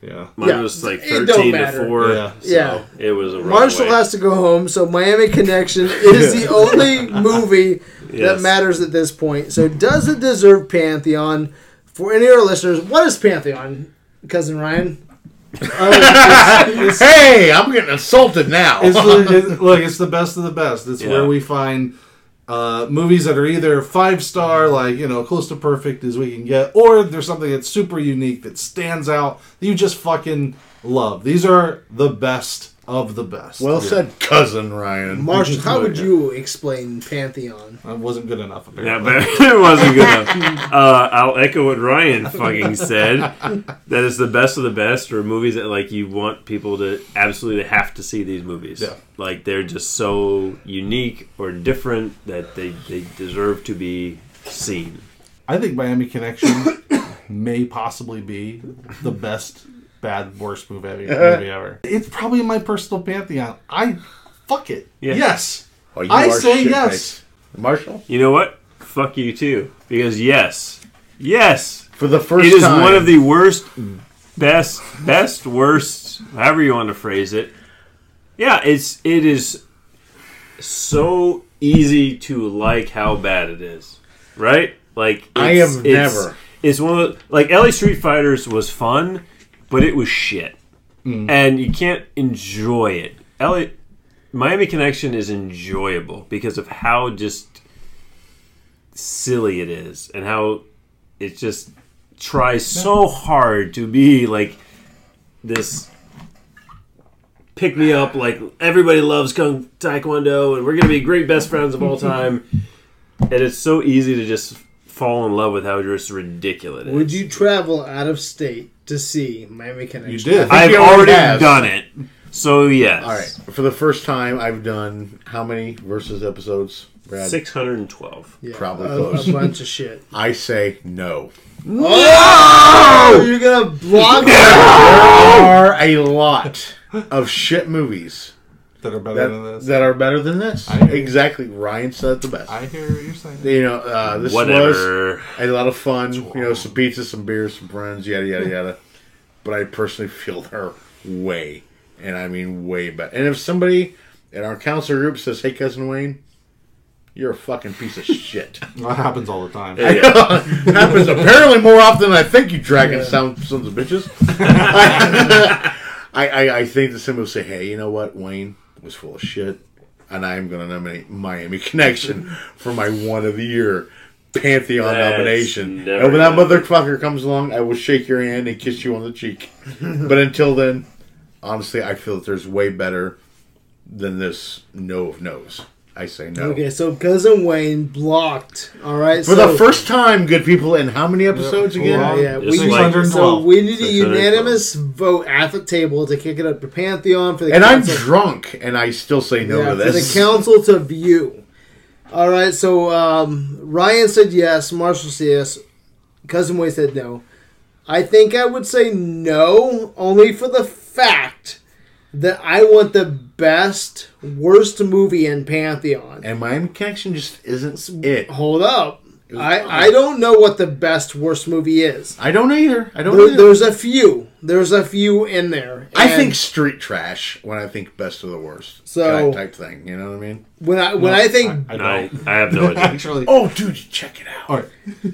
Yeah.
Mine
Yeah.
was like
It don't
13 to
matter.
4.
Yeah.
yeah.
It was a rough
Marshall
way.
has to go home, so Miami Connection <laughs> is the only movie that
Yes.
matters at this point. So, does it deserve Pantheon? For any of our listeners, what is Pantheon, cousin Ryan?
Hey, I'm getting assaulted now.
<laughs> It's the, it's, look, it's the best of the best. It's
Yeah.
where we find uh, movies that are either five star, like you know, close to perfect as we can get, or there's something that's super unique that stands out that you just fucking love. These are the best of the best.
well said, cousin Ryan.
Marshall, how would you explain Pantheon?
I wasn't good enough
Yeah,
apparently.
but <laughs> it wasn't good enough. Uh, I'll echo what Ryan fucking said. That it's the best of the best, or movies that like you want people to absolutely have to see these movies.
Yeah.
Like they're just so unique or different that they, they deserve to be seen.
I think
<coughs>
Miami Connection may possibly be the best bad worst movie,
<laughs>
movie ever. It's probably in my personal pantheon. I fuck it.
Yeah.
Yes.
Oh, you
I
are
say
shit
yes.
faced. Marshall,
You know what? Fuck you too. Because yes, yes,
for the first
it is
time.
one of the worst, best, best, worst, however you want to phrase it. Yeah, it's it is so easy to like how bad it is, right? Like it's,
I am
it's-
never.
It's one of the, like LA Street Fighters was fun, but it was shit,
Mm.
and you can't enjoy it. LA Miami Connection is enjoyable because of how just silly it is and how it just tries so hard to be like this pick me up like everybody loves kung taekwondo and we're gonna be great best friends of all time
<laughs>
and it's so easy to just fall in love with how just ridiculous it is.
Would you travel out of state to see Miami Connection?
You did.
I've
he
already
already has.
done it, so yes.
All right. For the first time, I've done how many versus episodes? Brad?
six hundred and twelve.
Yeah,
Probably
a,
close.
a bunch of shit.
I say no.
Oh, you're gonna block
There are a lot of shit movies
that are better than
that,
this.
that are better than this.
I-
exactly. Ryan said the best.
I hear what you're saying.
you know, uh, this was
Whatever.
a lot of fun. You know, some pizza, some beers, some friends, yada yada yada. But I personally feel they're way, and I mean way better. And if somebody in our counselor group says, "Hey, cousin Wayne, you're a fucking piece of <laughs> shit,"
That happens all the time.
It <laughs> happens apparently more often than I think. You dragon sound sons of
<laughs>
bitches. I, I I think that somebody will say, "Hey, you know what? Wayne was full of shit," and I am going to nominate Miami Connection for my one of the year pantheon
That's
nomination.
never
And when that
gonna-
motherfucker comes along, I will shake your hand and kiss you on the
<laughs>
cheek. but until then, honestly, I feel that there's way better than this. No of no's. I say no.
Okay, so cousin Wayne blocked. All right,
For
so,
the first time, good people, in how many episodes again?
yeah, yeah,
Just
we,
like-
so
612.
we need a
612.
unanimous vote at the table to kick it up to Pantheon for the
And I'm
council-
drunk, and I still say no
yeah,
to
for the
this.
council to view. All right, so um, Ryan said yes, Marshall said yes, cousin Wayne said no. I think I would say no, only for the fact that I want the best worst movie in Pantheon.
and Miami Connection just isn't it.
Hold up. I, I don't know what the best worst movie is.
I don't either. I don't
There,
either.
there's a few. There's a few in there.
I
And
think street trash when I think best of the worst.
So-
kind of type thing. You know what I mean?
when I when I think
I, I
I,
don't.
I have no idea.
<laughs> Actually,
Oh, dude, check it out.
all <laughs> right.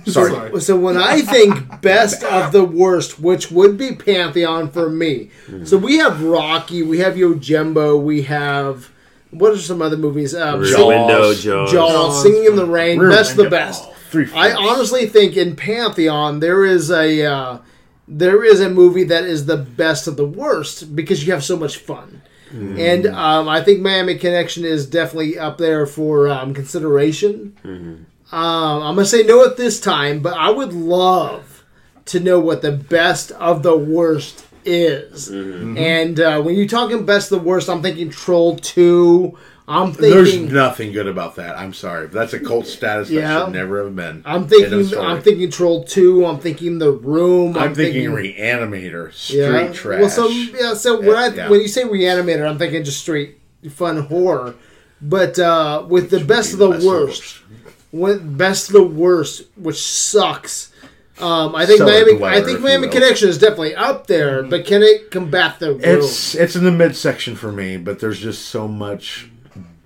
Sorry.
Sorry.
so when I think best of the worst, which would be Pantheon for me. So we have Rocky, we have Yojimbo, we have what are some other movies? Um,
Rear
Jaws,
window, Jaws.
Jaws, Singing in the Rain.
Rear
Best of the
Window.
best.
Oh, three
I
fourths.
honestly think in Pantheon there is a uh, there is a movie that is the best of the worst because you have so much fun. And um, I think Miami Connection is definitely up there for um, consideration. Um, I'm gonna say no at this time, but I would love to know what the best of the worst is.
Mm-hmm.
And uh, when you're talking best of the worst, I'm thinking Troll Two. I'm
There's
thinking
nothing good about that. I'm sorry. But that's a cult status that
Yeah.
should never have been.
I'm
End of
thinking.
story.
I'm thinking Troll Two. I'm thinking The Room.
I'm thinking Reanimator, street trash.
Well, so yeah. So when I
Yeah.
when you say reanimator, I'm thinking just straight fun horror. But uh, with the best of the
Best of the
worst, with best of the worst, which sucks. Um, I think
Cellar
Miami.
dweller,
I
if
think
you
Miami
will.
Connection is definitely up there, but can it combat the room?
Mm-hmm. It's it's in the midsection for me, but there's just so much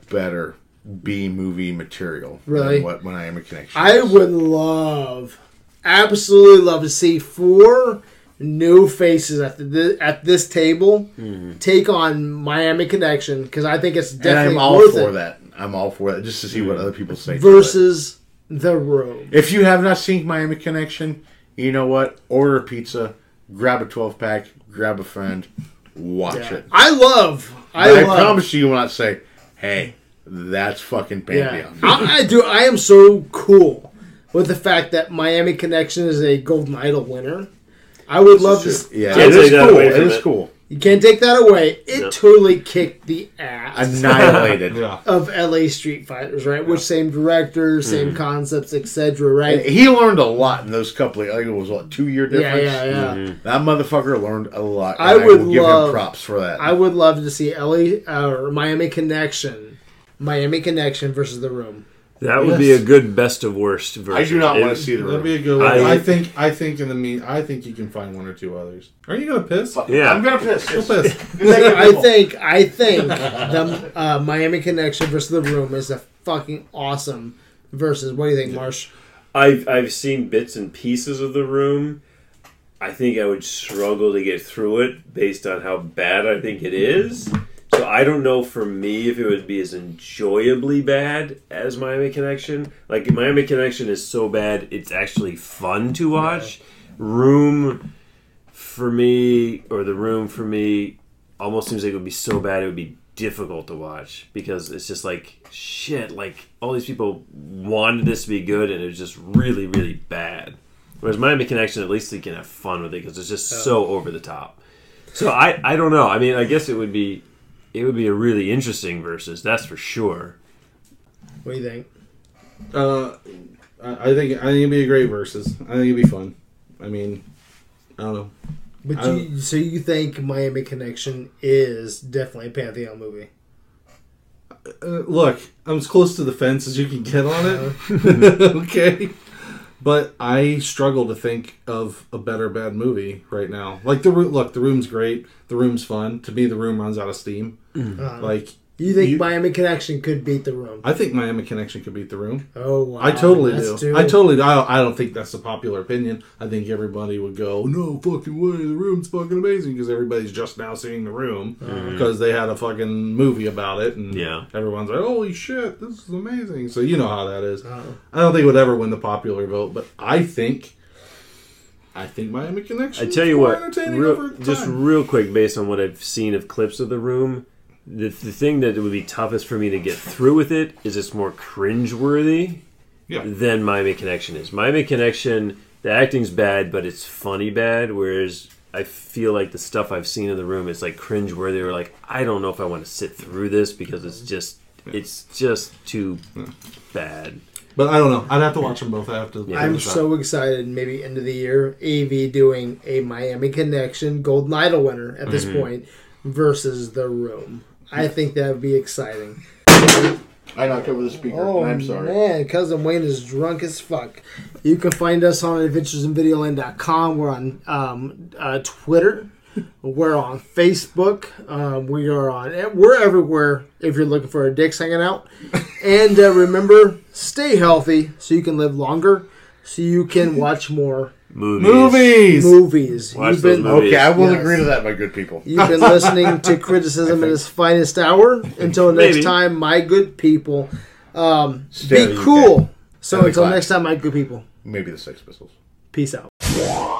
better B movie material.
Really?
Than what when I am a connection.
I
is.
would love, absolutely love to see four new faces at the, at this table take on Miami Connection because I think it's
Hmm. and
definitely
I'm all
worth
for
it
that. I'm all for that just to see what other people say. to it.
versus the room.
if you have not seen Miami Connection, you know what? Order a pizza, grab a 12 pack, grab a friend, watch it.
I love. I,
But I,
love,
promise you, you will not say, "Hey, that's fucking
Yeah,
pantheon."
I, I do. I am so cool with the fact that Miami Connection is a Golden Idol winner. I would love to. s-
Yeah,
Can't
it is
take that
cool.
away
It
from
is
it. <laughs>
cool.
You can't take that away. It
No.
totally kicked the ass.
Annihilated.
Yeah.
of LA Street Fighters, right? Which same director,
Mm-hmm.
same concepts, etc.
And
Right?
He learned a lot in those couple. Of, like it was what two year
Yeah,
difference. Mm-hmm. Mm.
yeah, yeah.
That motherfucker learned a lot.
I
and
would
will give
love-
him props for that.
I would uh, love to see LA or Miami Connection, Miami Connection versus The Room.
That would be a good best of worst version.
I do not want
It-
to see the
<laughs> That'd
room.
be a good one.
I-
I, think. I think in the mean. I think you can find one or two others. Are you gonna piss?
Yeah,
I'm gonna
<laughs>
piss.
Go piss.
<laughs>
I think I think the uh, Miami Connection versus the Room is a fucking awesome versus. What do you think, Marsh?
I've I've seen bits and pieces of the room. I think I would struggle to get through it based on how bad I think it is. So I don't know for me if it would be as enjoyably bad as Miami Connection. Like Miami Connection is so bad it's actually fun to watch. Room for me or the room for me almost seems like it would be so bad it would be difficult to watch because it's just like shit like all these people wanted this to be good and it was just really really bad whereas miami connection at least they can have fun with it because it's just so over the top so i i don't know i mean i guess it would be it would be a really interesting versus that's for sure
What do you think?
Uh, I I think. I think it'd be a great versus. I think it'd be fun. I mean, I don't know.
But
I-
you, so you think Miami Connection is definitely a pantheon movie?
Uh, look, I'm as close to the fence as you can get on it. <laughs> okay. But I struggle to think of a better bad movie right now. Like the room, look, the room's great. The room's fun. To me, the room runs out of steam.
Uh,
Like
you think
you-
Miami Connection could beat the Room?
I think Miami Connection could beat the room.
oh, wow.
I totally
That's
do.
two.
I totally. I don't, I don't think that's the popular opinion. I think everybody would go, "No fucking way, the room's fucking amazing," because everybody's just now seeing the room because they had a fucking movie about it, and
Mm-hmm. Yeah.
everyone's like, "Holy shit, this is amazing!" So you know how that is.
Uh,
I don't think it would ever win the popular vote, but I think, I think Miami
I
Connection.
tell you
more
what,
entertaining
real-
over
just
time.
real quick, based on what I've seen of clips of the room, the, the thing that would be toughest for me to get through with it is it's more cringeworthy
Yeah.
than Miami Connection is. Miami Connection, the acting's bad, but it's funny bad, whereas I feel like the stuff I've seen in the room is like cringeworthy or like, I don't know if I want to sit through this because it's just, it's just too bad.
but I don't know. I'd have to watch them both. I have to.
Yeah.
I'm
decide.
so excited. Maybe end of the year, AV doing a Miami Connection Golden Idol winner at this
Mm-hmm.
point versus The Room. I think that would be exciting.
I knocked over the speaker.
Oh
I'm sorry.
man, cousin Wayne is drunk as fuck. You can find us on adventuresinvideoland.com. We're on um, uh, Twitter. We're on Facebook. Um, we are on. We're everywhere. If you're looking for our dicks hanging out, and uh, remember, stay healthy so you can live longer, so you
<laughs>
can watch more
Movies.
movies.
movies.
Watch
you've been
those movies.
Okay, I will
Yes.
agree to that, my good people.
you've been listening
<laughs>
to criticism at its finest hour. Until next
Maybe.
time, my good people.
Stay
Be
out of the UK.
cool. So
That'd be
until
class.
next time, my good people,
Maybe the Sex Pistols.
peace out.